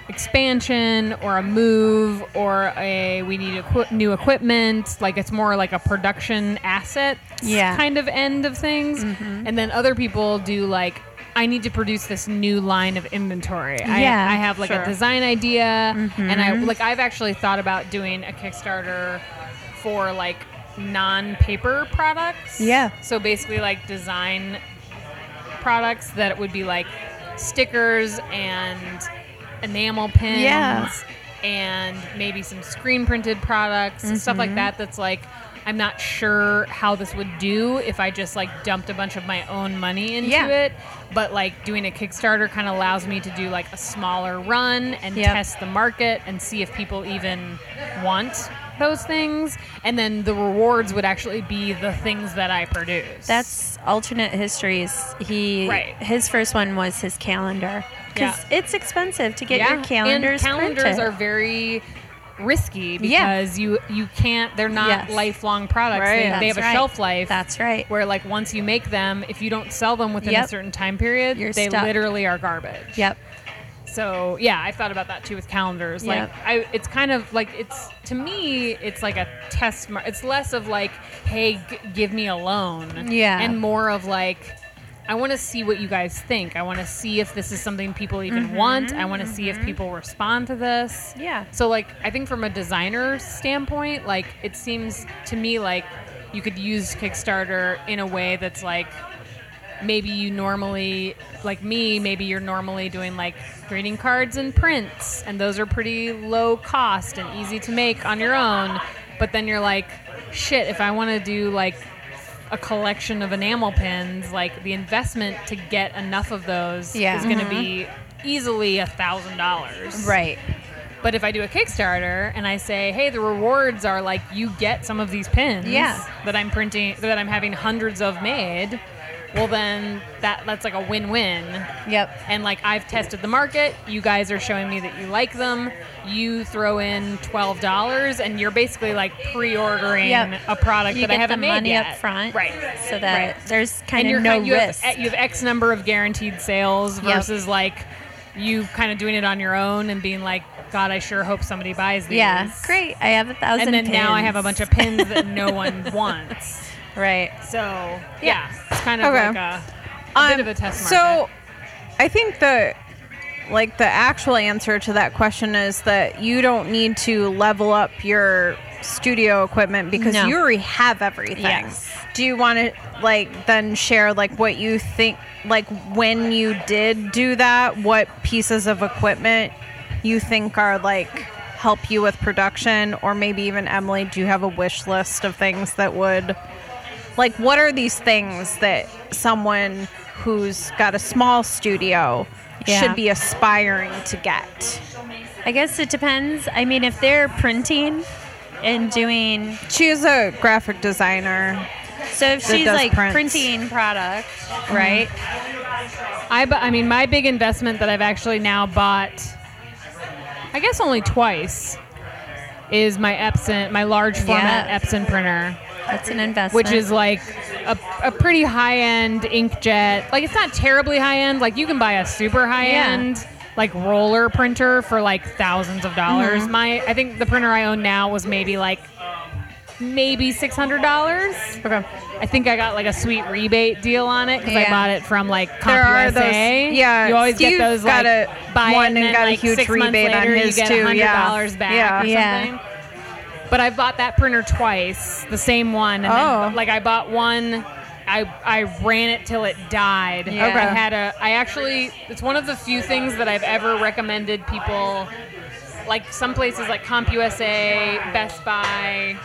expansion or a move or a we need equi- new equipment. Like it's more like a production asset Yeah. Mm-hmm. kind of end of things. And then other people do like, I need to produce this new line of inventory. Yeah, I, I have like sure. a design idea and I Mm-hmm. like I've actually thought about doing a Kickstarter for like non-paper products. Yeah. So basically like design products that would be like stickers and enamel pins Yeah. and maybe some screen printed products and stuff Mm-hmm. like that that's like I'm not sure how this would do if I just like dumped a bunch of my own money into Yeah. it, but like doing a Kickstarter kind of allows me to do like a smaller run and Yep. test the market and see if people even want those things and then the rewards would actually be the things that I produce. That's alternate histories. He Right. his first one was his calendar because it's expensive to get your calendars. and calendars printed. are very risky Yeah. because you you can't they're not Yes. lifelong products Right. they, they have That's a right. shelf life That's right. where like once you make them if you don't sell them within a Yep. certain time period You're they stuck. literally are garbage Yep. so yeah i've thought about that too with calendars like Yep. i it's kind of like it's to me it's like a test mar- it's less of like hey g- give me a loan Yeah. and more of like i want to see what you guys think i want to see if this is something people even want i want to see if people respond to this Mm-hmm. Yeah. so like i think from a designer standpoint like it seems to me like you could use kickstarter in a way that's like maybe you normally like me maybe you're normally doing like greeting cards and prints and those are pretty low cost and easy to make on your own but then you're like shit if i want to do like a collection of enamel pins like the investment to get enough of those Yeah. Mm-hmm. is going to be easily a thousand dollars Right. but if I do a Kickstarter and I say, "Hey, the rewards are like you get some of these pins Yeah. that I'm printing that I'm having hundreds of made," well then that that's like a win-win. Yep. And like I've tested the market, you guys are showing me that you like them. You throw in twelve dollars, and you're basically like pre-ordering Yep. a product You that get I haven't the made money yet. up front, right? So that Right. there's and kind you're of no kind- you risk. Have, you have X number of guaranteed sales Yep. versus like you kind of doing it on your own and being like, God, I sure hope somebody buys these. yeah, great. I have a thousand. And then now I have a pins. bunch of pins that no one wants. right. So yeah, it's kind of Okay. like a, a bit of a test market. Um, So, I think the like the actual answer to that question is that you don't need to level up your studio equipment because No. you already have everything. Yes. Do you want to like then share like what you think like when you did do that, what pieces of equipment you think are like help you with production or maybe even Emily, do you have a wish list of things that would like what are these things that someone who's got a small studio Yeah. should be aspiring to get I guess it depends. I mean, if they're printing and doing, she's a graphic designer so if That she's does like prints. printing product, right? Mm-hmm. I, bu- I mean, my big investment that I've actually now bought, I guess only twice, is my Epson, my large format Yeah. Epson printer. That's an investment. which is like a, a pretty high end inkjet. Like it's not terribly high end. Like you can buy a super high end like roller printer for like thousands of dollars. My I think the printer I own now was maybe like maybe six hundred dollars. Okay. I think I got like a sweet rebate deal on it because I Yeah. bought it from like There are CompUSA. those- yeah, You always Steve get those got like a buy it one and, and then, got a like, huge six months rebate on later, his you get too, $100 yeah. back Yeah. or Yeah. something. But I bought that printer twice, the same one. And Oh. then, like I bought one, I I ran it till it died. Yeah. I had a. I actually, it's one of the few things that I've ever recommended people. Like some places like CompUSA, Best Buy,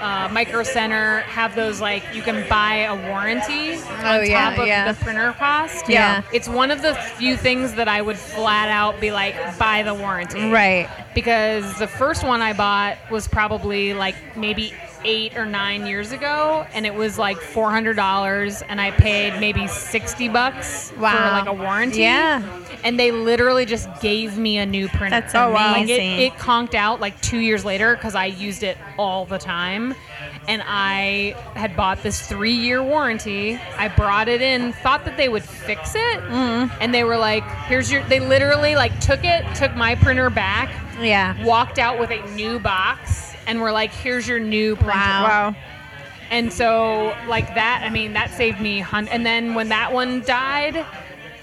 uh, Micro Center have those like you can buy a warranty Oh, on yeah, top of yeah. the printer cost. Yeah. Yeah. it's one of the few things that I would flat out be like buy the warranty Right. because the first one I bought was probably like maybe eight or nine years ago, and it was like four hundred dollars, and I paid maybe sixty bucks Wow. for like a warranty. Yeah. and they literally just gave me a new printer. That's Oh, wow. Like, it, amazing. it conked out like two years later because I used it all the time. And I had bought this three year warranty. I brought it in, thought that they would fix it. Mm-hmm. And they were like, here's your, they literally like took it, took my printer back, Yeah. walked out with a new box, and were like, here's your new printer. Wow. And so, like that, I mean, that saved me. Hun- and then when that one died,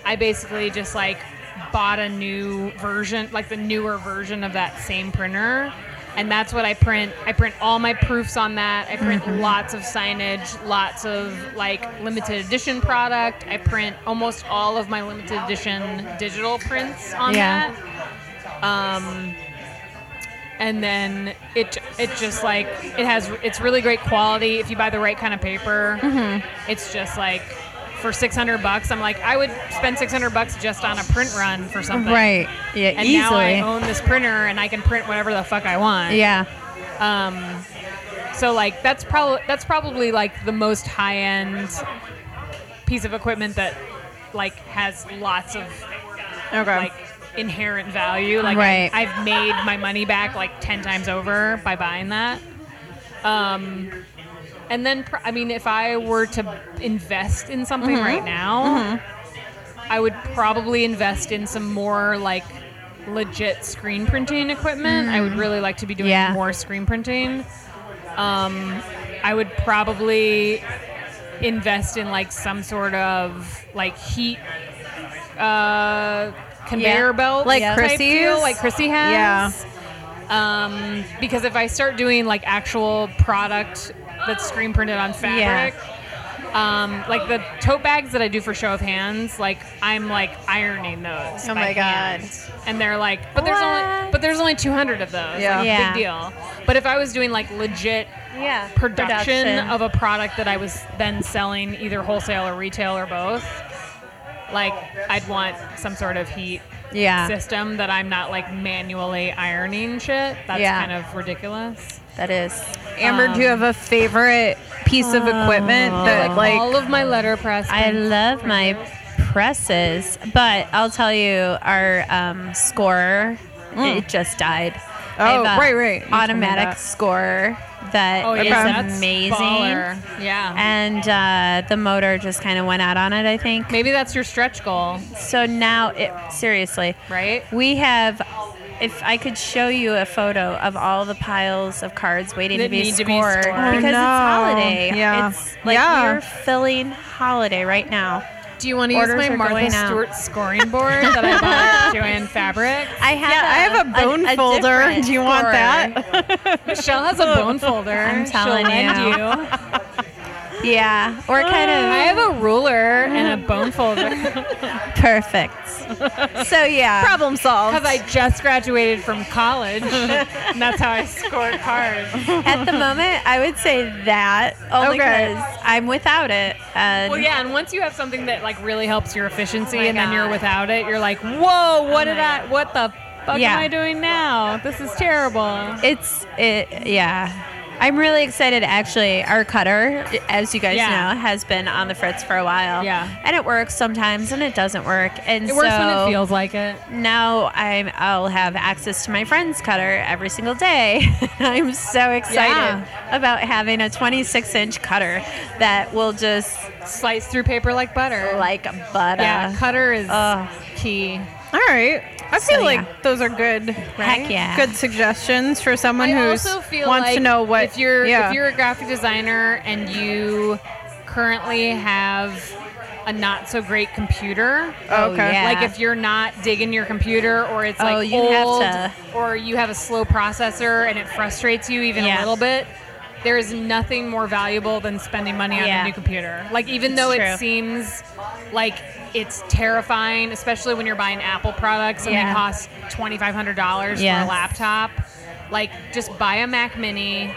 I basically just like bought a new version, like the newer version of that same printer. And that's what I print. I print all my proofs on that. I print lots of signage, lots of like limited edition product. I print almost all of my limited edition digital prints on Yeah. that and then it it just like it has it's really great quality if you buy the right kind of paper. Mm-hmm. It's just like for 600 bucks, I'm like I would spend 600 bucks just on a print run for something. Right. Yeah. And now I easily. own this printer and I can print whatever the fuck I want. yeah. So like that's probably that's probably like the most high end piece of equipment that like has lots of Okay. like inherent value. Like Right. I, have made my money back like ten times over by buying that. Um, and then pr- I mean, if I were to invest in something right Mm-hmm. now, I would probably invest in some more like legit screen printing equipment. I would really like to be doing Mm. Yeah. more screen printing. Um, I would probably invest in like some sort of like heat uh, conveyor Yeah. belt Like type Chrissy's? deal, like Chrissy has. Yeah. Um, because if I start doing like actual product that's screen printed on fabric, um, like the tote bags that I do for show of hands, like I'm like ironing those. Oh by my God. hand. And they're like, but there's only What? but there's only 200 of those. Yeah. Like, Yeah. Big deal. But if I was doing like legit Yeah. production, of a product that I was then selling either wholesale or retail or both. Like I'd want some sort of heat Yeah. system that I'm not like manually ironing shit. That's Yeah. kind of ridiculous. that is. Amber, do you have a favorite piece of equipment that like? um, uh, All of my letterpress. I love my presses, but I'll tell you, our um, scorer it just died. I Oh, have a right, right. You told me Automatic that. scorer that Oh is yeah, that's amazing, baller. Yeah. and uh, the motor just kind of went out on it. I think Maybe that's your stretch goal, so. Now, it seriously, right? we have. If I could show you a photo of all the piles of cards waiting to That be, need to be scored scored. because it's Oh, no. holiday. Yeah. It's like Yeah. we're filling holiday right now. Do you want to use Orders my are Martha going out. Stewart scoring board that I bought at Joanne Fabric? I have yeah, I have a an- bone folder. (laughs) different Do you want scorer. that? (laughs) Michelle has a bone folder. I'm She'll telling lend you. you. Yeah, or kind of I have a ruler and a (laughs) bone folder perfect. (laughs) So yeah, Problem solved. because I just graduated from (laughs) college, and that's how I scored cards. at the moment I would say that only Okay. because I'm without it. And Well, yeah, and once you have something that like really helps your efficiency, Oh my and then you're God. without it, you're like, whoa, what did my I? What the fuck Yeah. am I doing now? This is terrible. it's it. Yeah, I'm really excited. Actually, our cutter, as you guys Yeah. know, has been on the fritz for a while. Yeah. and it works sometimes, and it doesn't work. And It works when so it feels like it. Now I'm I'll have access to my friend's cutter every single day. (laughs) I'm so excited about having a 26 inch cutter that will just Slice through paper like butter. like butter. yeah, cutter is Ugh. key. All right. I So, feel like yeah. those are good, right? yeah. Good suggestions for someone who I wants also feel like to know what if you're yeah. if you're a graphic designer and you currently have a not so great computer. Oh, Oh, okay. yeah. Like if you're not digging your computer or it's like Oh, you have old to- or you have a slow processor and it frustrates you even Yeah. a little bit, there is nothing more valuable than spending money on Yeah. a new computer. Like even though It's true. it seems like it's terrifying, especially when you're buying Apple products and Yeah. they cost twenty five hundred dollars for Yes. a laptop. Like just buy a Mac Mini,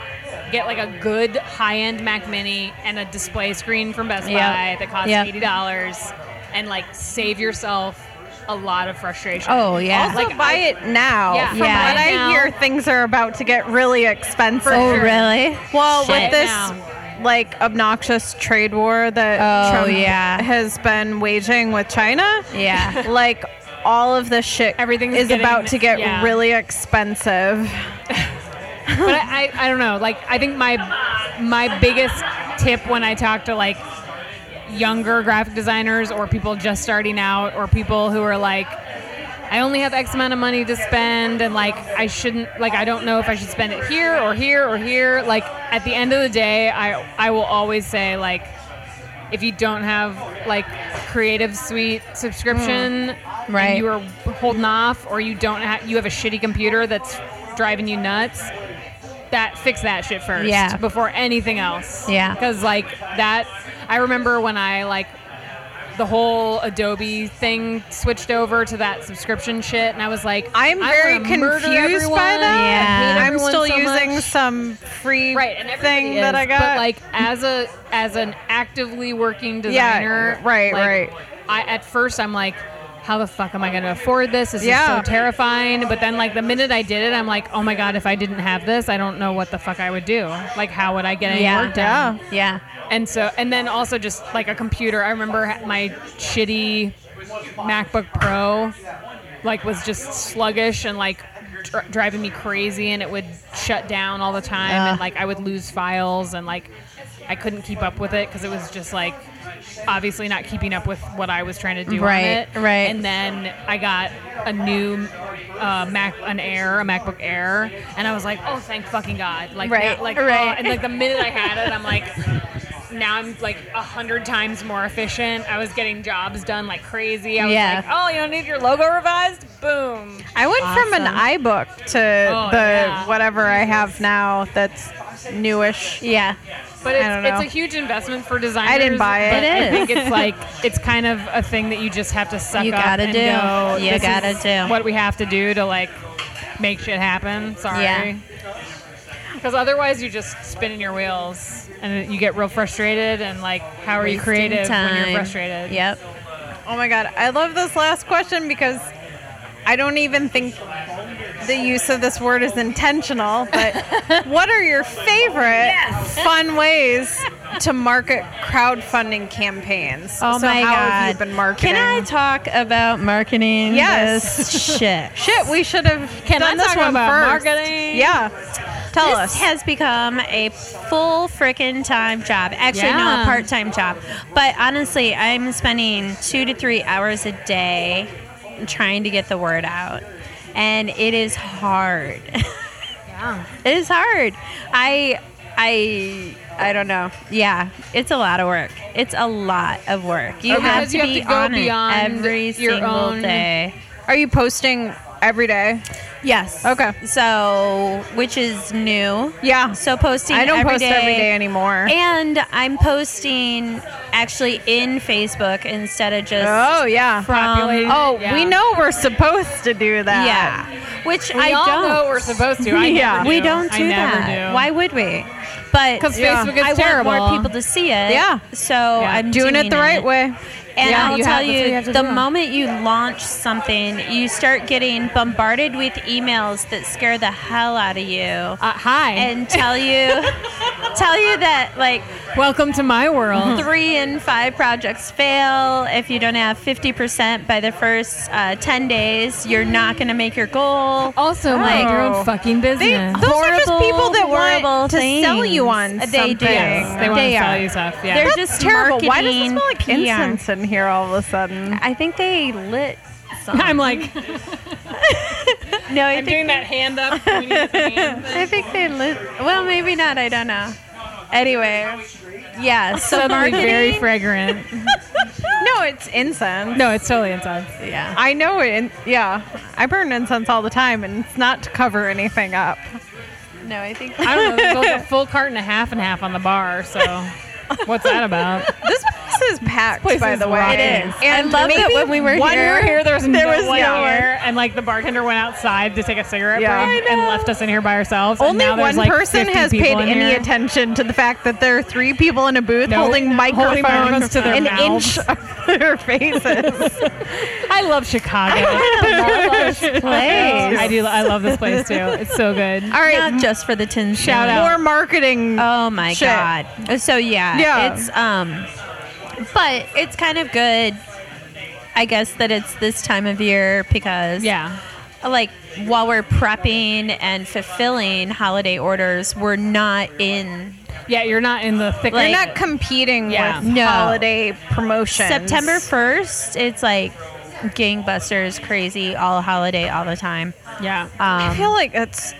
get like a good high end Mac Mini and a display screen from Best Yep. Buy that costs Yep. eighty dollars, and like save yourself a lot of frustration. Oh yeah. also buy it now. Yeah. From Yeah. what Buy I it now. hear, things are about to get really expensive. For oh sure. really? Well, with Shit. this Now. like obnoxious trade war that Oh, Trump yeah. has been waging with China, Yeah. like all of this shit Everything's is getting- about to get yeah. really expensive. but I, I, I don't know. Like I think my my biggest tip when I talk to like younger graphic designers or people just starting out or people who are like I only have X amount of money to spend and like I shouldn't like I don't know if I should spend it here or here or here. Like at the end of the day I I will always say like if you don't have like creative suite subscription and Right. you are holding off or you don't have you have a shitty computer that's driving you nuts that fix that shit first Yeah. before anything else Yeah. because like that i remember when i like the whole adobe thing switched over to that subscription shit and i was like I'm I very wanna murder confused by everyone. that. Yeah. I hate I'm everyone still so using much." some free right and everybody thing is, that I got. but like as a as an actively working Yeah, designer right, like, right. i at first i'm like how the fuck am I going to afford this? This Yeah. is so terrifying. But then, like the minute I did it, I'm like, oh my god, if I didn't have this, I don't know what the fuck I would do. Like, how would I get any Yeah. work done? Yeah. And so, and then also just like a computer. I remember ha- my shitty MacBook Pro, like, was just sluggish and like dr- driving me crazy, and it would shut down all the time, and Ugh. like I would lose files, and like I couldn't keep up with it because it was just like obviously not keeping up with what I was trying to do Right, on it. right. And then I got a new uh, Mac, an Air, a MacBook Air, and I was like, oh, thank fucking god, like, Right, now- like, right. oh, and like the minute I had it, I'm like now I'm like a hundred times more efficient. I was getting jobs done like crazy. I was Yeah. like, oh, you don't need your logo revised? Boom. I went from an Awesome. iBook to the Oh, yeah. whatever I have now that's newish. Yeah. But I don't it's, know. it's a huge investment for designers. buy it. but It is. I think it's like it's kind of a thing that you just have to suck You up gotta and do. go. You this gotta is do. what we have to do to like make shit happen. Yeah. Sorry. Because otherwise, you're just spinning your wheels, and you get real frustrated. And like, how are you Wasting creative when time. you're frustrated? Yep. Oh my god, I love this last question because I don't even think the use of this word is intentional, but what are your favorite fun ways to market crowdfunding campaigns? Oh so my how god. have you been marketing? Can I talk about marketing? (laughs) Yes. this shit. Shit, we should have Can done I this talk one about first. marketing? Yeah. Tell this us. has become a full freaking time job. Actually, no, a Yeah. part time job. But honestly, I'm spending two to three hours a day trying to get the word out, and it is hard. Yeah. (laughs) it is hard. I, I. I don't know. Yeah, it's a lot of work. It's a lot of work. You Okay. have Because to you have be to go on it beyond every your single own- day. are you posting every day? Yes. Okay. So, which is new. Yeah. So posting. I don't post every day anymore. And I'm posting actually in Facebook instead of just Oh yeah. from. Populated. Oh, Yeah. we know we're supposed to do that. yeah. Which We I all don't. know Oh, we're supposed (laughs) to. I Yeah. never do. we don't do I never that. do. Why would we? But 'Cause Yeah. Facebook is I want terrible. more people to see it. Yeah. So Yeah. I'm doing it the right way. And And Yeah, I'll you tell have- that's what you you, have to the do. moment you launch something, you start getting bombarded with emails that scare the hell out of you Uh, hi. and (laughs) tell you tell you that like Welcome to my Uh-huh. (laughs) world. three in five projects fail. If you don't have 50% by the first uh, 10 days, you're not going to make your goal. also, mind your own fucking They, business. Oh, those are just Horrible, people that horrible want to sell you on things. They something. do. Yes, they want to are. sell you stuff. Yeah. They're That's just terrible. Why does it marketing smell like PR. incense in here all of a sudden? I think they lit (laughs) (laughs) some. I'm like, no, I I'm (laughs) think, doing that hand up. We need the hand thing. I think they lit. Well, maybe not. I don't know. Anyway, yeah. So Suddenly marketing. very fragrant. (laughs) No, it's incense. No, it's totally incense. yeah. I know it. in- Yeah, I burn incense all the time, and it's not to cover anything up. No, I think. I don't know. There's like a full cart and a half and half on the bar. So, what's that about? This place is packed, place by is the way. rocking. It is. And I love maybe that when we were One here- year here, there was There no was one no one. here, and like the bartender went outside to take a cigarette Yeah. break I and left us in here by ourselves. and Only now there's, one like, person 50 has paid people in any here. attention to the fact that there are three people in a booth No. holding microphones Holding microphones to their an mouths. inch (laughs) of their faces. I love Chicago. (laughs) place. I do. I love this place too. It's so good. all right, Not just for the tin Shout shilling. out. more marketing. Oh my shit. god. So yeah, Yeah. it's um but it's kind of good I guess that it's this time of year because Yeah. like while we're prepping and fulfilling holiday orders, we're not in Yeah, you're not in the thick. of You're it. Like- not competing Yeah. with No. holiday promotions. September 1st. It's like gangbusters crazy all holiday all the time. yeah. I (laughs) Um feel like it's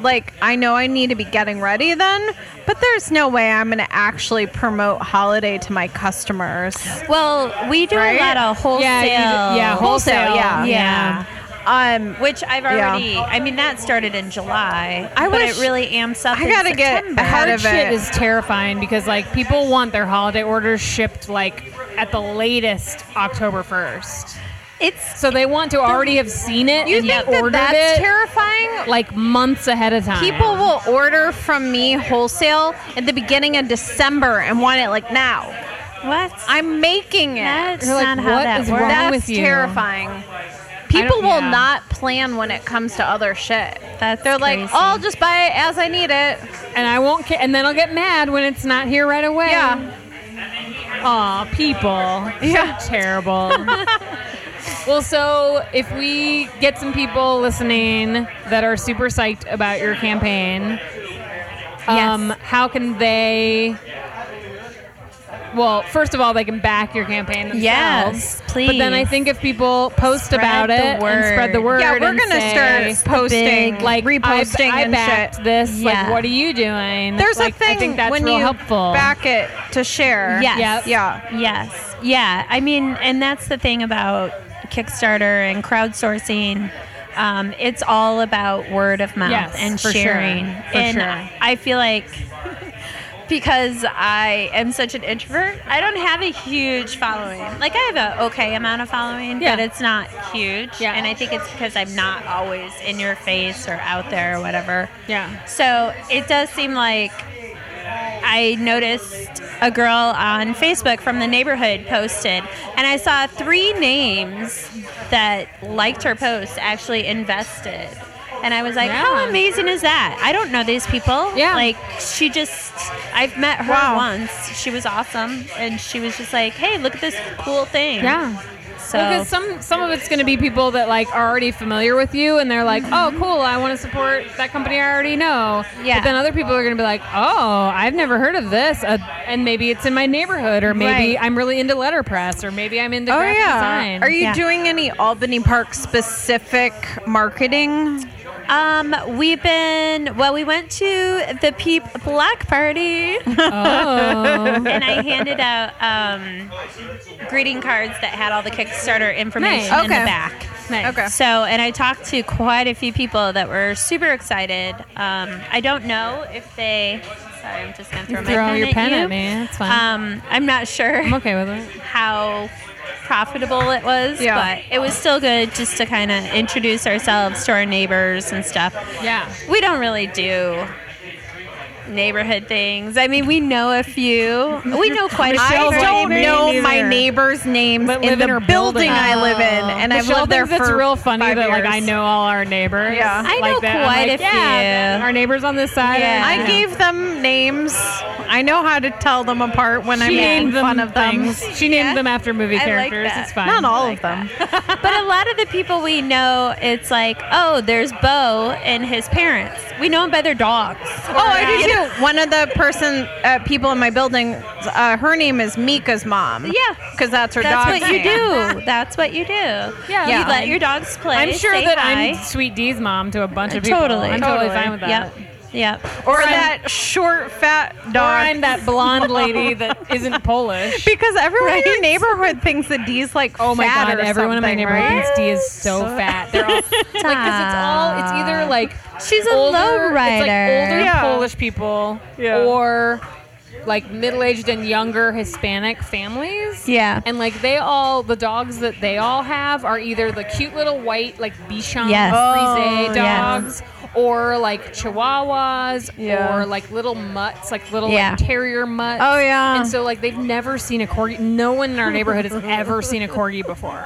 like I know I need to be getting ready then, but there's no way I'm going to actually promote holiday to my customers. well, we do Right? a lot of wholesale. yeah. you d- yeah. Wholesale. Wholesale, yeah. yeah. Um, Which I've Yeah. already. I mean, that started in July. I but wish- it really amps up. I in gotta get September. ahead Hard of it. shit is terrifying because like people want their holiday orders shipped like at the latest October first. It's So they want to already have seen it. you and think that ordered that's it terrifying? like months ahead of time. People will order from me wholesale at the beginning of December and want it like now. what? I'm making it. That's You're like, not how what that is works. wrong That's with you? terrifying. People will yeah. not plan when it comes to other shit. That's They're like, crazy. oh, I'll just buy it as I need it. and I won't. Ca- and then I'll get mad when it's not here right away. Yeah. Aw, people. (laughs) Yeah. (laughs) terrible. well, so if we get some people listening that are super psyched about your campaign, um, Yes. how can they? Well, first of all, they can back your campaign themselves. Yes, But then I please. think if people post Spread about the it and spread the word, word. Yeah, we're and gonna say, start posting, like reposting I, I and backed shit. This, like, Yeah. what are you doing? There's like, a thing I think that's when real you helpful. back it to share. Yes. Yep. Yeah. Yes. Yeah. I mean, and that's the thing about Kickstarter and crowdsourcing. Um, it's all about word of mouth Yes, and for sure. sharing. For and sure. I feel like because I am such an introvert, I don't have a huge following. Like I have a okay amount of following, Yeah. but it's not huge. Yeah. And I think it's because I'm not always in your face or out there or whatever. yeah. So it does seem like I noticed a girl on Facebook from the neighborhood posted, and I saw three names that liked her post actually invested. And I was like, Yeah. how amazing is that? I don't know these people. Yeah. Like, she just, I've met her Wow. once. She was awesome. And she was just like, hey, look at this cool thing. Yeah. So, Oh. Because some some of it's going to be people that like are already familiar with you, and they're like, "Oh, Mm-hmm. cool! I want to support that company I already know." Yeah. But then other people are going to be like, "Oh, I've never heard of this," uh, and maybe it's in my neighborhood, or maybe Right. I'm really into letterpress, or maybe I'm into Oh graphic yeah. design. Are you Yeah. doing any Albany Park specific marketing? um, we've been, well, we went to the Peep Black Party. Oh. and I handed out um, greeting cards that had all the Kickstarter information Nice. in the Okay. back. Nice. Okay. So, and I talked to quite a few people that were super excited. Um, I don't know if they. Sorry, I'm just gonna throw my Throw pen your at pen you. at me. That's fine. Um, I'm not sure I'm okay with it. how profitable it was, Yeah. but it was still good just to kind of introduce ourselves to our neighbors and stuff. Yeah. We don't really do neighborhood things. I mean, we know a few. (laughs) We know quite a few. I don't me know my neither. neighbors' names But in live the in her building, building. I live in, Oh. and I've Michelle lived there thinks it's for real funny five that like I years. know all our neighbors. Yeah. like I know that. I'm quite like, a yeah, few. Our neighbors on this side. Yeah. I I Yeah. gave them names. I know how to tell them apart when I'm she named making them fun of them. things. She named Yeah. them after movie I like characters. that. it's fine. Not all of them. But a lot of the people we know, it's like, oh, there's Bo and his parents. We know them by their dogs. Oh, I do too. One of the person uh, people in my building, uh, her name is Mika's mom. Yeah. because that's her That's dog's what you name. do. That's what you do. Yeah. Yeah. You let your dogs play. I'm sure say that hi. I'm Sweet D's mom to a bunch of people. totally. I'm totally, fine with that. Yep. Yep. Or Or I'm- that short fat Or dog. I'm that blonde lady that isn't Polish. because everyone in your neighborhood thinks that Dee's like Oh my fat god! or Everyone in my something, neighborhood right? thinks D is so fat. They're all like because it's all it's Ah. either like She's a older, It's lowrider. like older Yeah. Polish people Yeah. or like middle-aged and younger Hispanic families. Yeah. and like they all the dogs that they all have are either the cute little white like Bichon Yes. Frise Oh, dogs. Or like Chihuahuas, Yeah. or like little mutts, like little Yeah. like terrier mutts. Oh, yeah. And so like they've never seen a corgi. No one in our neighborhood has ever seen a corgi before.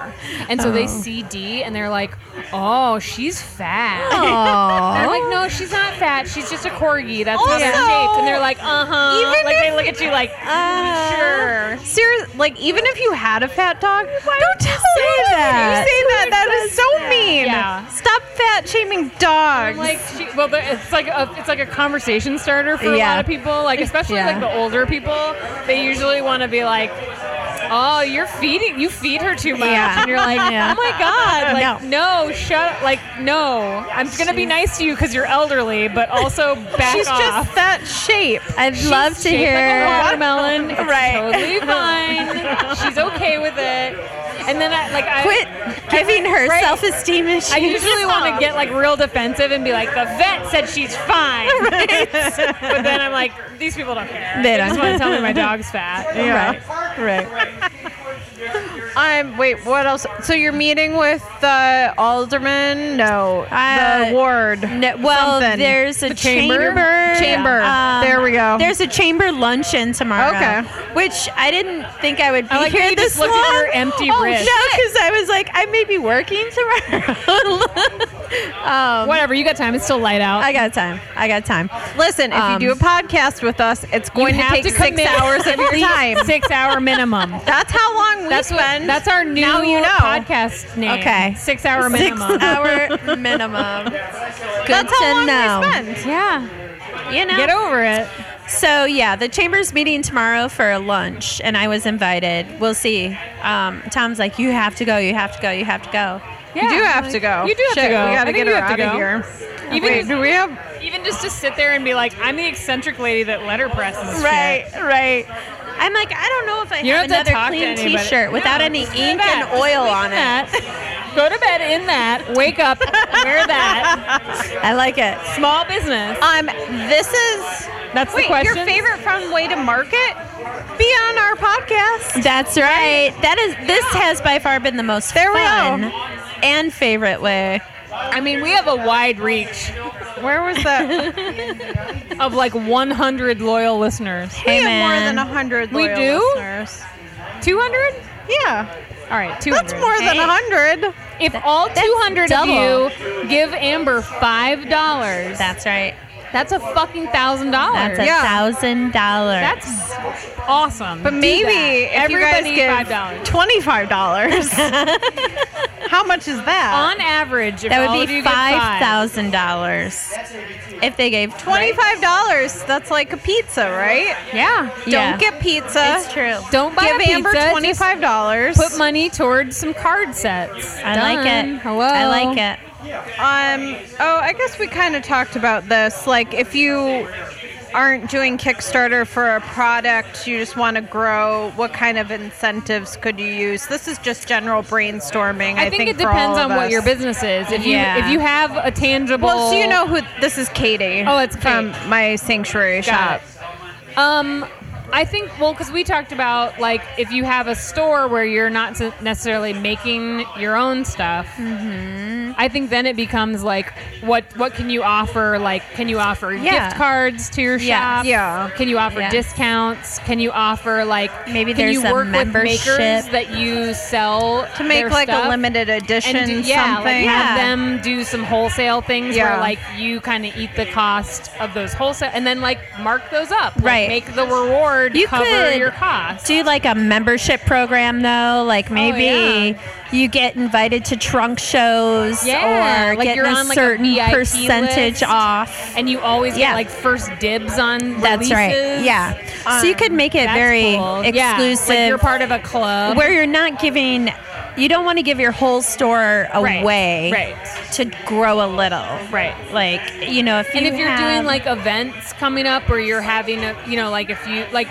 And so they Oh. see D and they're like, "Oh, she's fat." And I'm Oh. like, no, she's not fat. She's just a corgi. That's how they're Also, shaped. And they're like, uh huh. even Like if- they look at you like, uh, sure. Serious, like even if you had a fat dog, don't tell say me that? You say that. That is so mean. Yeah. Stop fat shaming dogs. I'm like, she, well, but it's like a, it's like a conversation starter for a Yeah. lot of people. Like especially Yeah. like the older people, they usually want to be like. Oh, you're feeding. You feed her too much, Yeah. and you're like, Yeah. oh my (laughs) god, like no, shut, up. like no. I'm gonna be nice to you because you're elderly, but (laughs) also back She's off. just that shape. I'd love to shaped like hear. a watermelon. It's Right. totally fine. She's okay with it. And then I like I quit giving her Right. self-esteem issues. I usually want to get like real defensive and be like, the vet said she's fine. but then I'm like, these people don't care. They They just don't. want to tell me my dog's fat. Yeah. right. (laughs) I'm wait. What else? So you're meeting with the alderman? No, Uh, the ward. No, well, Something. there's a chamber? chamber. Um, Chamber. There we go. There's a chamber luncheon tomorrow. Okay. Which I didn't think I would be I like how here you this just looked at long. your empty oh, wrist. No, because I was like, I may be working tomorrow. um, Whatever, you got time. It's still light out. I got time. I got time. Listen, if Um, you do a podcast with us, it's going to have take to six commit (laughs) hours of your time. Six hour minimum. (laughs) That's how long we That's spend. what, That's our new Now you know. podcast name. Okay. Six hour minimum. Six (laughs) hour minimum. Good That's to how long know. we spend. yeah. You know. Get over it. So yeah, the chamber's meeting tomorrow for a lunch, and I was invited. We'll see. Um, Tom's like, you have to go. You have to go. You have to go. Yeah. you do have to go. You do have Shit, to go. We I gotta think get you her have out to of go. here. Even Wait, just- do we have? Even just to sit there and be like, I'm the eccentric lady that letterpresses shit." (laughs) Right, right. I'm like, I don't know if I You have don't have to another talk to clean anybody. T-shirt without No, any just ink that. and oil on it. that. Go to bed in that. Wake up. Wear (laughs) that. I like it. Small business. Um, this is That's wait the question. your favorite fun way to market. Be on our podcast. That's right. That is. This has by far been the most There we fun go. and favorite way. I mean, we have a wide reach Where was that? of like 100 loyal listeners. we Hey, have more than man. hundred. We do? Listeners. 200? Yeah, All right, 200. that's more than Hey. hundred. If all 200 of double. you give Amber $5, that's, That's right. a fucking $1,000. That's a Yeah. thousand dollars. That's (laughs) awesome. But maybe that. if you guys Everybody give $5. twenty-five (laughs) dollars, how much is that? on average, if that all would of you be give five five thousand dollars if they gave twenty. Twenty-five dollars. That's like a pizza, right? Yeah. Yeah. Don't get pizza. It's true. Don't buy Give a pizza. Amber just twenty-five dollars. Put money towards some card sets. I like Done. it. Hello. I like it. Um. Oh, I guess we kind of talked about this. Like, if you aren't doing Kickstarter for a product, you just want to grow. What kind of incentives could you use? This is just general brainstorming. I, I think, it for all depends of on what us. your business is. If you Yeah. if you have a tangible, Well, so you know who this is, Katie. Oh, it's from Kate. my sanctuary Got shop. it. Um, I think well because we talked about like if Mm-hmm. you have a store where you're not s- necessarily making your own stuff. I I think then it becomes like what what can you offer? Like can you offer Yeah. gift cards to your Yes. shop? Yeah. Can you offer Yes. discounts? Can you offer like Maybe can you there's a work with makers membership. that you sell to make their like stuff? a limited edition and do, yeah, like something. have Yeah. them do some wholesale things where Yeah. like you kind of eat the cost of those wholesale and then like mark those up, Like, Right. Make the reward You cover could your cost. do like a membership program though Oh, like maybe you get invited to trunk shows Yeah, or like getting you're a on, like, a certain VIP percentage list. off and you always Yeah. get like first dibs on that's right releases. Um, yeah so you could make it That's very cool. Yeah, like exclusive you're part of a club. where you're not giving you don't want to give your whole store Right, away right. to grow a little Right. like you know if you and if you're have- doing like events coming up or you're having a you know like if you like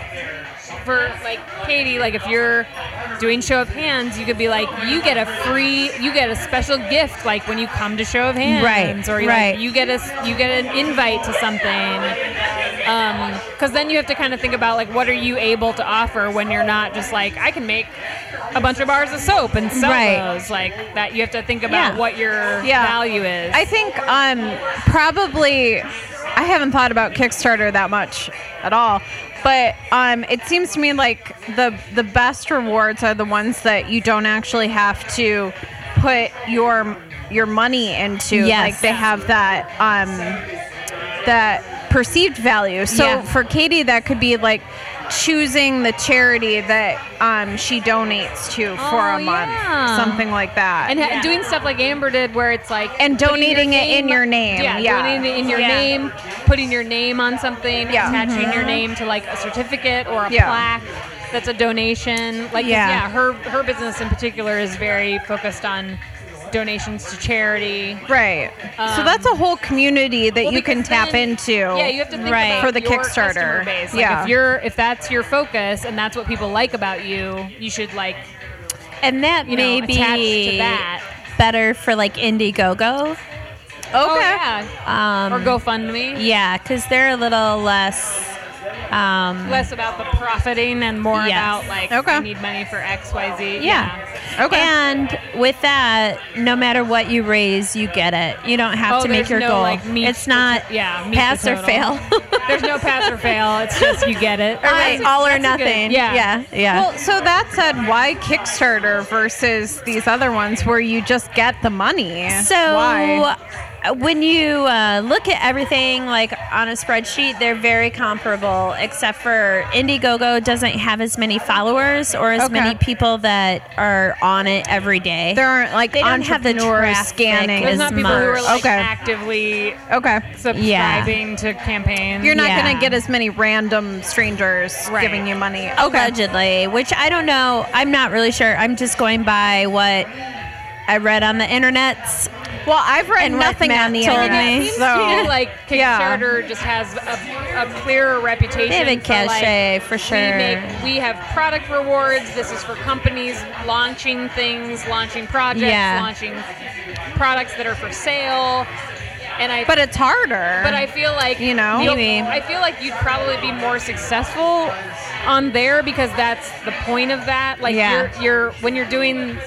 for like katie like if you're doing show of hands you could be like you get a free you get a special gift like when you come to show of hands Right, or right. like, you get a s- you get an invite to something because then you have to kind of think about like what are you able to offer when you're not just like i can make a bunch of bars of soap and sell Right. those like that you have to think about Yeah. what your Yeah. value is I think um, probably I haven't thought about Kickstarter that much at all, but um, it seems to me like the the best rewards are the ones that you don't actually have to put your your money into. Yes. Like they have that um, that perceived value. So Yeah. for Katie, that could be like choosing the charity that um, she donates to for Oh, a month, yeah. something like that. and ha- doing stuff like Amber did, where it's like And putting your donating it in your name, Yeah, yeah. donating it in your Yeah. name, putting your name on something, Yeah. Mm-hmm. attaching your name to like a certificate or a Yeah. plaque that's a donation. Like 'cause, Yeah. yeah. her her business in particular is very focused on donations to charity. Right. so Um, that's a whole community that Well, you can because tap then- into. Yeah, you have to think Right. about For the your Kickstarter. customer Base. Like, Yeah. if you're if that's your focus and that's what people like about you, you should like and that you know, may be attached to that. better for like indiegogo okay. Oh yeah, um, or GoFundMe. Yeah, because they're a little less. Um, less about the profiting and more Yes. about like Okay. we need money for X, Y, Z. yeah. Okay. And with that, no matter what you raise, you get it. You don't have Oh, to make there's your no, goal. like, meet it's the to- not yeah, meet the pass or total. (laughs) fail. There's no pass or fail. It's (laughs) just you get it. Or like all or that's a good- nothing. yeah. yeah, yeah. Well, so that said, why Kickstarter versus these other ones where you just get the money? So why? uh, when you uh, look at everything like on a spreadsheet, they're very comparable, except for Indiegogo doesn't have as many followers or as Okay. many people that are on it every day. there aren't like They don't have the entrepreneurs traffic scanning. There's as not people who are much. like Okay. actively okay. subscribing to campaigns. (laughs) You're not Yeah. going to get as many random strangers Right. Oh, giving you money. allegedly, which I don't know. I'm not really sure. I'm just going by what I read on the internet. Well, I've read And what nothing Matt on the told internet. me. Seems (laughs) So oh. to me like Yeah. Kickstarter just has a, a clearer reputation. They have a for, like, cachet for sure. We, make, we have product rewards. This is for companies launching things, launching projects, Yeah. launching products that are for sale. And I, but it's harder. but I feel like You know? you'll- Maybe. I feel like you'd probably be more successful on there because that's the point of that. Like Yeah. you're, you're when you're doing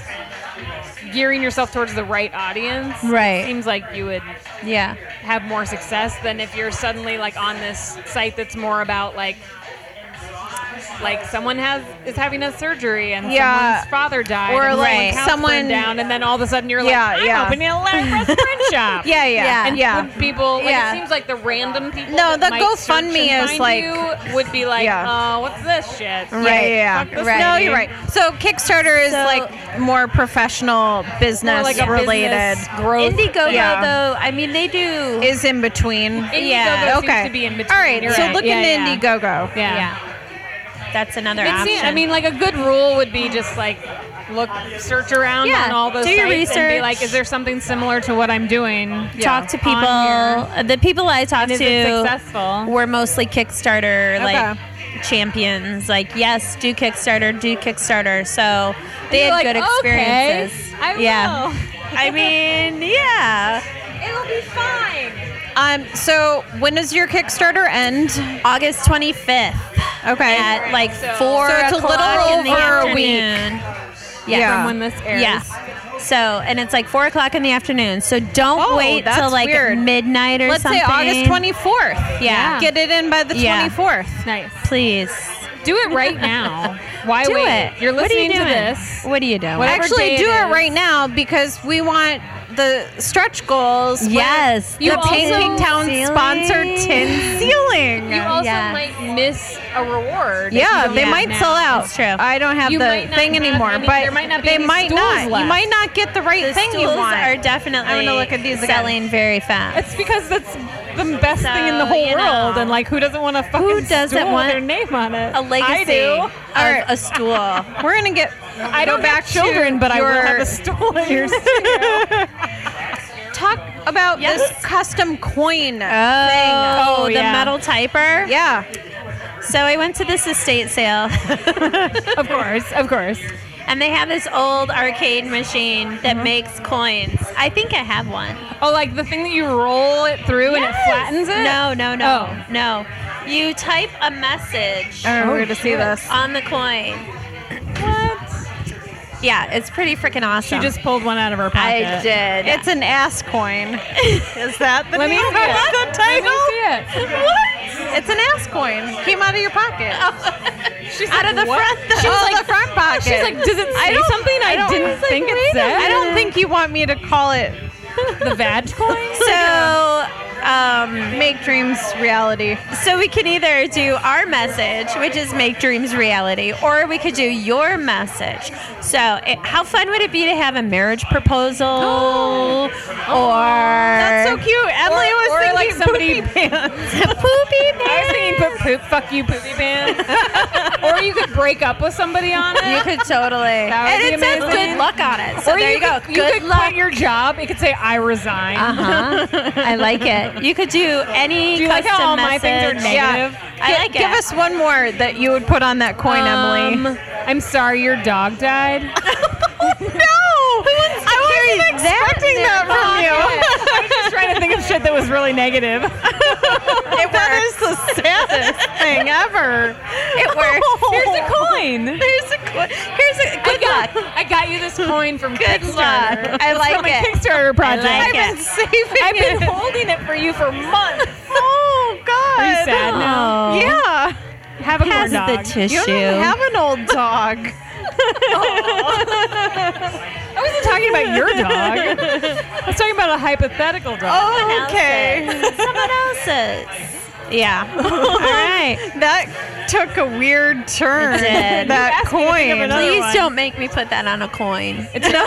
gearing yourself towards the right audience. Right. seems like you would Yeah. have more success than if you're suddenly like on this site that's more about like like someone has is having a surgery and Yeah. someone's father died Or, and like, someone's house someone- burned down and then all of a sudden you're Yeah, like I'm yeah. opening a (laughs) Larry print shop yeah, yeah, Yeah. yeah. and would people like Yeah. it seems like the random people No, that the might search GoFundMe and is, find like- you would be like Yeah. oh what's this shit Right, yeah, Fuck yeah. this Right. No, lady. you're right. So Kickstarter is So- like more professional business More like a related. business growth Indiegogo, thing. Yeah. though, I mean, they do. is in between. Indiegogo Yeah. seems okay. to be in between All right. You're so right. look yeah, into yeah. Indiegogo. yeah. yeah. That's another It option. seem- I mean, like a good rule would be just like look, search around Yeah, on all those do your sites and be research. like, is there something similar to what I'm doing? talk to people. On The people I talked And is it to successful? were mostly Kickstarter like Okay. champions. Like, yes, do Kickstarter, do Kickstarter. So they You're like, had good experiences. "Okay, I (laughs) yeah. will." I (laughs) mean, yeah. It'll be fine. Um. So when does your Kickstarter end? August 25th Okay. at like So- four So it's a little o'clock in the over a week. afternoon. Yeah. Yeah. From when this airs. Yeah. So, and it's like four o'clock in the afternoon. So don't Oh, wait that's till like weird. midnight or Let's something. say August 24th. Yeah. Get it in by the Yeah. 24th. Nice. Please Do it right (laughs) now. Why do wait? it. You're What are listening you to doing? this. What are you doing? Whatever day Actually, it do it is. right now because we want the stretch goals. with Yes, The You also- Painting Town Ceiling. sponsored tin ceiling. You also Yeah. might miss a reward. if you Yeah, don't they do it might now. sell out. It's true. I don't have You the might not thing have anymore, any- but there might not be they any might stools not. You left. might not get the right the thing you stools want. are definitely I'm gonna look at these again. selling very fast. It's because that's the best thing in the So, whole you world, know. and like, who doesn't want to fucking doesn't stool with want their name on it? a legacy I do. of All right. a stool. We're gonna get. I go don't back have children, to but I will your- have a stool in (laughs) your talk about Yes. this custom coin thing. Oh, the yeah. metal typer. Yeah, So I went to this estate sale, (laughs) Of course, of course. and they have this old arcade machine that Mm-hmm. makes coins. I think I have one. Oh, like the thing that you roll it through and it Yes. flattens it? No, no, no, Oh. no. You type a message oh, Oh, we're gonna see shit. this. on the coin. (clears throat) What? Yeah, it's pretty freaking She awesome. (laughs) just pulled one out of her pocket. I did. It's an (laughs) ass coin. Is that the Let me name see of it. the Let me title? see (laughs) it. What? It's an ass coin. Came out of your pocket. (laughs) She's out of the front. Though. She was like, the front pocket. She's like, does it say something I, don't- didn't think it said? I don't think you want me to call it the vag (laughs) coin. so. Um, "Make Dreams Reality." So we can either do our message, which is make dreams reality, or we could do your message. So, it, how fun would it be to have a marriage proposal? or That's (laughs) so cute. Emily Or- was or thinking like somebody- (laughs) poopy pants. poopy I was thinking put poop, fuck you, poopy pants. (laughs) or you could break up with somebody (laughs) on it. You could totally. That would and be it says amazing. good luck on it. So or there you, go. could, You good could (laughs) luck. quit your job. It could say I resign. uh huh. I like it. You could do any Do you like custom how all my things are message. negative? I Gi- like Give it. us one more that you would put on that coin, Emily. Um, I'm sorry your dog (laughs) died. No, I wasn't expecting that, from (laughs) I was just trying to think of shit that was really negative. you. that is the saddest thing (laughs) ever. It works. Here's a coin. Here's a good, here's a I good luck. got, I got you this coin from Good Kickstarter. luck. I It's like from a it. Kickstarter project. I I've like been it. saving I've been it. holding it for you for months. Oh God! Are you sad now? Oh. Yeah. Have a corn Has dog. the tissue. You don't even have an old dog. I wasn't talking about your dog. I was talking about a hypothetical dog. oh, okay. else's. (laughs) Someone else's. Yeah. All right. That took a weird turn. It did. That You asked me to think of coin. another Please one. don't make me put that on a coin. It's, (laughs) no. (laughs)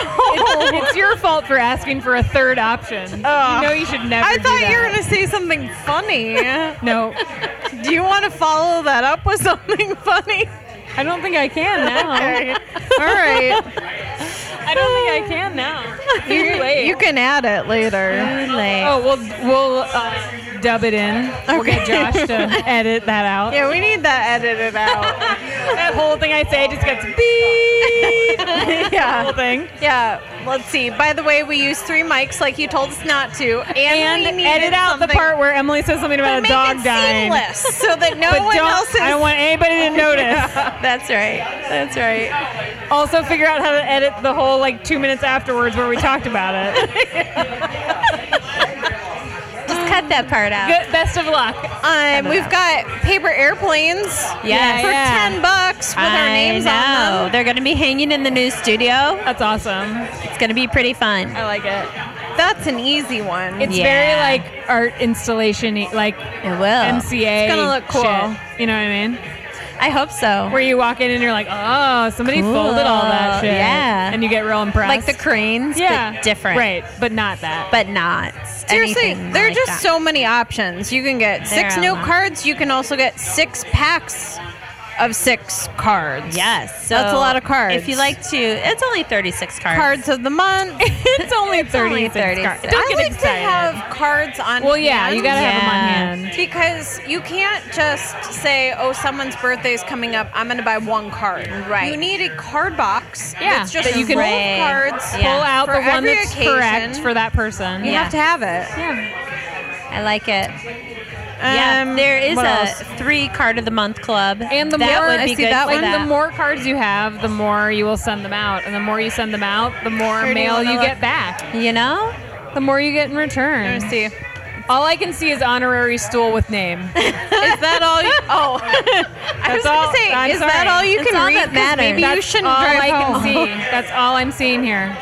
it's your fault for asking for a third option. Ugh. You know you should (laughs) never. I do thought you were that. gonna say something funny. No, Do you want to follow that up with (laughs) something funny? I don't think I can now. (laughs) Okay. All (laughs) right. I don't think I can now. You're late. You can add it later. Oh, we'll we'll uh, dub it in. We'll get Okay. (laughs) Josh to edit that out. Yeah, we need that (laughs) edited out. That whole thing I say just gets (laughs) (laughs) beep. Yeah. The whole thing. Yeah, let's see. By the way, we use three mics like you told us not to, and, And we edit out the part where Emily says something about a dog dying. seamless so (laughs) that no But one else don't, is. I (laughs) don't want anybody to notice. That's right. That's right. also, figure out how to edit the whole like two minutes afterwards where we talked about it. (laughs) Just cut that part out. Good, best of luck. Um, we've got paper airplanes. Yes. for Yeah. ten bucks with our I names know. on them. They're going to be hanging in the new studio. That's awesome. It's going to be pretty fun. I like it. That's an easy one. It's Yeah. very like art installation, like It will. MCA. Oh, It's gonna look cool. shit. You know what I mean? I hope so. Where you walk in and you're like, oh, somebody Cool. folded all that shit. Yeah. And you get real impressed. Like the cranes, yeah, but different. Right, but not that. (laughs) But not. Seriously, anything there are like just that. so many options. You can get There six are a new lot. cards. You can also get six packs of six cards. Yes. So That's a lot of cards. If you like to, it's only 36 cards. cards of the (laughs) month. it's only 30 only 36. Don't I get like excited. to have cards on. well, yeah, you hand. gotta have them on Yeah. hand. Because you can't just say, "Oh, someone's birthday's coming up. I'm going to buy one card." Right. You need a card box. Yeah, That's just that you can full of Right. cards. Yeah. Pull out For the one every that's occasion. correct for that person. You Yeah. have to have it. Yeah. I like it. yeah, Um, there is what a else? three card of the month club, And the that more would be I see good that for one. And that. the more cards you have, the more you will send them out, and the more you send them out, the more Sure do mail wanna you look. get back, you know, the more you get in return. Let me see. Is All I can see is honorary stool with name. that all? You, (laughs) oh, I was That's gonna all- say, I'm is that sorry. all you That's can all read? that 'Cause matters. Maybe you That's shouldn't all drive I can home. see. (laughs) That's all I'm seeing here.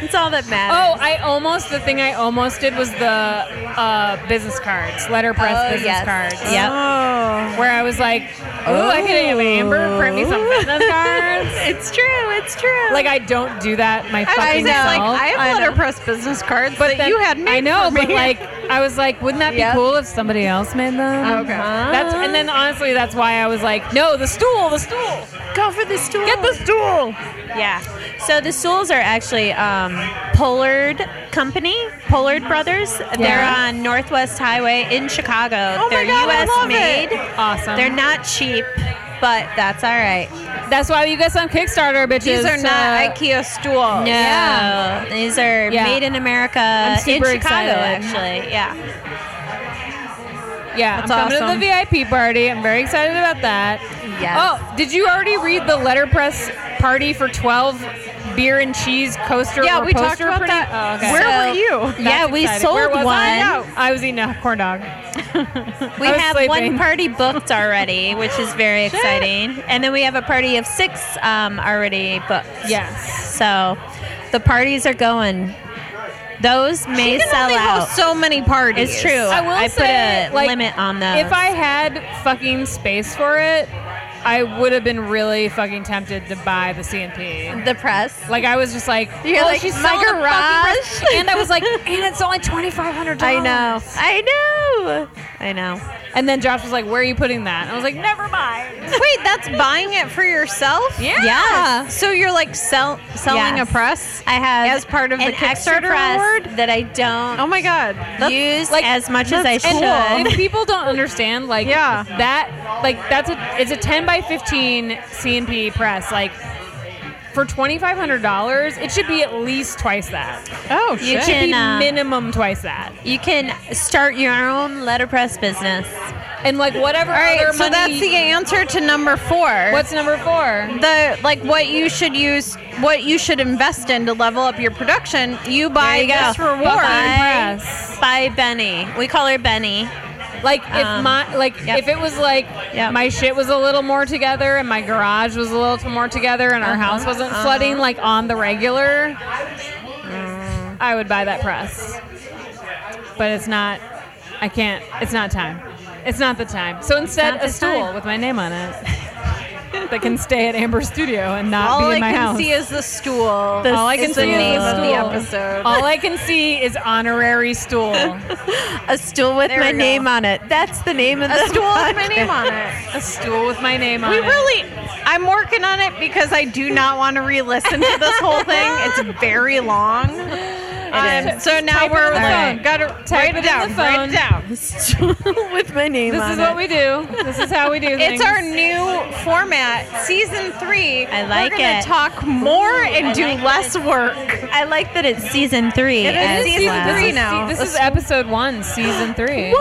it's all that Oh, matters. I almost the thing I almost did was the uh, business cards, letterpress Oh, business yes. cards. Yep. Oh. Where I was like, oh, I can have Amber print me some (laughs) business cards. It's true. It's true. like I don't do that my I was fucking just like, self. I I have know. letterpress business cards, but that Then- you had made I know, for but me. like I was like, wouldn't that be Yep. cool if somebody else made them? (laughs) Okay. That's and then honestly, that's why I was like, no, the stool, the stool, go for the stool. get the stool. Yeah. So the stools are actually um, Pollard Company, Pollard Brothers. They're Yeah. on Northwest Highway in Chicago. Oh my They're God, I U.S. love made. it. Awesome. They're not cheap, but that's all right. that's why you guys on Kickstarter, bitches. These are uh, not IKEA stools. No, Yeah. these are Yeah. made in America in super Chicago, excited. (laughs) actually. Yeah. Yeah, That's I'm coming awesome. to the VIP party. I'm very excited about that. Yes. Oh, did you already read the letterpress party for 12 beer and cheese coaster? Yeah, or we talked poster about printing? that. Oh, okay. Where were you? That's yeah, we exciting. sold Where was one. I? No, I was eating a corn dog. We I was have one sleeping. party booked already, which is very exciting. And then we have a party of six um, already booked. Yes. So the parties are going. Those may You can sell only out. host so many parties. it's true. I will put say, a like, limit on those. If I had fucking space for it, I would have been really fucking tempted to buy the CNP. the press. Like I was just like, You're oh, like, she's "My selling a fucking garage." press- and I was like, and it's only twenty five (laughs) hundred dollars. I know. Oh. I know. I know. And then Josh was like, "Where are you putting that?" And I was like, "Never mind." Wait, that's buying it for yourself? Yeah. Yeah. So you're like sell, selling Yes. a press? I have As part of an the extra Kickstarter press reward? that I don't Oh my god. use like, as much as I that's should. cool. And if people don't understand, like Yeah. that, like that's a it's a ten by fifteen CNP press. Like for twenty five hundred dollars, it should be at least twice that. Oh You It can- should be uh, minimum twice that. You can start your own letterpress business. And like whatever All right, other so money. that's the answer to number 4. what's number four? the like what you should use what you should invest in to level up your production? You buy There you go. this reward. Bye-bye. By, Press. by Benny. We call her Benny. Like if Um, my like yep. if it was like Yep. my shit was a little more together and my garage was a little t- more together and our Uh-huh, house wasn't uh-huh. flooding like on the regular, mm, I would buy that press. But it's not. I can't. It's not time. It's not the time. So instead, not a the stool time. with my name on it (laughs) that can stay at Amber Studio and not All be in I my can house. see is the stool. All I can It's the see name is of the stool. episode. All I can see is honorary stool. A stool with There my we go. name on it. That's the name of the a stool with my (laughs) podcast. name on it. a stool with my name on We it. really, I'm working on it because I do not want to re-listen to this whole thing. It's very long. Um, is. So now Type it we're in the phone. got to Type write it in it down. the Write phone. it down. stool with my name This on is it. what we do. This is (laughs) how we do things. It's our new format, season three. I like we're gonna it. Talk more and I do like less work. I like that it's season three. It is as season well. three This is, now. This is episode one, season three.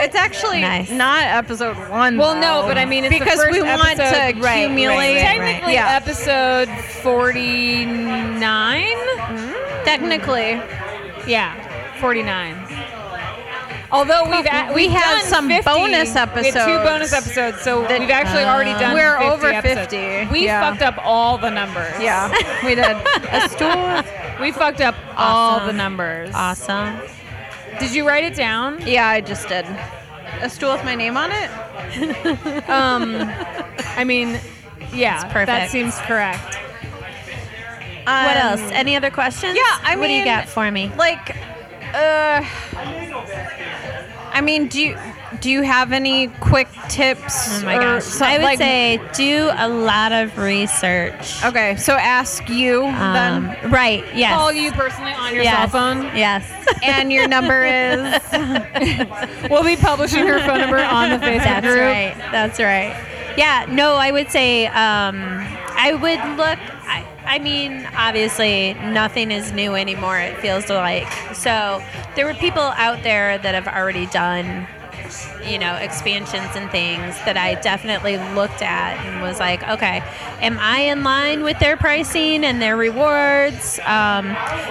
It's actually Nice. not episode one. Well, no, though. but I mean, it's the because first we want episode- Right, to right, accumulate. right, right. Technically, Yeah. episode forty-nine. Technically, Yeah, forty-nine. Although we've a- We we've have done some 50. bonus we had two bonus episodes episodes, so that- we've actually already done. We're 50 over episodes. 50, We yeah. fucked up all the numbers. yeah, we did. A stool. we fucked up all Awesome. the numbers. Awesome. Did you write it down? Yeah, I just did. A stool with my name on it. Um, I mean, yeah, that perfect. seems correct. Um, What else? Any other questions? Yeah, I what do you mean, got for me? Like, uh, I mean, do you do you have any quick tips? Oh my or gosh. some- I would like- say do a lot of research. Okay, so ask you Um, then, right. Yes. Call you personally on your yes. cell phone. Yes. (laughs) and your (laughs) number is. We'll be publishing her phone number on the Facebook That's group. right. That's right. Yeah. No, I would say um, I would look. I, I mean, obviously, nothing is new anymore. It feels like so. There were people out there that have already done you know, expansions and things that I definitely looked at and was like, okay, am I in line with their pricing and their rewards? Um,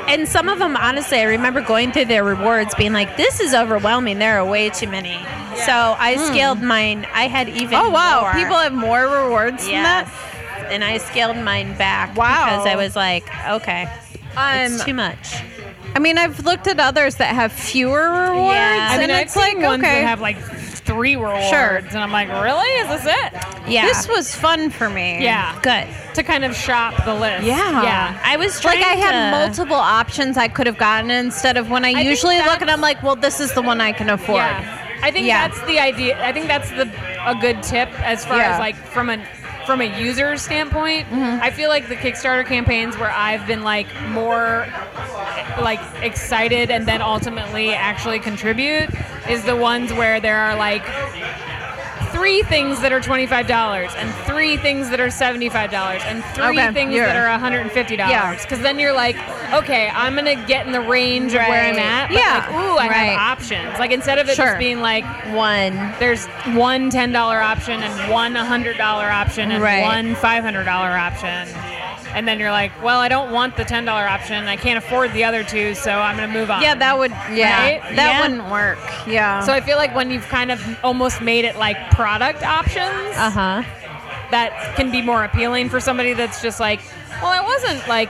and some of them, honestly, I remember going through their rewards being like, this is overwhelming. There are way too many. So I scaled mine. I had even Hmm. Oh wow, more. people have more rewards Yes. And I scaled mine back Wow. because I was like, okay, than it's that. too Um, much. I mean, I've looked at others that have fewer rewards, Yeah. I mean, and I've it's seen like ones okay, that have like three rewards, Sure. and I'm like, really? Is this it? Yeah. this was fun for me. Yeah, good. to kind of shop the list. Yeah. yeah. I was trying Like I had to- multiple options I could have gotten instead of when I, I think usually look that's- and I'm like, well, this is the one I can afford. Yeah. I think Yeah. that's the idea. I think that's the a good tip as far Yeah. Mm-hmm. as like from a from a user standpoint. I feel like the Kickstarter campaigns where I've been like more like excited and then ultimately actually contribute is the ones where there are like three things that are $25 and three things that are $75 and three Okay, things you're- that are $150 Yeah. because then you're like okay i'm gonna get in the range of where i'm Right. at but Yeah, like, ooh i right. have options like instead of it Sure. just being like one. there's one $10 option and one $100 option and Right. one $500 option and then you're like well i don't want the $10 option i can't afford the other two so i'm gonna move on Yeah, that would. Yeah, Right? that Yeah. wouldn't work. Yeah. so i feel like when you've kind of almost made it like product options Uh-huh. Uh huh. that can be more appealing for somebody that's just like, well, I wasn't like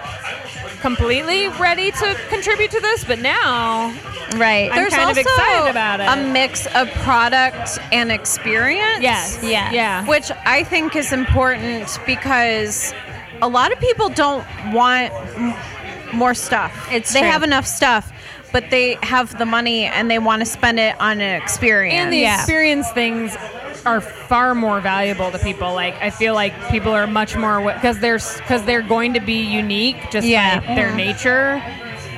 completely ready to contribute to this, but now Right. I'm kind of excited about it. a mix of product and experience. yes, Yes. yeah, Which I think is important because a lot of people don't want m- more stuff. It's they true. have enough stuff, but they have the money and they want to spend it on an experience. and the Yeah. experience things are far more valuable to people. Like I feel like people are much more because they're because they're going to be unique just Yeah. Mm-hmm. by their nature.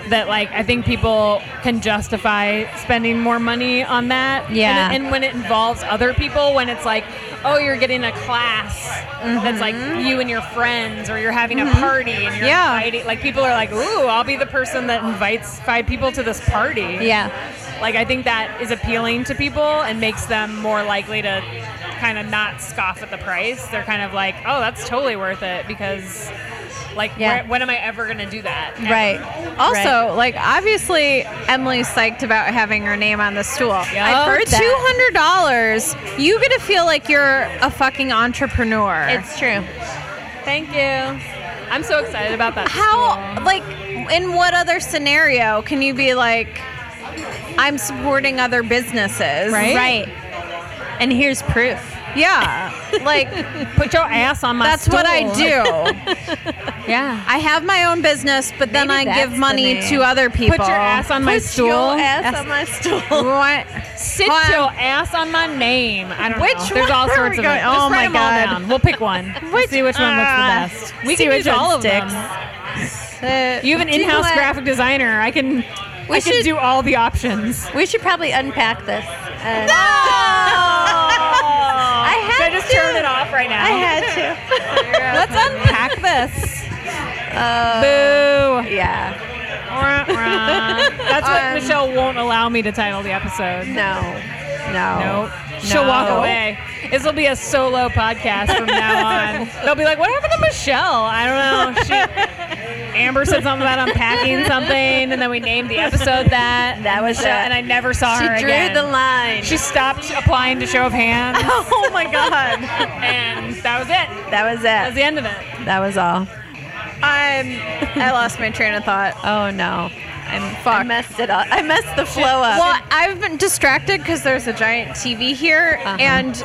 That like I think people can justify spending more money on that. Yeah. and, and when it involves other people, when it's like, oh, you're getting a class that's like Mm-hmm. you and your friends, or you're having a party and you're Yeah. inviting. Like people are like, ooh, I'll be the person that invites five people to this party. Yeah. Like I think that is appealing to people and makes them more likely to kind of not scoff at the price. They're kind of like, oh, that's totally worth it because like Yeah. where- when am I ever going to do that? Ever. Right. Also, like obviously, Emily's psyched about having her name on the stool. I've For heard two hundred dollars, you get to feel like you're a fucking entrepreneur. It's true. Thank you. I'm so excited about that. how like in what other scenario can you be like, I'm supporting other businesses, Right? Right. And here's proof. Yeah, like put your ass on my that's what I stool. do. Yeah. I have my own business, but then Maybe I that's give the money name. to other people. Put your ass on my stool. on my stool. (laughs) (laughs) What? Sit Well, your ass on my name. I don't Which know. There's all one are sorts we of going- them. oh Just my write them all God. down. We'll pick (laughs) one. We'll see which one uh, looks the best. We see can which use all one of them. sticks. Uh, You have an do in-house what? graphic designer. I can. We I can should- do all the options. We should probably unpack this. And (laughs) I had Should I just to. turn it off right now? I (laughs) had Let's unpack this. Boo. to. Yeah. Ruh, ruh. (laughs) That's what Um, Michelle won't allow me to title the episode. No. No. Nope. She'll walk No. away. This will be a solo podcast from now on. They'll be like, "What happened to Michelle?" I don't know. She, Amber said something about unpacking something, and then we named the episode that. That was Michelle- it. and I never saw her She drew again. the line. She stopped applying to show of hands, (laughs) oh my god. and that was it. That was That was it. the end of it. That was all. I'm. I lost my train of thought. Oh no. I'm I messed it up. I messed the flow up. Well, I've been distracted because there's a giant TV here, Uh-huh. and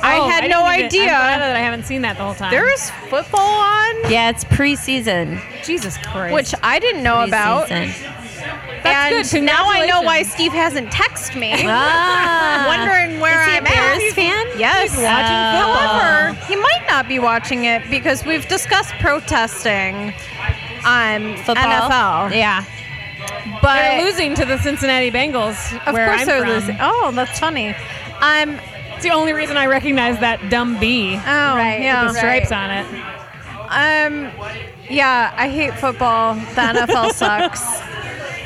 I Oh, had didn't no even- I'm glad idea that I haven't seen that the whole time. there was football on, yeah, it's preseason. Jesus Christ. which I didn't know about. Preseason. That's and good. now I know why Congratulations. Steve hasn't texted me, Ah. (laughs) wondering where Is he a I'm at. Bears fan? Yes. He's watching Uh, football. However, he might not be watching it because we've discussed protesting on NFL. Yeah. But they're losing to the Cincinnati Bengals. of where course I'm they're from. losing. Oh, that's funny. Um, It's the only reason I recognize that dumb bee. oh, Right, yeah. with the stripes on it. Um, yeah, I (laughs) hate football. The NFL sucks.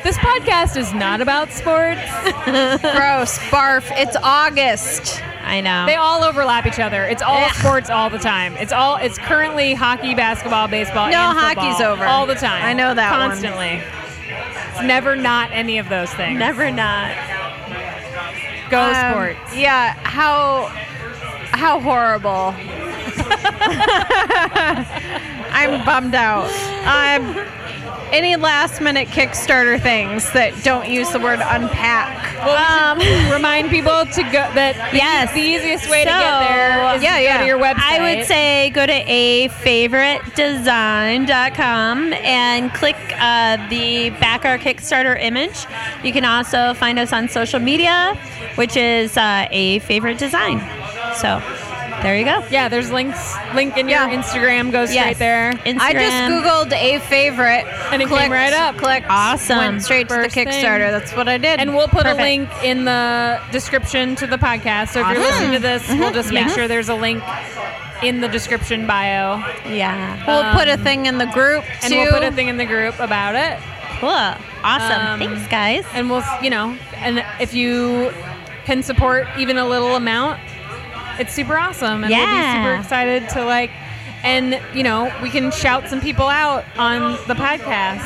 This podcast is not about sports. Gross. Barf. It's August. I know. They all overlap each other. It's all Ugh. sports all the time. It's all. It's currently hockey, basketball, baseball. No, and football. hockey's over. all the time. I know that one. constantly. It's never not any of those things. Never not. go Um, Oh, sports. Yeah. How how horrible. (laughs) I'm bummed out. Um, any last minute Kickstarter things that don't use the word unpack? Well, we should (laughs) remind people to go that the, Yes. the easiest way to So, get there is yeah, to yeah. go to your website. I would say go to a favoritedesign.com and click uh, the back our Kickstarter image. You can also find us on social media, which is uh, a favorite design. So there you go. yeah, there's links link in Yeah. your Instagram goes Yes. straight there. Instagram. I just googled a favorite And it came clicked- right up. Clicked. Awesome. Went straight First to the thing. Kickstarter. That's what I did. and we'll put Perfect. a link in the description to the podcast. So if you're Awesome. listening to this, we'll just make Yeah. sure there's a link in the description bio. yeah. we'll put a thing in the group And too. we'll put a thing in the group about it. Cool. Awesome. Um, Thanks, guys. And we'll, you know, and if you can support even a little amount, it's super awesome. And Yeah. we'll be super excited to like, and, you know, we can shout some people out on the podcast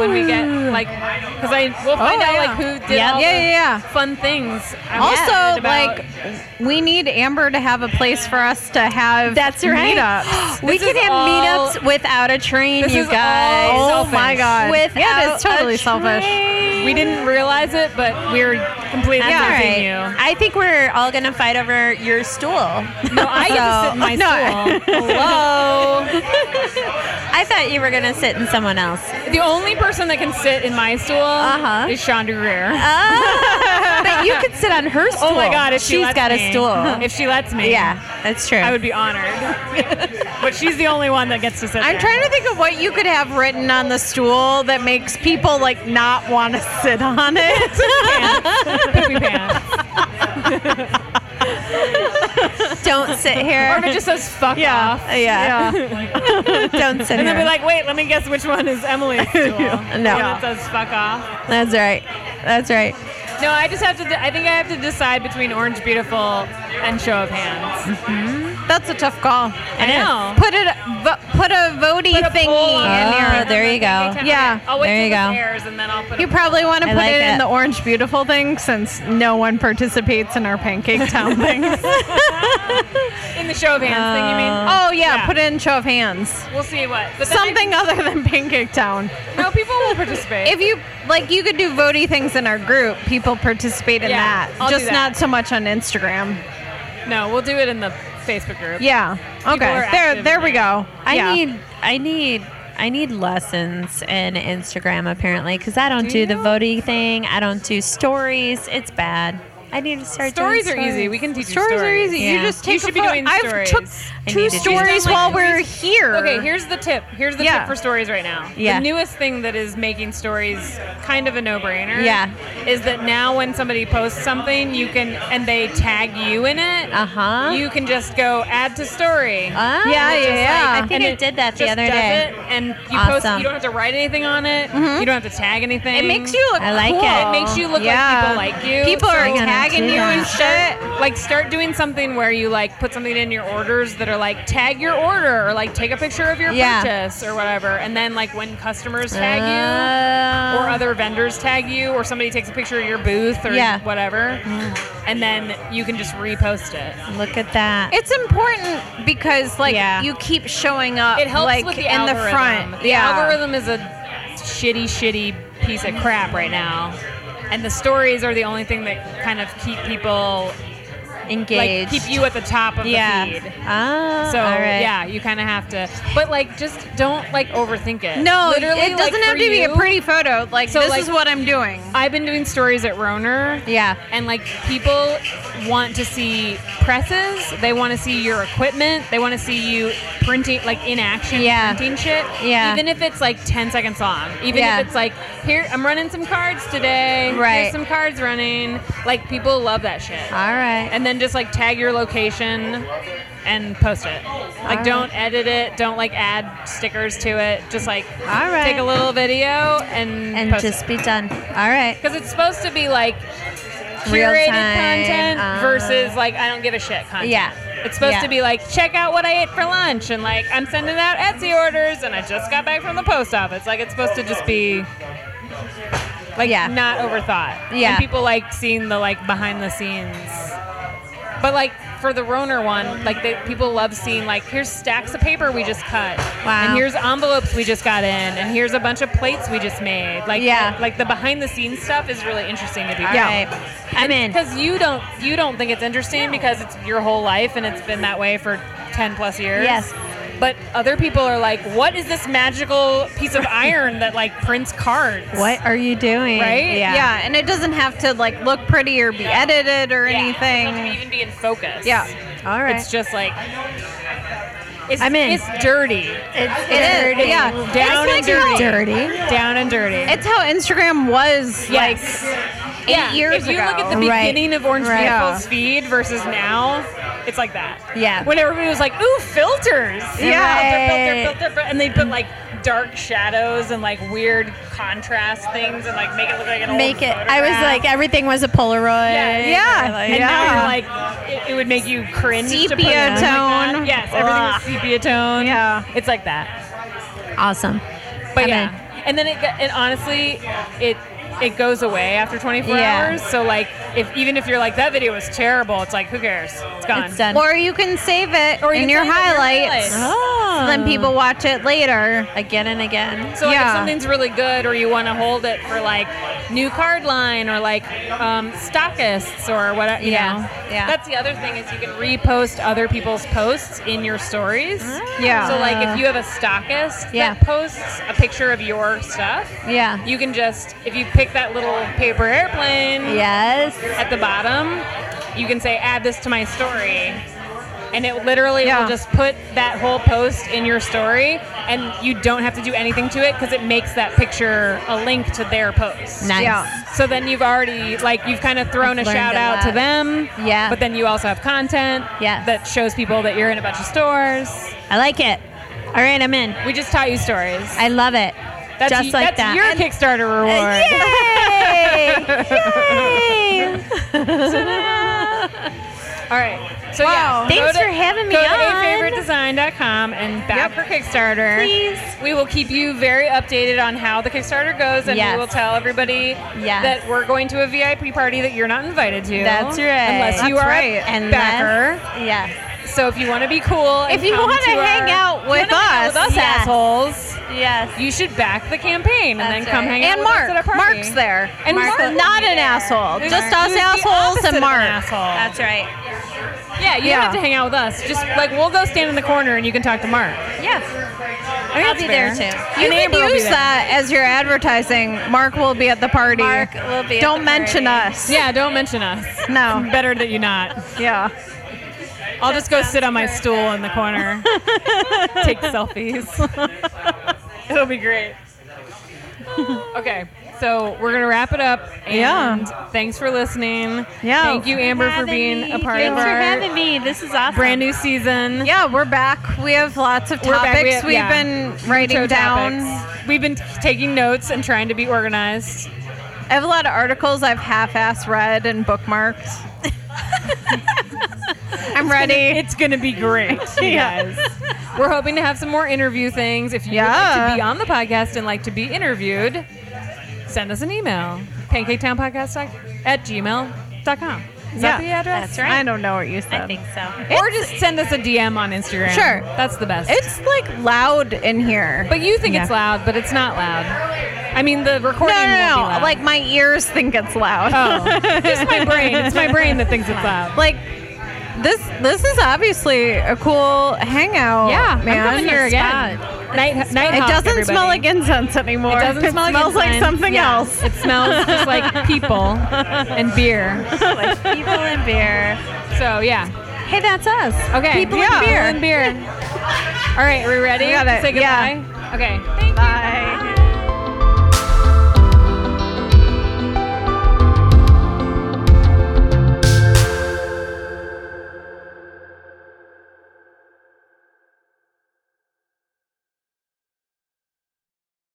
when we get, Ooh. like, because I, we'll find Oh, out, yeah. like, who did Yep. all yeah, the yeah, yeah. fun things. I'm excited Also, about. like, we need Amber to have a place for us to have That's right. meetups. (gasps) we This can is have all- meetups without a train, This you is all guys. Oh selfish. my god. Without yeah, it's totally a selfish. train. we didn't realize it, but we we're completely That's all using right. I think we're all gonna fight over your stool. you. (laughs) No, I get to sit in my No. stool. (laughs) Hello. I thought you were gonna sit in someone else. the only person that can sit in my stool Uh-huh. Ah, is Shonda Greer. but you could sit on her (laughs) stool. Oh my god, if she she's lets got me. a stool. (laughs) If she lets me, yeah, that's true. I would be honored. but she's the only one that gets to sit. I'm there. trying to think of what you could have written on the stool that makes people like not want to sit on (laughs) it. Poopy (laughs) pants. Don't sit Or if here. it just says fuck off. yeah, Don't sit And here. then be like, wait, let me guess which one is (laughs) Emily's stool. No. It says fuck off. that's right. That's right. No, I just have to, I think I have to decide between Orange Beautiful and Show of Hands. That's a tough call. I know. Put it vo- put a votey Put a thingy poll on in Oh, it, here. and there then you go. okay, Yeah. I'll wait There till you this go. airs and then I'll put You a probably want to I put like it, it. in the orange beautiful thing since no one participates in our pancake town thing. (laughs) in the show of hands thing. You mean? oh yeah, put it in show of hands. We'll see what. But then Something other than pancake town. I- no, people will (laughs) participate. If you like, you could do votey things in our group. People participate in Yeah, that, I'll do just that. not so much on Instagram. no, we'll do it in the Facebook group. Yeah. Okay. are active There. in There we there. go. I Yeah. need. I need. I need lessons in Instagram apparently because I don't do, Do the you? voting thing. I don't do stories. It's bad. I need to start. Stories doing are easy. We can teach you Stories are easy. Yeah. You just You take should a be photo. doing I've took stories. I two need to do stories that. while Like, we're here. Okay, here's the tip. Here's the Yeah. tip for stories right now. Yeah. The newest thing that is making stories kind of a no-brainer. Yeah. Is that now when somebody posts something, you can and they tag you in it. Uh-huh. You can just go add to story. Ah, Yeah, just yeah, yeah. I think And I it did that the just other does day. it, and you post. Awesome. Mm-hmm. You don't have to write anything on it. You don't have to tag anything. It makes you look. I like cool. it. It makes you look Yeah. like people like you. People So are I'm gonna tagging do you and start- shit. Like start doing something where you like put something in your orders that are like tag your order or like take a picture of your Yeah. purchase or whatever. And then like when customers tag you Uh, or other vendors tag you or somebody takes a picture of your booth or Yeah. whatever. And then you can just repost it. Uh, Look at that. It's important because like Yeah. you keep showing up. It helps like with the in algorithm. the front. The yeah. algorithm is a shitty, shitty piece of crap right now. And the stories are the only thing that kind of keep people Engaged. like keep you at the top of yeah. the feed. Ah, So all right. yeah, you kind of have to, but like just don't like overthink it. No, literally, it doesn't like, have for to be a you, pretty photo. Like So, this like- is what I'm doing. I've been doing stories at Roner. Yeah. and like people want to see presses. They want to see your equipment. They want to see you printing, like in action, Yeah. printing shit. Yeah. even if it's like ten seconds long. Even Yeah. if it's like here, I'm running some cards today. Right. Here's some cards running. Like people love that shit All right. and then just like tag your location and post it. Like right. don't edit it, don't like add stickers to it. Just like All right. take a little video and and post just be done. All right. because it's supposed to be like Real curated time, content uh, versus like I don't give a shit content. Yeah. It's supposed Yeah. to be like check out what I ate for lunch and like I'm sending out Etsy orders and I just got back from the post office. Like it's supposed to just be like Yeah. not overthought. Yeah. And people like seeing the like behind the scenes. But like for the Roner one, like they, people love seeing like here's stacks of paper we just cut, Wow. and here's envelopes we just got in, and here's a bunch of plates we just made. Like Yeah. like the behind the scenes stuff is really interesting to people. All right. I'm in. Because you don't you don't think it's interesting because it's your whole life and it's been that way for ten plus years. Yes. But other people are like, what is this magical piece of iron that like prints cards? What are you doing? Right? Yeah. Yeah. and it doesn't have to like look pretty or be edited or Yeah, it doesn't have to anything. even be in focus. Yeah. All right. It's just like it's, I'm in. it's dirty. it's It is, yeah. Down and it's like dirty. How, Dirty. Down and dirty. it's how Instagram was yes. like eight years If you ago. look at the Right. beginning of Orange Right. People's feed versus now, it's like that. Yeah. When everybody was like, ooh, filters. Yeah. Filter, filter, filter, fil- And they put like dark shadows and like weird contrast things and like make it look like an Make old it. I was photograph. like, everything was a Polaroid. Yeah, yeah, Or, like- And Yeah. now you're like, it, it would make you cringe. to put it Sepia on like that. tone. yes, Ugh. everything's sepia tone. Yeah. It's like that. Awesome. But I'm yeah, and then it, go- it honestly, it it goes away after 24 Yeah. hours. So like, if even if you're like that video was terrible, it's like who cares? It's gone. It's done. or you can save it Or you in can your save it in your highlights. highlights. Oh. Then people watch it later. again and again. So like, Yeah. if something's really good, or you want to hold it for like new card line, or like um, stockists, or whatever. You Yeah. know? Yeah. That's the other thing is you can repost other people's posts in your stories. Yeah. So like, if you have a stockist Ah. Yeah. that posts a picture of your stuff, Yeah. you can just if you pick that little paper airplane. Yes. at the bottom, you can say, add this to my story. And it literally Yeah. will just put that whole post in your story, and you don't have to do anything to it because it makes that picture a link to their post. Nice. Yeah. So then you've already, like, you've kind of thrown a I've learned shout a out to lot. them. Yeah. But then you also have content Yes. that shows people that you're in a bunch of stores. I like it. All right, I'm in. We just taught you stories. I love it. that's Just that's like that. uh, your Kickstarter reward. (laughs) Yay! Yay! All right. So yeah, Thanks go to- for having me Go to on. afavoritedesign.com and back for Kickstarter. Please. We will keep you very updated on how the Kickstarter goes, and Yes. we will tell everybody Yes. that we're going to a VIP party that you're not invited to. That's right. Unless you That's are right. a Unless- backer. Yes. So if you want to be cool, and If you come wanna to our- hang out If you with wanna hang out us, with us yes. assholes, Yes. you should back the campaign and That's then come right. hang And out with us at Mark. a party. Mark's there. And Mark's Mark will not be an there. asshole. Who's- Just us who's the assholes opposite of and an Mark. asshole. That's right. Yeah, you Yeah. don't have to hang out with us. Just like we'll go stand in the corner and you can talk to Mark. Yeah. I mean, I'll that's be there fair. too. You And can Amber will be use there. that as your advertising. Mark will be at the party. Mark will be at Don't the mention party. us. Yeah, don't mention us. No. Better that you not. Yeah. I'll just go sit on my stool in the corner, take selfies. It'll be great. Okay, so we're gonna wrap it up. And Thanks for listening. Yeah. Thank you, Amber, for being a part of Thanks for our having me. This is awesome. brand new season. Yeah, we're back. We have lots of We're back. topics We we have- have, yeah. been writing Intro down. topics. We've been t- taking notes and trying to be organized. I have a lot of articles I've half-ass read (laughs) and bookmarked. (laughs) I'm ready. It's gonna be (laughs) great, you guys. We're hoping to have some more interview things. If you would like Yeah. to be on the podcast and like to be interviewed, send us an email. PancakeTownPodcast doc- at gmail.com. Is that Yeah. the address? That's right. I don't know what you said. I think so. (laughs) Or just send us a DM on Instagram. Sure. That's the best. It's like loud in here. but you think it's Yeah. loud, but it's not loud. I mean, the recording no, won't be no, loud. no. Like my ears think it's loud. (laughs) oh, just my brain. It's my brain that thinks it's loud. Like this. This is obviously a cool hangout. yeah, man. I'm coming here again. Night, night It hawk, doesn't everybody. smell like incense anymore. It doesn't smell like smells like incense. something Yeah. else. It smells just (laughs) like people and beer. like people and beer. So yeah. Hey, that's us. Okay. People yeah. and beer. and beer. All right, are we ready? We got it. Say goodbye. Yeah. Okay. Thank you. Bye.